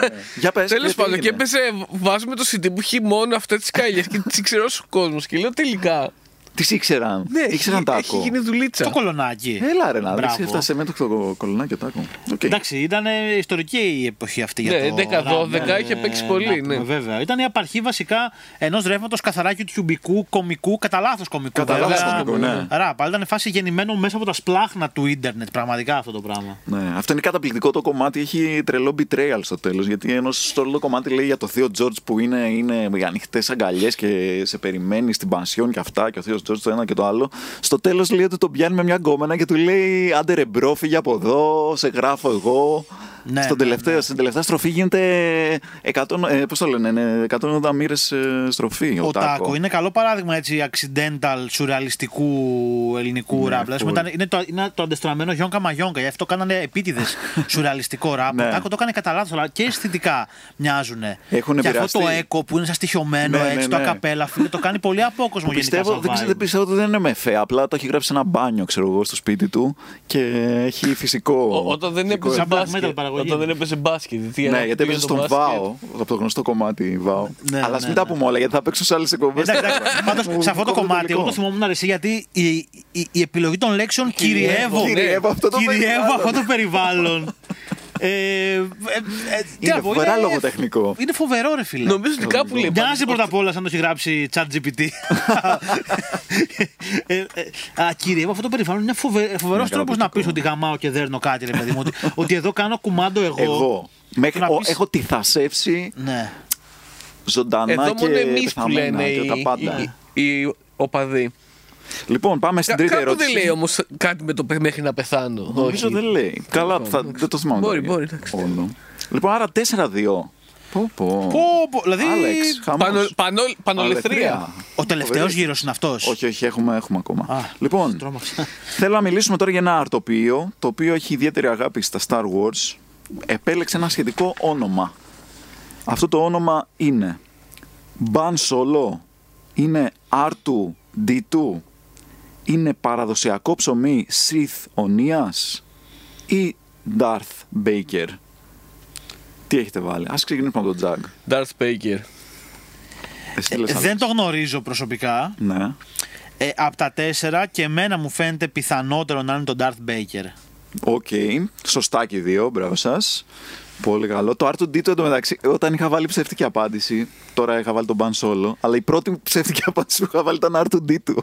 [SPEAKER 3] Ναι, Για πες.
[SPEAKER 2] Τέλος πάντων, και έπαιζε, βάζουμε το CD που έχει μόνο αυτές τις καλλιέ και τις ξέρω ο κόσμο. Και λέω τελικά.
[SPEAKER 3] Τις ήξεραν.
[SPEAKER 2] Ναι,
[SPEAKER 3] ήξεραν
[SPEAKER 2] έχει, έχει
[SPEAKER 3] τάκο.
[SPEAKER 2] γίνει δουλίτσα.
[SPEAKER 1] Το κολονάκι.
[SPEAKER 3] Έλα ρε να δεις,
[SPEAKER 1] Μπράβο.
[SPEAKER 3] έφτασε με το κολονάκι ο Τάκο. Οκ.
[SPEAKER 1] Εντάξει, ήταν ε, ιστορική η εποχή αυτή για
[SPEAKER 2] Ναι,
[SPEAKER 1] το
[SPEAKER 2] 11-12
[SPEAKER 1] rap,
[SPEAKER 2] είχε
[SPEAKER 1] ε,
[SPEAKER 2] παίξει πολύ,
[SPEAKER 1] να πούμε,
[SPEAKER 2] ναι.
[SPEAKER 1] Βέβαια. Ήταν η απαρχή βασικά ενός ρεύματος καθαρά κιουτιουμπικού, κομικού, κατά λάθος κομικού.
[SPEAKER 3] Κατά λάθος
[SPEAKER 1] βέβαια.
[SPEAKER 3] κομικού, ναι.
[SPEAKER 1] Ραπ, αλλά ήταν φάση γεννημένο μέσα από τα σπλάχνα του ίντερνετ, πραγματικά αυτό το πράγμα.
[SPEAKER 3] Ναι, αυτό είναι καταπληκτικό το κομμάτι. Έχει τρελό betrayal στο τέλος. Γιατί ενώ στο όλο το κομμάτι λέει για το Θείο Τζορτζ που είναι, είναι με ανοιχτές αγκαλιές και σε περιμένει στην πανσιόν και αυτά. Και ο Θείος Τζορτζ το ένα και το άλλο. Στο τέλος λέει ότι τον πιάνει με μια γκόμενα και του λέει Άντε ρε μπρο, φύγε από εδώ, σε γράφω εγώ.
[SPEAKER 1] Ναι,
[SPEAKER 3] Στον
[SPEAKER 1] ναι,
[SPEAKER 3] τελευταίο, Στην τελευταία στροφή γίνεται 100, ε, πώς το λένε, ναι, 180 μοίρες ε, στροφή. Ο,
[SPEAKER 1] Ο Τάκο είναι καλό παράδειγμα έτσι accidental, σουρεαλιστικού ελληνικού ραπ. Δηλαδή,
[SPEAKER 3] Ναι, full.
[SPEAKER 1] ήταν- είναι, το, είναι το αντεστραμμένο Γιόνκα Μαγιόνκα, γι' αυτό κάνανε επίτηδες σουρεαλιστικό ραπ.
[SPEAKER 3] Ναι.
[SPEAKER 1] Ο Τάκο το έκανε κατά λάθος, αλλά και αισθητικά μοιάζουν.
[SPEAKER 3] Έχουν
[SPEAKER 1] και αυτό το
[SPEAKER 3] επηρεαστεί.
[SPEAKER 1] έκο που είναι σαν στοιχειωμένο,
[SPEAKER 3] Ναι, ναι,
[SPEAKER 1] έτσι, το
[SPEAKER 3] ναι.
[SPEAKER 1] ακαπέλα, φίλε, το κάνει πολύ απόκοσμο γενικά.
[SPEAKER 3] Πιστεύω,
[SPEAKER 1] σαν
[SPEAKER 3] δεν, ξέρω,
[SPEAKER 1] vibe.
[SPEAKER 3] δεν πιστεύω ότι δεν είναι με φέ. Απλά το έχει γράψει σε ένα μπάνιο, ξέρω εγώ, στο σπίτι του και έχει φυσικό.
[SPEAKER 2] Ό- Όταν δεν
[SPEAKER 3] φυσικό-
[SPEAKER 2] έπαιζε
[SPEAKER 1] Σαν black metal
[SPEAKER 2] μπάσκετ.
[SPEAKER 1] παραγωγή.
[SPEAKER 2] Όταν δεν έπαιζε μπάσκετ. γιατί
[SPEAKER 3] Ναι,
[SPEAKER 2] ένα
[SPEAKER 3] γιατί
[SPEAKER 2] πήγε
[SPEAKER 3] έπαιζε
[SPEAKER 2] το
[SPEAKER 3] στον
[SPEAKER 2] μπάσκετ.
[SPEAKER 3] Βάο, από το γνωστό κομμάτι Βάο.
[SPEAKER 1] Ναι,
[SPEAKER 3] Αλλά ας
[SPEAKER 1] ναι,
[SPEAKER 3] μην τα
[SPEAKER 1] ναι.
[SPEAKER 3] πούμε όλα, γιατί θα παίξω σε άλλες εκπομπές.
[SPEAKER 1] Εντάξει, εντάξει. Πάντως, σε αυτό το κομμάτι, εγώ το θυμόμουν αρεσί γιατί η, η, η επιλογή των λέξεων κυριεύω.
[SPEAKER 3] Κυριεύω αυτό το
[SPEAKER 1] Κυριεύω
[SPEAKER 3] περιβάλλον.
[SPEAKER 1] αυτό το περιβάλλον. Ε, ε, ε, τι
[SPEAKER 3] Είναι
[SPEAKER 1] να πω,
[SPEAKER 3] φοβερά λογοτεχνικό.
[SPEAKER 1] Είναι φοβερό, ρε φίλε.
[SPEAKER 2] Νομίζω ότι κάπου λέει.
[SPEAKER 1] Μοιάζει πρώτα απ' όλα σαν το έχει γράψει ChatGPT. ε, ε, α, κύριε, αυτό το περιβάλλον είναι φοβερός τρόπος να πεις ότι γαμάω και δέρνω κάτι, ρε παιδί μου. ότι, ότι εδώ κάνω κουμάντο εγώ.
[SPEAKER 3] Εγώ. Μέχρι,
[SPEAKER 1] Να
[SPEAKER 3] ο-
[SPEAKER 1] πεις-
[SPEAKER 3] έχω τη θασέψει
[SPEAKER 1] Ναι.
[SPEAKER 3] ζωντανά
[SPEAKER 2] Εδώ
[SPEAKER 3] και
[SPEAKER 2] μόνο εμείς που
[SPEAKER 3] πεθαμένα
[SPEAKER 2] λένε
[SPEAKER 3] και τα
[SPEAKER 2] οι-
[SPEAKER 3] πάντα.
[SPEAKER 2] οι- οι οπαδοί.
[SPEAKER 3] Λοιπόν, πάμε στην
[SPEAKER 2] Κα-
[SPEAKER 3] τρίτη
[SPEAKER 2] Κάπου δεν
[SPEAKER 3] ερώτηση.
[SPEAKER 2] λέει όμως κάτι με το πε- μέχρι να πεθάνω.
[SPEAKER 3] Νομίζω
[SPEAKER 2] Όχι.
[SPEAKER 3] δεν λέει. Καλά, θα, δεν το θυμάμαι.
[SPEAKER 2] Μπορεί,
[SPEAKER 3] τώρα.
[SPEAKER 2] μπορεί, εντάξει.
[SPEAKER 3] Όλο. Λοιπόν, άρα 4-2. Πω, πω.
[SPEAKER 1] Πω, πω, δηλαδή-
[SPEAKER 3] Άλεξ, χαμός.
[SPEAKER 2] Πανο, πανο, πανολεθρία.
[SPEAKER 3] Αλεθρία.
[SPEAKER 1] Ο τελευταίος γύρος είναι αυτός.
[SPEAKER 3] Όχι, όχι, έχουμε, έχουμε ακόμα.
[SPEAKER 1] Α,
[SPEAKER 3] λοιπόν,
[SPEAKER 1] τρόμαξα.
[SPEAKER 3] θέλω να μιλήσουμε τώρα για ένα αρτοπείο το οποίο έχει ιδιαίτερη αγάπη στα Star Wars. Επέλεξε ένα σχετικό όνομα. Αυτό το όνομα είναι Μπαν Σολό. Είναι Άρτου D2. Είναι παραδοσιακό ψωμί Sith Ονίας ή Darth Baker. Τι έχετε βάλει. Ας ξεκινήσουμε από τον Τζαγκ.
[SPEAKER 2] Darth Baker.
[SPEAKER 3] Εσύ λες,
[SPEAKER 1] Ε, Δεν
[SPEAKER 3] Άλεξ.
[SPEAKER 1] το γνωρίζω προσωπικά.
[SPEAKER 3] Ναι.
[SPEAKER 1] Ε, από τα τέσσερα και εμένα μου φαίνεται πιθανότερο να είναι τον Darth Baker.
[SPEAKER 3] Οκ. Σωστά και οι δύο. Μπράβο σας. Πολύ καλό. Το R2D2 εντωμεταξύ, όταν είχα βάλει ψεύτικη απάντηση, τώρα είχα βάλει τον Ban Solo, αλλά η πρώτη ψεύτικη απάντηση που είχα βάλει ήταν R2D2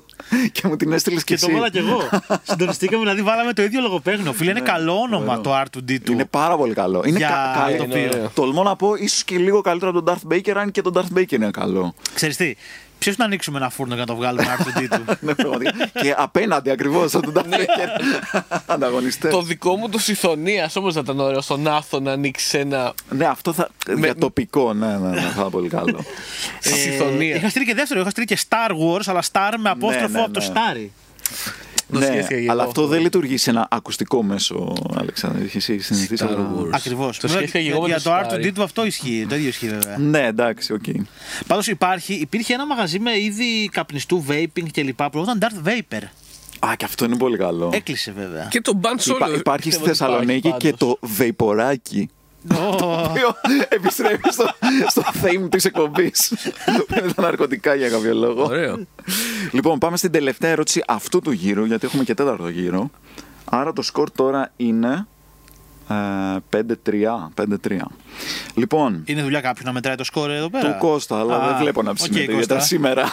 [SPEAKER 3] και μου την έστειλες και
[SPEAKER 1] Και
[SPEAKER 3] εσύ.
[SPEAKER 1] το βάλα κι εγώ. Συντονιστήκαμε, δηλαδή βάλαμε το ίδιο λογοπαίγνιο. Φίλε, είναι καλό όνομα το R2D2.
[SPEAKER 3] Είναι πάρα πολύ καλό. Είναι
[SPEAKER 1] Για
[SPEAKER 3] κα- καλό.
[SPEAKER 1] το οποίο.
[SPEAKER 2] ωραίο.
[SPEAKER 3] Τολμώ να πω ίσως και λίγο καλύτερο από τον Darth Baker, αν και τον Darth Baker είναι καλό.
[SPEAKER 1] Ξέρεις τι, ποιος να ανοίξουμε ένα φούρνο για να το βγάλουμε R2D2.
[SPEAKER 3] ναι, πραγματικά. και απέναντι ακριβώς από τον
[SPEAKER 1] Ναι.
[SPEAKER 3] Darth Baker. Ανταγωνιστές.
[SPEAKER 2] Το δικό μου το Σιθωνία όμως θα ήταν ωραίο. Στον Άθο να ανοίξει ένα.
[SPEAKER 3] Ναι, αυτό θα. Για τοπικό, ναι, ναι, ναι, θα ήταν πολύ καλό.
[SPEAKER 1] Ε,
[SPEAKER 2] Συμφωνία.
[SPEAKER 1] Είχα στείλει και δεύτερο, είχα στείλει και Star Wars, αλλά Star με απόστροφο
[SPEAKER 3] ναι,
[SPEAKER 1] από το
[SPEAKER 3] ναι.
[SPEAKER 1] Starry.
[SPEAKER 2] Το
[SPEAKER 3] ναι,
[SPEAKER 2] σκέφτηκα και
[SPEAKER 3] αλλά
[SPEAKER 2] εγώ.
[SPEAKER 3] αυτό δεν λειτουργεί σε ένα ακουστικό μέσο, Αλεξάνδρου. Έχει εσύ συνηθίσει αυτό.
[SPEAKER 1] Ακριβώς.
[SPEAKER 2] Το σκέφτηκα και εγώ με
[SPEAKER 1] Για
[SPEAKER 2] το
[SPEAKER 1] το
[SPEAKER 2] Starry.
[SPEAKER 1] R2D2 αυτό ισχύει, το ίδιο ισχύει βέβαια.
[SPEAKER 3] Ναι, εντάξει, οκ.
[SPEAKER 1] Πάντως υπάρχει, υπήρχε ένα μαγαζί με είδη καπνιστού, vaping κλπ. που λεγόταν Darth Vapor.
[SPEAKER 3] Α, και αυτό είναι πολύ
[SPEAKER 2] Ε,
[SPEAKER 3] καλό.
[SPEAKER 1] Έκλεισε βέβαια.
[SPEAKER 2] Και το Ban Solo.
[SPEAKER 3] Υπά- υπάρχει
[SPEAKER 2] πιστεύω
[SPEAKER 3] στη
[SPEAKER 2] ότι
[SPEAKER 3] Θεσσαλονίκη
[SPEAKER 2] υπάρχει
[SPEAKER 3] και
[SPEAKER 2] πάντως.
[SPEAKER 3] το βεϊποράκι.
[SPEAKER 1] Ω.
[SPEAKER 3] Το οποίο επιστρέφει στο, στο theme της εκπομπής. Με τα ναρκωτικά για κάποιο λόγο.
[SPEAKER 2] Ωραίο.
[SPEAKER 3] Λοιπόν, πάμε στην τελευταία ερώτηση αυτού του γύρου, γιατί έχουμε και τέταρτο γύρο. Άρα το σκορ τώρα είναι. ε, 5-3. 5-3. Λοιπόν,
[SPEAKER 1] Είναι δουλειά κάποιου να μετράει το σκόρ εδώ πέρα.
[SPEAKER 3] Του Κώστα, αλλά
[SPEAKER 1] Α,
[SPEAKER 3] δεν βλέπω να
[SPEAKER 1] οκ,
[SPEAKER 3] ψημείται
[SPEAKER 1] Κώστα.
[SPEAKER 3] ιδιαίτερα σήμερα.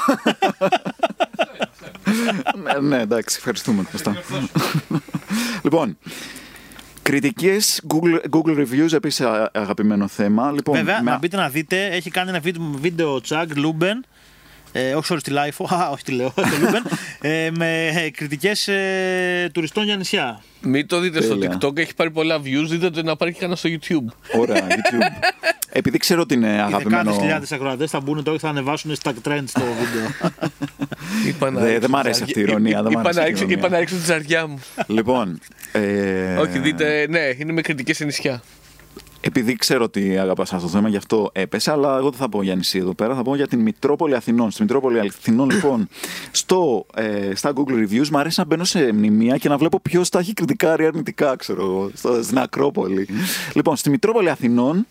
[SPEAKER 3] ναι, ναι, εντάξει, ευχαριστούμε Κώστα. λοιπόν, κριτικές, Google, Google Reviews, επίσης α- αγαπημένο θέμα. Λοιπόν,
[SPEAKER 1] Βέβαια,
[SPEAKER 3] με-
[SPEAKER 1] να μπείτε να δείτε, έχει κάνει ένα βίντεο, βίντεο τσακ Λούμπεν. Ε, όχι sorry, στη Λάιφο, α, όχι τη λέω, το Λούμπεν, ε, με κριτικές ε, τουριστών για νησιά.
[SPEAKER 2] Μην το δείτε στο
[SPEAKER 3] Τέλεια.
[SPEAKER 2] TikTok, έχει πάρει πολλά views. Δείτε το να πάρει και κανένα στο YouTube.
[SPEAKER 3] Ωραία, YouTube. Επειδή ξέρω ότι είναι
[SPEAKER 1] Οι δεκάδες
[SPEAKER 3] αγαπημένο...
[SPEAKER 1] χιλιάδες ακροατές θα μπουν τώρα και θα ανεβάσουν στα trends το βίντεο.
[SPEAKER 2] Είπα να
[SPEAKER 3] Δε-
[SPEAKER 2] ρίξω
[SPEAKER 3] δεν μ'
[SPEAKER 2] της
[SPEAKER 3] αρέσει
[SPEAKER 2] ζαριά-
[SPEAKER 3] αυτή η ηρωνία, δεν μ'
[SPEAKER 2] Είπα να
[SPEAKER 3] αρέσει αυτή η
[SPEAKER 2] ρίξω-
[SPEAKER 3] ηρωνία.
[SPEAKER 2] Είπα να ρίξω τη ζαριά μου.
[SPEAKER 3] λοιπόν, ε,
[SPEAKER 2] Όχι, δείτε, ναι, είναι με κριτικές σε νησιά.
[SPEAKER 3] επειδή ξέρω ότι αγαπάς αυτό το θέμα, γι' αυτό έπεσε, αλλά εγώ δεν θα πω για νησί εδώ πέρα, θα πω για την Μητρόπολη Αθηνών. Στη Μητρόπολη Αθηνών, λοιπόν, στο, ε, στα Google Reviews, μου αρέσει να μπαίνω σε μνημεία και να βλέπω ποιος τα έχει κριτικά ή αρνητικά, ξέρω εγώ, στο- στην Ακρόπολη. λοιπόν, στη Μητρόπολη Αθηνών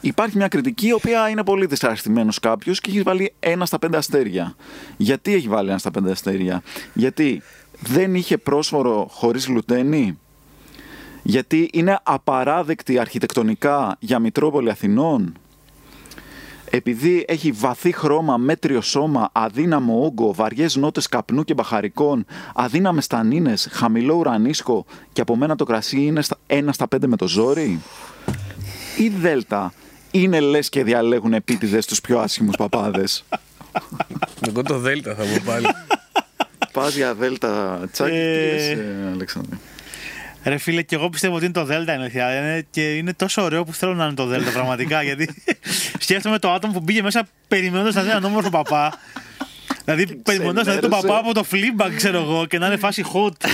[SPEAKER 3] υπάρχει μια κριτική, η οποία είναι πολύ δυσαρεστημένος κάποιος και έχει βάλει ένα στα πέντε αστέρια. Γιατί έχει βάλει ένα στα πέντε αστέρια, Γιατί δεν είχε πρόσφορο χωρίς γλουτένι. Γιατί είναι απαράδεκτη αρχιτεκτονικά για Μητρόπολη Αθηνών. Επειδή έχει βαθύ χρώμα, μέτριο σώμα, αδύναμο όγκο, βαριές νότες καπνού και μπαχαρικών, αδύναμες τανίνες, χαμηλό ουρανίσκο και από μένα το κρασί είναι στα, ένα στα πέντε με το ζόρι. Ή Δέλτα είναι λες και διαλέγουν επίτηδες τους πιο άσχημους παπάδες.
[SPEAKER 2] Εγώ το Δέλτα θα πω πάλι.
[SPEAKER 3] Πας για Δέλτα τσάκι,
[SPEAKER 1] Ε.
[SPEAKER 3] τι λες, ε, Αλέξανδρε.
[SPEAKER 1] Ρε φίλε, και εγώ πιστεύω ότι είναι το Δέλτα είναι αλήθεια. Είναι- Και είναι τόσο ωραίο που θέλω να είναι το Δέλτα πραγματικά. γιατί σκέφτομαι το άτομο που μπήκε μέσα περιμένοντας να δει έναν όμορφο παπά. Δηλαδή, περιμένοντας να δει τον
[SPEAKER 3] ξενέρωσε.
[SPEAKER 2] ε.
[SPEAKER 1] παπά από το Fleabag, ξέρω εγώ, και να είναι φάση hot.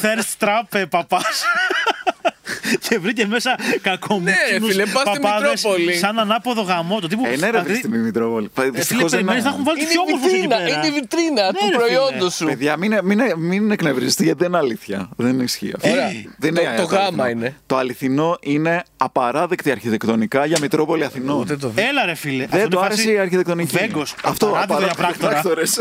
[SPEAKER 1] Thirst trap, ε, παπά. και βρήκε μέσα
[SPEAKER 2] Ναι, ρε
[SPEAKER 1] κακομίτσινους
[SPEAKER 2] φίλε, πας στη
[SPEAKER 1] παπάδες
[SPEAKER 2] Μητρόπολη.
[SPEAKER 1] σαν ανάποδο γαμό. Το τύπο
[SPEAKER 3] Ε, ναι, ρε,
[SPEAKER 1] δηλαδή,
[SPEAKER 3] στην Μητρόπολη.
[SPEAKER 1] ε, Φίλε,
[SPEAKER 3] Δυστυχώς δεν
[SPEAKER 1] περιμένεις να έχουν βάλει
[SPEAKER 2] Είναι
[SPEAKER 1] πιο
[SPEAKER 2] η
[SPEAKER 1] όμορφους εκεί
[SPEAKER 2] βιτρίνα,
[SPEAKER 1] πέρα.
[SPEAKER 2] είναι η βιτρίνα
[SPEAKER 1] Ναι,
[SPEAKER 2] του
[SPEAKER 1] ρε, φίλε.
[SPEAKER 2] προϊόντος σου.
[SPEAKER 3] Παιδιά, μην, μην, μην εκνευριστείτε γιατί δεν είναι αλήθεια. Δεν ισχύει αυτό.
[SPEAKER 2] Ωραία.
[SPEAKER 3] Δεν
[SPEAKER 2] Το-
[SPEAKER 3] είναι
[SPEAKER 2] το
[SPEAKER 3] αληθινό.
[SPEAKER 2] γάμα είναι.
[SPEAKER 3] Το αληθινό είναι απαράδεκτη αρχιτεκτονικά για Μητρόπολη Αθηνών.
[SPEAKER 2] Ούτε το βι-
[SPEAKER 1] Έλα ρε φίλε.
[SPEAKER 3] Δεν
[SPEAKER 1] Αυτό
[SPEAKER 3] του
[SPEAKER 1] είναι
[SPEAKER 3] άρεσε
[SPEAKER 1] φάση
[SPEAKER 3] η αρχιτεκτονική.
[SPEAKER 1] Βέγκος.
[SPEAKER 3] Αυτό
[SPEAKER 1] Παράδειγμα για
[SPEAKER 3] παράδεκτοι
[SPEAKER 1] πράκτορα.
[SPEAKER 3] πράκτορες.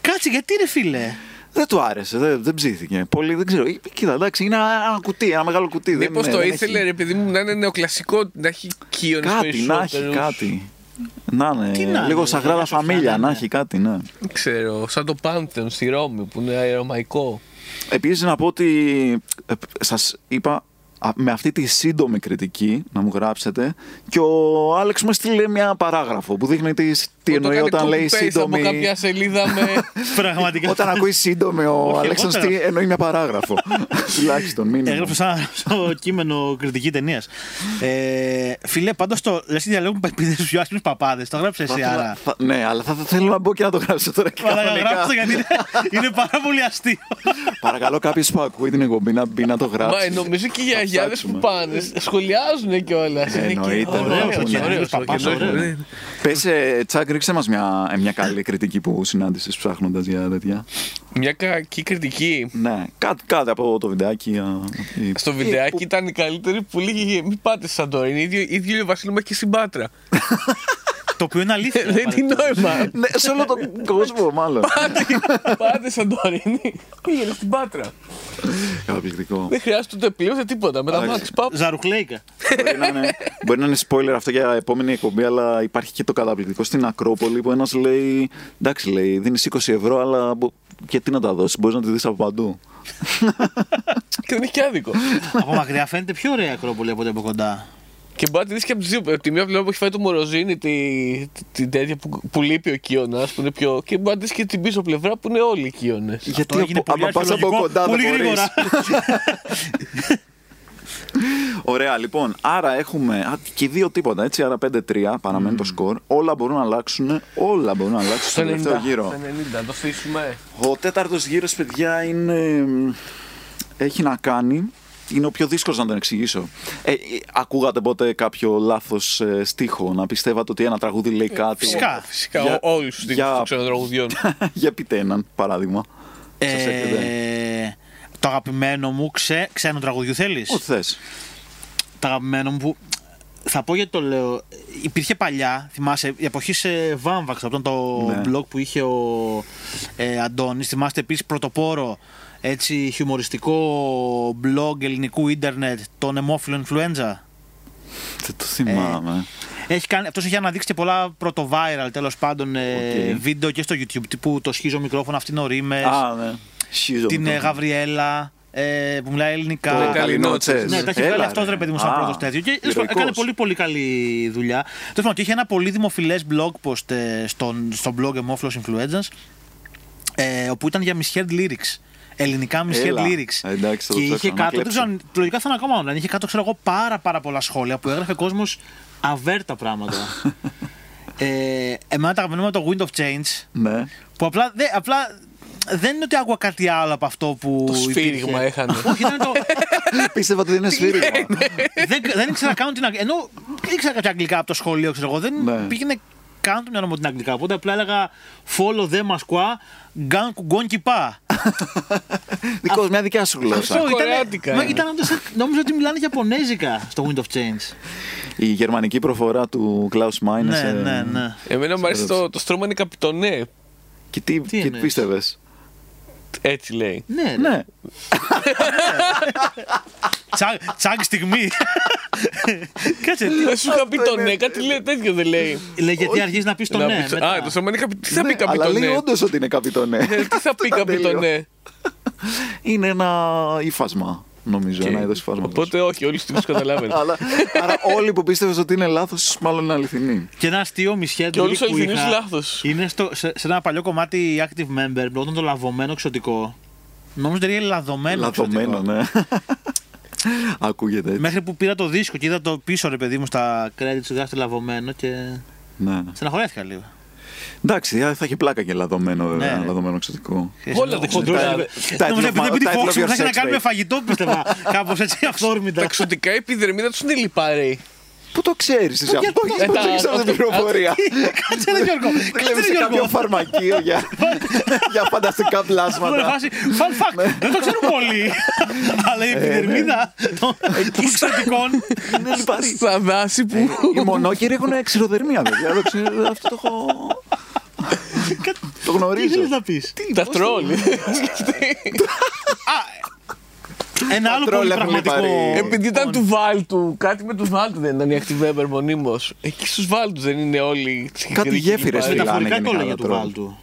[SPEAKER 1] Κάτσε, γιατί ρε φίλε.
[SPEAKER 3] δεν του άρεσε, δεν, δεν ψήθηκε. Πολύ, δεν ξέρω. Ε, Κοίτα, εντάξει, είναι ένα, ένα κουτί, ένα μεγάλο κουτί. δεν
[SPEAKER 2] Μήπως
[SPEAKER 3] είναι-
[SPEAKER 2] το
[SPEAKER 3] δεν
[SPEAKER 2] ήθελε,
[SPEAKER 3] ναι, έχει-
[SPEAKER 2] ρε παιδί μου, να είναι νεοκλασικό, να έχει κύονες
[SPEAKER 3] Κάτι, να έχει κάτι. Να
[SPEAKER 1] Τι
[SPEAKER 3] είναι,
[SPEAKER 1] να είναι,
[SPEAKER 3] λίγο σαγράδα
[SPEAKER 1] ρε,
[SPEAKER 3] φαμίλια,
[SPEAKER 1] ναι.
[SPEAKER 3] να έχει κάτι, ναι.
[SPEAKER 2] Δεν ξέρω, σαν το Πάντεον στη Ρώμη που είναι αερομαϊκό.
[SPEAKER 3] Επίσης να πω ότι ε, σας είπα α, με αυτή τη σύντομη κριτική να μου γράψετε και ο Άλεξ μου έστειλε μια παράγραφο που δείχνει τι, τι
[SPEAKER 2] Που το
[SPEAKER 3] εννοεί
[SPEAKER 2] κάνει
[SPEAKER 3] όταν λέει
[SPEAKER 2] copy-paste Από
[SPEAKER 3] σύντομη.
[SPEAKER 2] κάποια σελίδα με.
[SPEAKER 1] Πραγματικά.
[SPEAKER 3] Όταν ακούει σύντομη ο
[SPEAKER 1] Όχι,
[SPEAKER 3] Αλέξανδρος
[SPEAKER 1] εγώ
[SPEAKER 3] τι εννοεί μια παράγραφο. Τουλάχιστον μήνυμα.
[SPEAKER 1] Έγραψε σαν στο κείμενο κριτική ταινίας. Ε, φίλε, πάντως το λες και διαλέγουν παπίδε του πιο άσχημου παπάδες. Το γράψες
[SPEAKER 3] Θα
[SPEAKER 1] εσύ
[SPEAKER 3] ήθελα-
[SPEAKER 1] άρα.
[SPEAKER 3] θα- ναι, αλλά θα, θα θέλω να μπω και να το γράψω τώρα και
[SPEAKER 1] Αλλά
[SPEAKER 3] κανονικά.
[SPEAKER 1] γράψε γιατί είναι, είναι πάρα πολύ αστείο.
[SPEAKER 3] Παρακαλώ κάποιο που ακούει την εκπομπή να μπει να το
[SPEAKER 2] Μα
[SPEAKER 3] γράψει.
[SPEAKER 2] νομίζω και οι
[SPEAKER 3] Θα
[SPEAKER 2] γιαγιάδε που
[SPEAKER 3] ψάξουμε. Ε,
[SPEAKER 2] πάνε σχολιάζουν κιόλα.
[SPEAKER 3] Εννοείται,
[SPEAKER 1] ωραίος ο καινούργιος παπάς, ωραίος.
[SPEAKER 3] Πες, ε, Τσάκ, ρίξε μας μια, ε, μια καλή κριτική που συνάντησες ψάχνοντας για τέτοια.
[SPEAKER 2] Μια κακή κριτική.
[SPEAKER 3] Ναι, κάτι, κάτι από το βιντεάκι. α, ή-
[SPEAKER 2] Στο βιντεάκι ήταν η καλύτερη που λέγε Μην πάτε στη Σαντορίνη. ίδιο- ίδιο ο Βασίλη μου έχει και στην Πάτρα.
[SPEAKER 3] Ε,
[SPEAKER 1] το οποίο είναι αλήθεια.
[SPEAKER 2] Δεν τι νόημα.
[SPEAKER 3] Ναι, σε όλο τον κόσμο, μάλλον.
[SPEAKER 2] Πάτε στη Σαντορίνη. Πήγαινε στην Πάτρα.
[SPEAKER 3] Καταπληκτικό.
[SPEAKER 2] Δεν χρειάζεται ούτε πλοίο ούτε τίποτα. Με τα
[SPEAKER 3] Εντάξει.
[SPEAKER 2] Max Pop.
[SPEAKER 1] Ζαρουχλέικα.
[SPEAKER 3] μπορεί, να είναι, μπορεί να είναι spoiler αυτό για επόμενη εκπομπή, αλλά υπάρχει και το καταπληκτικό στην Ακρόπολη που ένας λέει. Εντάξει, λέει, δίνεις 20 ευρώ, αλλά μπο- και τι να τα δώσεις, μπορείς να τη δεις από παντού.
[SPEAKER 2] Και δεν έχει και άδικο.
[SPEAKER 1] από μακριά φαίνεται πιο ωραία η Ακρόπολη από ό,τι από κοντά.
[SPEAKER 2] Και μπορεί να τη δεις και από τις δύο. Από τη μία πλευρά που έχει φάει το Μοροζίνη, τη- τη- την τέτοια που, που λείπει ο Κίωνα, που είναι πιο. Και μπορεί να τη δεις και την πίσω πλευρά που είναι όλοι οι Κίωνε.
[SPEAKER 1] Αυτό έγινε πολύ
[SPEAKER 3] άμα πας από
[SPEAKER 1] αρχαιολογικό,
[SPEAKER 3] κοντά
[SPEAKER 1] πολύ
[SPEAKER 3] δεν μπορείς.
[SPEAKER 1] γρήγορα.
[SPEAKER 3] Ωραία, λοιπόν. Άρα έχουμε. Α, και οι δύο τίποτα, έτσι. Άρα 5-3 παραμένει το σκορ. Όλα μπορούν να αλλάξουν. Όλα μπορούν να αλλάξουν στο τελευταίο γύρο.
[SPEAKER 2] το στήσουμε.
[SPEAKER 3] Ο τέταρτος γύρος, παιδιά, είναι. μ, έχει να κάνει. Είναι ο πιο δύσκολος να τον εξηγήσω. Ε, ε, ακούγατε ποτέ κάποιο λάθος ε, στίχο, να πιστεύατε ότι ένα τραγούδι λέει κάτι.
[SPEAKER 1] φυσικά.
[SPEAKER 2] Φυσικά,
[SPEAKER 3] Για-
[SPEAKER 2] όλους τους τύπου
[SPEAKER 3] για-
[SPEAKER 2] των ξενοδρομουδιών.
[SPEAKER 3] Για πείτε έναν παράδειγμα.
[SPEAKER 1] Ε,
[SPEAKER 3] Σας έρχεται.
[SPEAKER 1] το αγαπημένο μου ξέ, ξένο τραγουδιού θέλεις.
[SPEAKER 3] Ό,τι θες.
[SPEAKER 1] τα αγαπημένο μου που θα πω γιατί το λέω. Υπήρχε παλιά, θυμάσαι, η εποχή σε Βάμβαξ, από το
[SPEAKER 3] Ναι.
[SPEAKER 1] blog που είχε ο ε, Αντώνης. Θυμάστε επίσης πρωτοπόρο, έτσι, χιουμοριστικό blog ελληνικού ίντερνετ, τον εμόφυλο influenza.
[SPEAKER 3] Δεν το θυμάμαι.
[SPEAKER 1] Έχει κάνει, αυτός έχει αναδείξει και πολλά πρωτοβάιραλ τέλος πάντων ε,
[SPEAKER 3] Οκ.
[SPEAKER 1] βίντεο και στο YouTube τύπου το σχίζω μικρόφωνο, αυτήν ο Ρήμες,
[SPEAKER 3] Α, ναι. Σχίζω
[SPEAKER 1] την
[SPEAKER 3] με
[SPEAKER 1] ε,
[SPEAKER 3] το-
[SPEAKER 1] Γαβριέλα ε, που μιλάει ελληνικά.
[SPEAKER 3] Το καλινό
[SPEAKER 2] Καλινότσες.
[SPEAKER 3] τσες.
[SPEAKER 1] Ναι, τα έχει
[SPEAKER 3] Έλα,
[SPEAKER 1] βγάλει αυτός ρε παιδί μου σαν
[SPEAKER 3] Α,
[SPEAKER 1] πρώτος τέτοιο. Και τέλος πάντων, έκανε
[SPEAKER 3] ηρωικός.
[SPEAKER 1] πολύ πολύ καλή δουλειά. Τέλος πάντων, και είχε ένα πολύ δημοφιλές blog post ε, στον, στο blog Emophilous Influencers, ε, όπου ήταν για misheard lyrics. Ελληνικά misheard
[SPEAKER 3] Έλα. Ε,
[SPEAKER 1] lyrics.
[SPEAKER 3] Εντάξει, θα το
[SPEAKER 1] και είχε
[SPEAKER 3] ψάξω να
[SPEAKER 1] κάτω, δεν
[SPEAKER 3] κλέψω.
[SPEAKER 1] ξέρω, αν- λογικά θα είναι ακόμα online, είχε κάτω ξέρω εγώ πάρα, πάρα πολλά σχόλια που έγραφε κόσμος αβέρτα πράγματα. ε, εμένα τα αγαπημένα μου το Wind of Change,
[SPEAKER 3] Ναι.
[SPEAKER 1] που απλά, δε, απλά δεν είναι ότι άκουγα κάτι άλλο από αυτό που.
[SPEAKER 2] Το σφύριγμα
[SPEAKER 1] υπήρχε.
[SPEAKER 2] έχανε.
[SPEAKER 1] Όχι, ήταν το,
[SPEAKER 3] Πίστευα ότι δεν είναι σφύριγμα.
[SPEAKER 1] ναι. δεν, δεν ήξερα καν την αγγλικά. Ενώ ήξερα κάποια αγγλικά από το σχολείο, ξέρω εγώ. Δεν
[SPEAKER 3] Ναι.
[SPEAKER 1] πήγαινε καν το μυαλό μου την αγγλικά. Οπότε απλά έλεγα follow the μασκουά, γκάν κουγκόν κυπά.
[SPEAKER 3] Δικό, μια δικιά σου γλώσσα.
[SPEAKER 1] Αυτό
[SPEAKER 2] κορεάτικα ε.
[SPEAKER 1] ήταν. Μα
[SPEAKER 2] είναι.
[SPEAKER 1] ήταν όντως- νόμιζα ότι μιλάνε Ιαπωνέζικα στο Wind of Change.
[SPEAKER 3] Η γερμανική προφορά του Klaus Μάινε.
[SPEAKER 1] ναι, ναι, ναι.
[SPEAKER 2] Εμένα μου αρέσει το, το στρώμα είναι καπιτονέ.
[SPEAKER 3] Και τι,
[SPEAKER 1] Τι
[SPEAKER 3] τι
[SPEAKER 1] εννοείς?
[SPEAKER 3] πίστευες.
[SPEAKER 2] Έτσι λέει.
[SPEAKER 1] Ναι, ρε.
[SPEAKER 3] Ναι.
[SPEAKER 1] Τσακ- Τσακ στιγμή. Κάτσε, τι.
[SPEAKER 2] Δεν σου είχα πει το ναι, κάτι λέει τέτοιο δεν λέει.
[SPEAKER 1] Λέει γιατί αργεί να πεις το
[SPEAKER 2] Να
[SPEAKER 1] ναι.
[SPEAKER 2] πεις-
[SPEAKER 1] μετά.
[SPEAKER 2] Α, το στρώμα είναι καπιτονέ. Τι θα
[SPEAKER 3] Ναι,
[SPEAKER 2] πει
[SPEAKER 3] Αλλά λέει
[SPEAKER 2] καπιτονέ.
[SPEAKER 3] όντως ότι είναι καπιτονέ.
[SPEAKER 1] Ναι,
[SPEAKER 2] Ε, Τι θα πει καπιτονέ.
[SPEAKER 3] Είναι ένα ύφασμα, νομίζω. Ένα είδος ύφασμα.
[SPEAKER 2] Οπότε όχι, όλοι του καταλάβαινες.
[SPEAKER 3] Αλλά, άρα όλοι που πίστευες ότι είναι λάθος, μάλλον είναι αληθινή.
[SPEAKER 1] Και ένα αστείο μισχέντρο.
[SPEAKER 2] Και όλους
[SPEAKER 1] που
[SPEAKER 2] αληθινούς
[SPEAKER 1] είχα
[SPEAKER 2] λάθος.
[SPEAKER 1] Είναι στο, σε, σε ένα παλιό κομμάτι active member, όταν το λαβωμένο εξωτικό. Νόμιζα ότι είναι λαδωμένο.
[SPEAKER 3] Λαδωμένο,
[SPEAKER 1] εξωτικό.
[SPEAKER 3] ναι. Ακούγεται έτσι.
[SPEAKER 1] Μέχρι που πήρα το δίσκο και είδα το πίσω ρε παιδί μου στα credits γράφτε λαδωμένο και
[SPEAKER 3] Ναι.
[SPEAKER 1] στεναχωρέθηκα λίγο.
[SPEAKER 3] Εντάξει, θα θα έχει πλάκα και λαδωμένο, βέβαια.
[SPEAKER 1] Ναι.
[SPEAKER 3] Λαδωμένο εξωτικό.
[SPEAKER 2] Όλα τα
[SPEAKER 3] Τα-
[SPEAKER 2] εξωτικά.
[SPEAKER 3] τα-
[SPEAKER 1] Νόμιζα επειδή
[SPEAKER 3] τα-
[SPEAKER 1] επειδή
[SPEAKER 3] τα- τα-
[SPEAKER 1] φόξι
[SPEAKER 3] τα-
[SPEAKER 1] μου θα
[SPEAKER 3] τα-
[SPEAKER 1] να
[SPEAKER 3] τα-
[SPEAKER 1] κάνουμε φαγητό πίστευα. Κάπως έτσι
[SPEAKER 2] Τα
[SPEAKER 1] αυθόρμητα.
[SPEAKER 2] εξωτικά επιδερμίδα τους είναι λιπαρή.
[SPEAKER 3] Πού το ξέρεις, εσύ αυτό. Πού
[SPEAKER 2] Ε, τα-
[SPEAKER 3] ξέρει αυτή την
[SPEAKER 2] τα-
[SPEAKER 3] πληροφορία.
[SPEAKER 1] Κάτσε ρε Γιώργο. Κάτσε
[SPEAKER 3] Κλέβει
[SPEAKER 1] ρε
[SPEAKER 3] σε κάποιο
[SPEAKER 1] Γιώργο.
[SPEAKER 3] φαρμακείο για, για φανταστικά
[SPEAKER 1] Μου
[SPEAKER 3] πλάσματα.
[SPEAKER 1] φάση, fun fact, δεν το ξέρουν πολύ. Αλλά η επιδερμίδα των των εξωτικών
[SPEAKER 3] Είναι λιπαρή.
[SPEAKER 2] Στα δάση που.
[SPEAKER 3] Οι μονόκυροι έχουν ξηροδερμία, βέβαια. Δεν ξέρω, Αυτό το έχω.
[SPEAKER 1] Τι
[SPEAKER 3] Το γνωρίζω.
[SPEAKER 1] θέλεις να πεις.
[SPEAKER 3] Ε,
[SPEAKER 2] Τα τρόλ.
[SPEAKER 1] Ένα άλλο πολύ
[SPEAKER 3] τρόλια έχουν
[SPEAKER 1] πραγματικό.
[SPEAKER 3] πάρει.
[SPEAKER 2] Επειδή ήταν του Βάλτου, κάτι με τους Βάλτου δεν ήταν η Activeber μονίμως. Εκεί στους Βάλτους δεν είναι όλοι.
[SPEAKER 3] Κάτι γέφυρες
[SPEAKER 2] γέφυρε.
[SPEAKER 3] ήταν.
[SPEAKER 1] Μεταφορικά
[SPEAKER 3] Μιλάνε
[SPEAKER 1] το έλεγε
[SPEAKER 3] γενικά
[SPEAKER 1] του
[SPEAKER 3] τα τρόλ.
[SPEAKER 1] Βάλτου.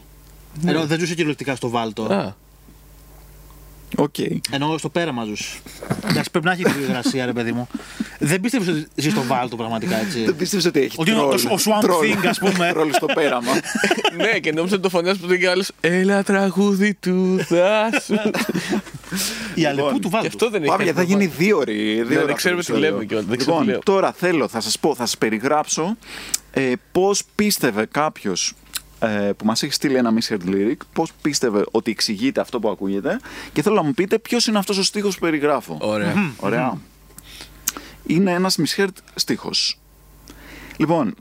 [SPEAKER 1] Ενώ δεν ζούσε κυριολεκτικά στο
[SPEAKER 3] Ε.
[SPEAKER 1] Βάλτο.
[SPEAKER 2] Α,
[SPEAKER 3] Οκ.
[SPEAKER 1] Ενώ στο πέραμα ζούσε. Εντάξει, πρέπει να έχει τη γρασία, ρε παιδί μου. Δεν πίστευες ότι ζει στο Βάλτο πραγματικά
[SPEAKER 3] Δεν
[SPEAKER 1] έτσι.
[SPEAKER 3] πίστευες ότι έχει.
[SPEAKER 1] Ότι είναι ο-
[SPEAKER 3] τρόλ.
[SPEAKER 1] ο Swamp
[SPEAKER 3] Τρόλ.
[SPEAKER 1] Thing, ας πούμε.
[SPEAKER 3] Τρόλ στο πέραμα.
[SPEAKER 2] ναι, και νόμιζα ότι το φωνάζεις που δεν και άλλος. Έλα τραγούδι του δάσου.
[SPEAKER 1] Η αλεπού
[SPEAKER 3] Λοιπόν,
[SPEAKER 1] του
[SPEAKER 2] Γι'
[SPEAKER 1] Βάλτου.
[SPEAKER 2] αυτό δεν έχει.
[SPEAKER 3] Πάμε, γιατί θα
[SPEAKER 2] κάτι
[SPEAKER 3] γίνει
[SPEAKER 2] να
[SPEAKER 3] δύο ώρες.
[SPEAKER 2] δεν ναι, ξέρουμε τι λέμε κιόλας, δεν ξέρω τι
[SPEAKER 3] Λοιπόν,
[SPEAKER 2] λέω.
[SPEAKER 3] τώρα θέλω, θα σας πω, θα σας περιγράψω ε, πώς πίστευε κάποιος που μας έχει στείλει ένα misheard lyric, πώς πίστευε ότι εξηγείται αυτό που ακούγεται και θέλω να μου πείτε ποιος είναι αυτός ο στίχος που περιγράφω.
[SPEAKER 2] πάρει. Ναι. Ωραία.
[SPEAKER 3] Ωραία. Είναι ένας μισχέρτ στίχος. Λοιπόν,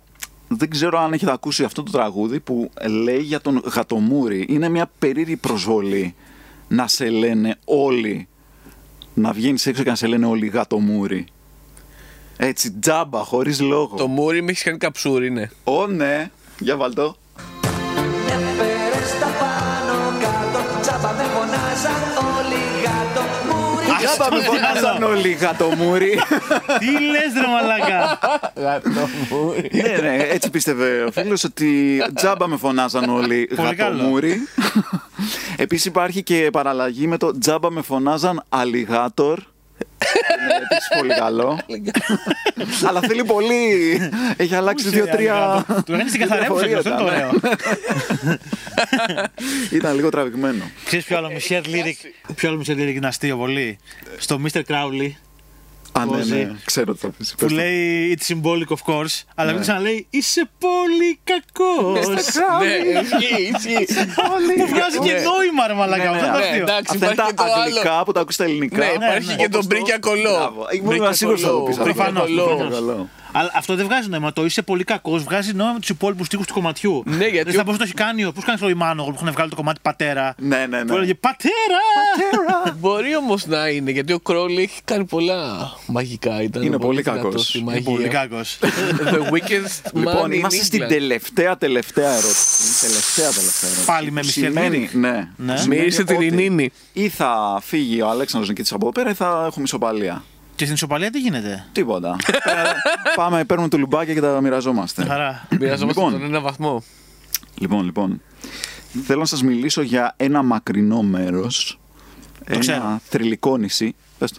[SPEAKER 3] δεν ξέρω αν έχετε ακούσει αυτό το τραγούδι που λέει για τον Γατομούρη. Είναι μια περίεργη προσβολή να σε λένε όλοι. Να βγαίνεις έξω και να σε λένε όλοι Γατομούρη. Έτσι, τζάμπα, χωρίς λόγο.
[SPEAKER 2] Το μούρι με έχεις κάνει καψούρι, ναι.
[SPEAKER 3] Ω, ναι. Για βάλτο.
[SPEAKER 6] Με φέρε στα πάνω κάτω, τσάμπα με φωνάζαν όλοι γάτο. Μουρι,
[SPEAKER 3] Τζάμπα με
[SPEAKER 1] τι
[SPEAKER 3] φωνάζαν
[SPEAKER 1] άλλο.
[SPEAKER 3] όλοι Γατομούρη.
[SPEAKER 1] Τι λες ρε μαλάκα.
[SPEAKER 2] Το μούρι.
[SPEAKER 3] ναι, ναι, έτσι πίστευε ο φίλος ότι τζάμπα με φωνάζαν όλοι
[SPEAKER 1] Πολύ καλό.
[SPEAKER 3] γατομούρι. Επίσης υπάρχει και παραλλαγή με το τζάμπα με φωνάζαν αλιγάτορ. Είναι επίσης πολύ καλό. Αλλά θέλει πολύ. Έχει αλλάξει
[SPEAKER 1] Πού είσαι,
[SPEAKER 3] δύο-τρία.
[SPEAKER 1] Αλιγάτο? Του έκανε την
[SPEAKER 3] δύο-τρία
[SPEAKER 1] καθαρέμουσα,
[SPEAKER 3] φορεία
[SPEAKER 1] αυτό είναι το
[SPEAKER 3] ήταν.
[SPEAKER 1] ωραίο.
[SPEAKER 3] ναι. Ήταν λίγο τραβηγμένο.
[SPEAKER 1] Ξέρεις ποιο άλλο
[SPEAKER 3] Ε,
[SPEAKER 1] Michelle Lyric, ποιο άλλο Michelle Lyric είναι αστείο πολύ. Στο Mr. Crowley
[SPEAKER 3] Α, ναι,
[SPEAKER 1] Όζη.
[SPEAKER 3] ναι, ξέρω τι θα πεις.
[SPEAKER 1] που
[SPEAKER 3] Πες το. Ναι.
[SPEAKER 1] λέει It's symbolic of course, αλλά μην ξαναλέει Είσαι πολύ κακός.
[SPEAKER 2] Ναι, ισχύει, ισχύει.
[SPEAKER 1] Που βγάζει και
[SPEAKER 2] Ναι.
[SPEAKER 1] νόημα ρε μαλάκα.
[SPEAKER 3] Ναι,
[SPEAKER 1] Αυτό είναι
[SPEAKER 2] ναι,
[SPEAKER 1] αστείο.
[SPEAKER 2] εντάξει,
[SPEAKER 3] Αυτά είναι
[SPEAKER 2] υπάρχει
[SPEAKER 3] τα
[SPEAKER 2] και το άλλο.
[SPEAKER 3] αγγλικά που τα ακούς στα ελληνικά.
[SPEAKER 2] Ναι, υπάρχει και το μπρίκια κολό.
[SPEAKER 3] Μπράβο. Ήμουν σίγουρος ότι θα το πεις αυτό.
[SPEAKER 1] Προφανώς,
[SPEAKER 2] Καλό.
[SPEAKER 1] προφανώς. Αλλά αυτό δεν βγάζει νόημα. Το είσαι πολύ κακός βγάζει νόημα με τους υπόλοιπους τείχου του κομματιού.
[SPEAKER 2] Ναι, γιατί
[SPEAKER 1] Δηλαδή θα
[SPEAKER 2] ο-
[SPEAKER 1] μπορούσε να το έχει κάνει. ο- Πώς κάνεις το Ιμάνογλου που έχουν βγάλει το κομμάτι πατέρα.
[SPEAKER 3] Ναι, ναι,
[SPEAKER 1] Που
[SPEAKER 3] ναι.
[SPEAKER 1] έλεγε Πατέρα!
[SPEAKER 2] Μπορεί όμως να είναι, γιατί ο Κρόλι έχει κάνει πολλά μαγικά. Ήταν
[SPEAKER 3] Είναι πολύ
[SPEAKER 2] δυνατός
[SPEAKER 3] κακός.
[SPEAKER 2] στη
[SPEAKER 1] Είναι
[SPEAKER 2] μαγεία.
[SPEAKER 1] πολύ κακός.
[SPEAKER 2] The weakest man
[SPEAKER 3] Λοιπόν,
[SPEAKER 2] in
[SPEAKER 3] είμαστε στην
[SPEAKER 2] England.
[SPEAKER 3] τελευταία τελευταία ερώτηση. Τελευταία τελευταία ερώτηση.
[SPEAKER 1] Πάλι με
[SPEAKER 3] Που
[SPEAKER 1] Michelle
[SPEAKER 3] σημαίνει-
[SPEAKER 1] Lyric.
[SPEAKER 3] Ναι.
[SPEAKER 1] Ναι.
[SPEAKER 3] Που σημαίνει
[SPEAKER 2] Μυρίσετε την
[SPEAKER 3] ότι
[SPEAKER 2] Ειρηνίνη.
[SPEAKER 3] Ή θα φύγει ο Αλέξανδρος Νικήτης από εδώ πέρα ή θα έχουμε ισοπαλία.
[SPEAKER 1] Και στην ισοπαλία τι γίνεται.
[SPEAKER 3] Τίποτα. Πέρα- Πάμε, παίρνουμε το λουμπάκια και τα μοιραζόμαστε.
[SPEAKER 1] Χαρά.
[SPEAKER 2] Μοιραζόμαστε
[SPEAKER 3] Λοιπόν.
[SPEAKER 2] τον ένα βαθμό.
[SPEAKER 3] Λοιπόν, λοιπόν. Θέλω να σας μιλήσω για ένα μακρινό μέρος. Ένα
[SPEAKER 1] ξέρω.
[SPEAKER 3] θρηλυκό νησί. Πες το.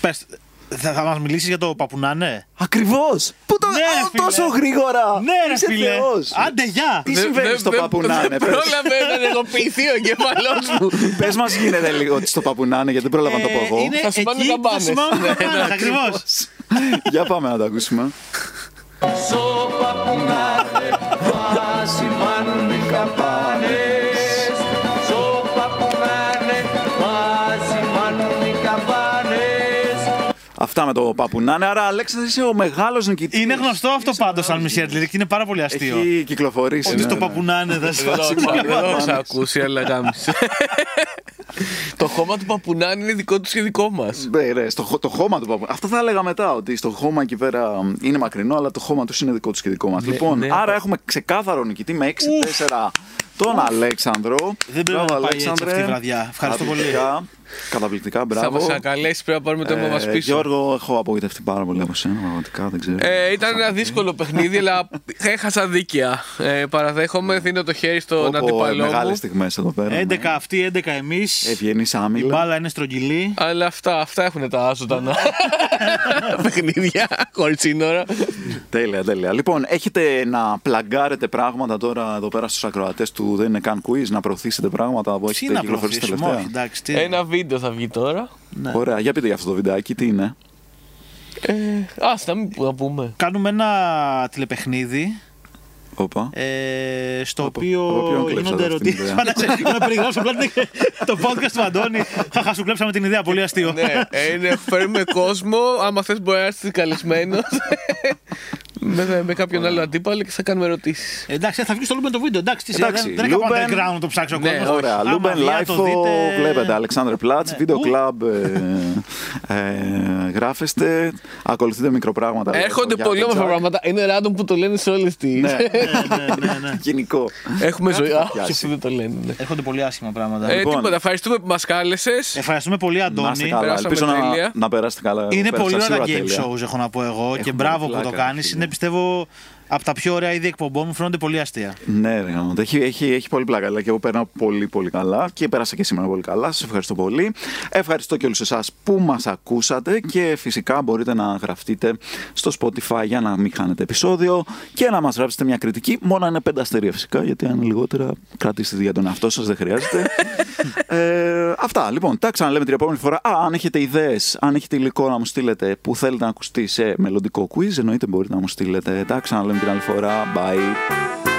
[SPEAKER 1] Πες, θα, θα μας μιλήσεις για το παπουνάνε.
[SPEAKER 3] Ακριβώς! Πού το...
[SPEAKER 1] Ναι, ρε,
[SPEAKER 3] Α,
[SPEAKER 1] φίλε.
[SPEAKER 3] τόσο γρήγορα!
[SPEAKER 1] Ναι ρε
[SPEAKER 3] Είσαι
[SPEAKER 1] φίλε.
[SPEAKER 3] θεός.
[SPEAKER 1] Άντε γεια.
[SPEAKER 3] Τι συμβαίνει
[SPEAKER 2] Δεν-
[SPEAKER 3] στο
[SPEAKER 2] δεν-
[SPEAKER 3] παππουνάνε,
[SPEAKER 2] Δεν
[SPEAKER 3] πες.
[SPEAKER 2] πρόλαβε να ενεργοποιηθεί ο εγκεφαλός μου.
[SPEAKER 3] Πες μας γίνεται λίγο ότι στο παπουνάνε γιατί δεν πρόλαβα να το πω εγώ.
[SPEAKER 1] Ε, είναι
[SPEAKER 2] Θα σημάνουν
[SPEAKER 1] εκεί,
[SPEAKER 2] καμπάνες.
[SPEAKER 1] Θα σημάνουν
[SPEAKER 2] Ναι,
[SPEAKER 1] καμπάνες,
[SPEAKER 2] ναι,
[SPEAKER 1] ακριβώς.
[SPEAKER 3] Για πάμε να το ακούσουμε. Αυτά με το παπουνάνε. Άρα, Αλέξανδρε, είσαι ο μεγάλος νικητής.
[SPEAKER 1] Είναι γνωστό αυτό πάντως σαν Michelle Lyric. Είναι πάρα πολύ αστείο.
[SPEAKER 3] Έχει κυκλοφορήσει.
[SPEAKER 1] Ότι
[SPEAKER 3] ναι,
[SPEAKER 1] στο
[SPEAKER 3] ναι.
[SPEAKER 1] παπουνάνε θα
[SPEAKER 2] Δεν το
[SPEAKER 1] σπάσει.
[SPEAKER 2] άκουσα, Δεν το έχω ακούσει, αλλά γάμισε. Το χώμα του παπουνάν είναι δικό του και δικό μας.
[SPEAKER 3] Ναι, ναι, στο, χω- το χώμα του παπουνάνε. Αυτό θα έλεγα μετά, ότι στο χώμα εκεί πέρα μ, είναι μακρινό, αλλά το χώμα τους είναι δικό τους και δικό μα. λοιπόν,
[SPEAKER 2] ναι.
[SPEAKER 3] άρα έχουμε ξεκάθαρο νικητή με 6-4 τον Αλέξανδρο.
[SPEAKER 1] Δεν πρέπει να πάει έτσι αυτή η βραδιά. Ευχαριστώ πολύ.
[SPEAKER 3] Καταπληκτικά, καταπληκτικά,
[SPEAKER 2] Θα μας
[SPEAKER 3] μπράβο.
[SPEAKER 2] ανακαλέσει, πρέπει να πάρουμε το έργο
[SPEAKER 3] Ε,
[SPEAKER 2] μα πίσω.
[SPEAKER 3] Γιώργο, έχω απογοητευτεί πάρα πολύ από σένα, πραγματικά δεν ξέρω.
[SPEAKER 2] Ε, ήταν ένα δύσκολο παιχνίδι, αλλά έχασα δίκαια. Ε, παραδέχομαι, δίνω το χέρι στον
[SPEAKER 3] ε,
[SPEAKER 2] αντιπαλό
[SPEAKER 3] μεγάλε
[SPEAKER 2] μου.
[SPEAKER 3] στιγμές εδώ πέρα.
[SPEAKER 1] 11 αυτοί, 11 εμείς.
[SPEAKER 3] Ευγενής
[SPEAKER 1] Η
[SPEAKER 3] άμυλα.
[SPEAKER 1] μπάλα είναι στρογγυλή.
[SPEAKER 2] Αλλά αυτά, αυτά έχουν τα ζωντανά παιχνίδια, χωρίς σύνορα.
[SPEAKER 3] Τέλεια, τέλεια. Λοιπόν, έχετε να πλαγκάρετε πράγματα τώρα εδώ πέρα στους ακροατές του του Δεν είναι καν quiz να προωθήσετε πράγματα που
[SPEAKER 1] Τι
[SPEAKER 3] έχετε
[SPEAKER 1] να
[SPEAKER 3] κυκλοφορήσει
[SPEAKER 1] προωθήσουμε, όχι,
[SPEAKER 3] τελευταία.
[SPEAKER 1] εντάξει. Τι...
[SPEAKER 2] Ένα βίντεο θα βγει τώρα.
[SPEAKER 1] ναι.
[SPEAKER 3] Ωραία, για πείτε για αυτό το βιντεάκι, τι είναι.
[SPEAKER 2] Ε, ας, να μην να πούμε.
[SPEAKER 1] Κάνουμε ένα τηλεπαιχνίδι
[SPEAKER 3] Όπα.
[SPEAKER 1] ε, στο
[SPEAKER 3] Από- από ποιον
[SPEAKER 1] οποίο
[SPEAKER 3] κλέψατε
[SPEAKER 1] γίνονται
[SPEAKER 3] αυτήν την
[SPEAKER 1] ερωτήσεις.
[SPEAKER 3] ιδέα?
[SPEAKER 1] Να περιγράψω απλά την- το podcast του Αντώνη. Χαχα, σου κλέψαμε την ιδέα, πολύ αστείο.
[SPEAKER 2] ναι, ε, είναι φέρουμε κόσμο. Άμα θες μπορεί να είσαι καλεσμένος. με, με κάποιον άλλο αντίπαλο και θα κάνουμε ερωτήσεις.
[SPEAKER 1] Εντάξει, θα βγεις στο Λούμπεν το βίντεο. Εντάξει, τι σε-
[SPEAKER 3] Εντάξει,
[SPEAKER 1] δεν, δεν έκανα
[SPEAKER 3] Λούμπεν-
[SPEAKER 1] underground να το ψάξει ο
[SPEAKER 2] Ναι,
[SPEAKER 1] κόσμος.
[SPEAKER 3] Ωραία,
[SPEAKER 1] Ε, Άμα
[SPEAKER 3] Λούμπεν
[SPEAKER 1] βγει, αν το
[SPEAKER 3] Λάιφο,
[SPEAKER 1] δείτε-
[SPEAKER 3] βλέπετε, Αλεξάνδρ Πλάτς,
[SPEAKER 1] Ναι.
[SPEAKER 3] βίντεο
[SPEAKER 1] Ου.
[SPEAKER 3] κλαμπ, ε, γράφεστε, ακολουθείτε μικροπράγματα. λέει,
[SPEAKER 2] Έρχονται
[SPEAKER 3] το
[SPEAKER 2] πολύ
[SPEAKER 3] Γιάννη
[SPEAKER 2] όμορφα
[SPEAKER 3] Τζακ.
[SPEAKER 2] πράγματα. Είναι random που το λένε σε όλες τις.
[SPEAKER 3] Ναι,
[SPEAKER 1] Ναι, ναι, ναι.
[SPEAKER 3] γενικό.
[SPEAKER 2] Έχουμε ζωή.
[SPEAKER 3] θα
[SPEAKER 2] Α,
[SPEAKER 3] πιάσει.
[SPEAKER 2] όχι, αυτοί δεν το λένε. ναι.
[SPEAKER 1] Έρχονται πολύ άσχημα πράγματα.
[SPEAKER 2] Ε,
[SPEAKER 3] Λοιπόν.
[SPEAKER 2] τίποτα, ευχαριστούμε που μας κάλεσες.
[SPEAKER 1] Ευχαριστούμε πολύ,
[SPEAKER 3] Να είστε
[SPEAKER 1] Αντώνη.
[SPEAKER 3] καλά,
[SPEAKER 2] περάσαμε
[SPEAKER 3] ελπίζω να,
[SPEAKER 2] τέλεια.
[SPEAKER 3] να περάσετε καλά.
[SPEAKER 1] Είναι
[SPEAKER 3] Πέρασα
[SPEAKER 1] πολύ ωραία
[SPEAKER 3] σίγουρα
[SPEAKER 1] game
[SPEAKER 3] τέλεια.
[SPEAKER 1] shows, έχω να πω εγώ. και
[SPEAKER 3] Έχουν
[SPEAKER 1] μπράβο
[SPEAKER 3] πλάκα,
[SPEAKER 1] που το
[SPEAKER 3] ρε
[SPEAKER 1] κάνεις.
[SPEAKER 3] φίλε.
[SPEAKER 1] Είναι πιστεύω από τα πιο ωραία είδη εκπομπών μου. Φαίνονται πολύ αστεία.
[SPEAKER 3] Ναι, ρε, γαμώτο. έχει, έχει, έχει πολύ πλάκα. Αλλά και εγώ περνάω πολύ, πολύ καλά. Και πέρασα και σήμερα πολύ καλά. Σας ευχαριστώ πολύ. Ευχαριστώ και όλους εσάς που μας ακούσατε. Και φυσικά μπορείτε να γραφτείτε στο Spotify για να μην χάνετε επεισόδιο και να μας γράψετε μια κριτική. Μόνο αν είναι πέντε αστέρια φυσικά, γιατί αν είναι λιγότερα, κρατήστε τη για τον εαυτό σας, δεν χρειάζεται. ε, αυτά λοιπόν. Τα ξαναλέμε την επόμενη φορά. Α, αν έχετε ιδέες, αν έχετε υλικό να μου στείλετε που θέλετε να ακουστεί σε μελλοντικό quiz, εννοείται μπορείτε να μου στείλετε. Τα ξαναλέμε την άλλη φορά. Bye.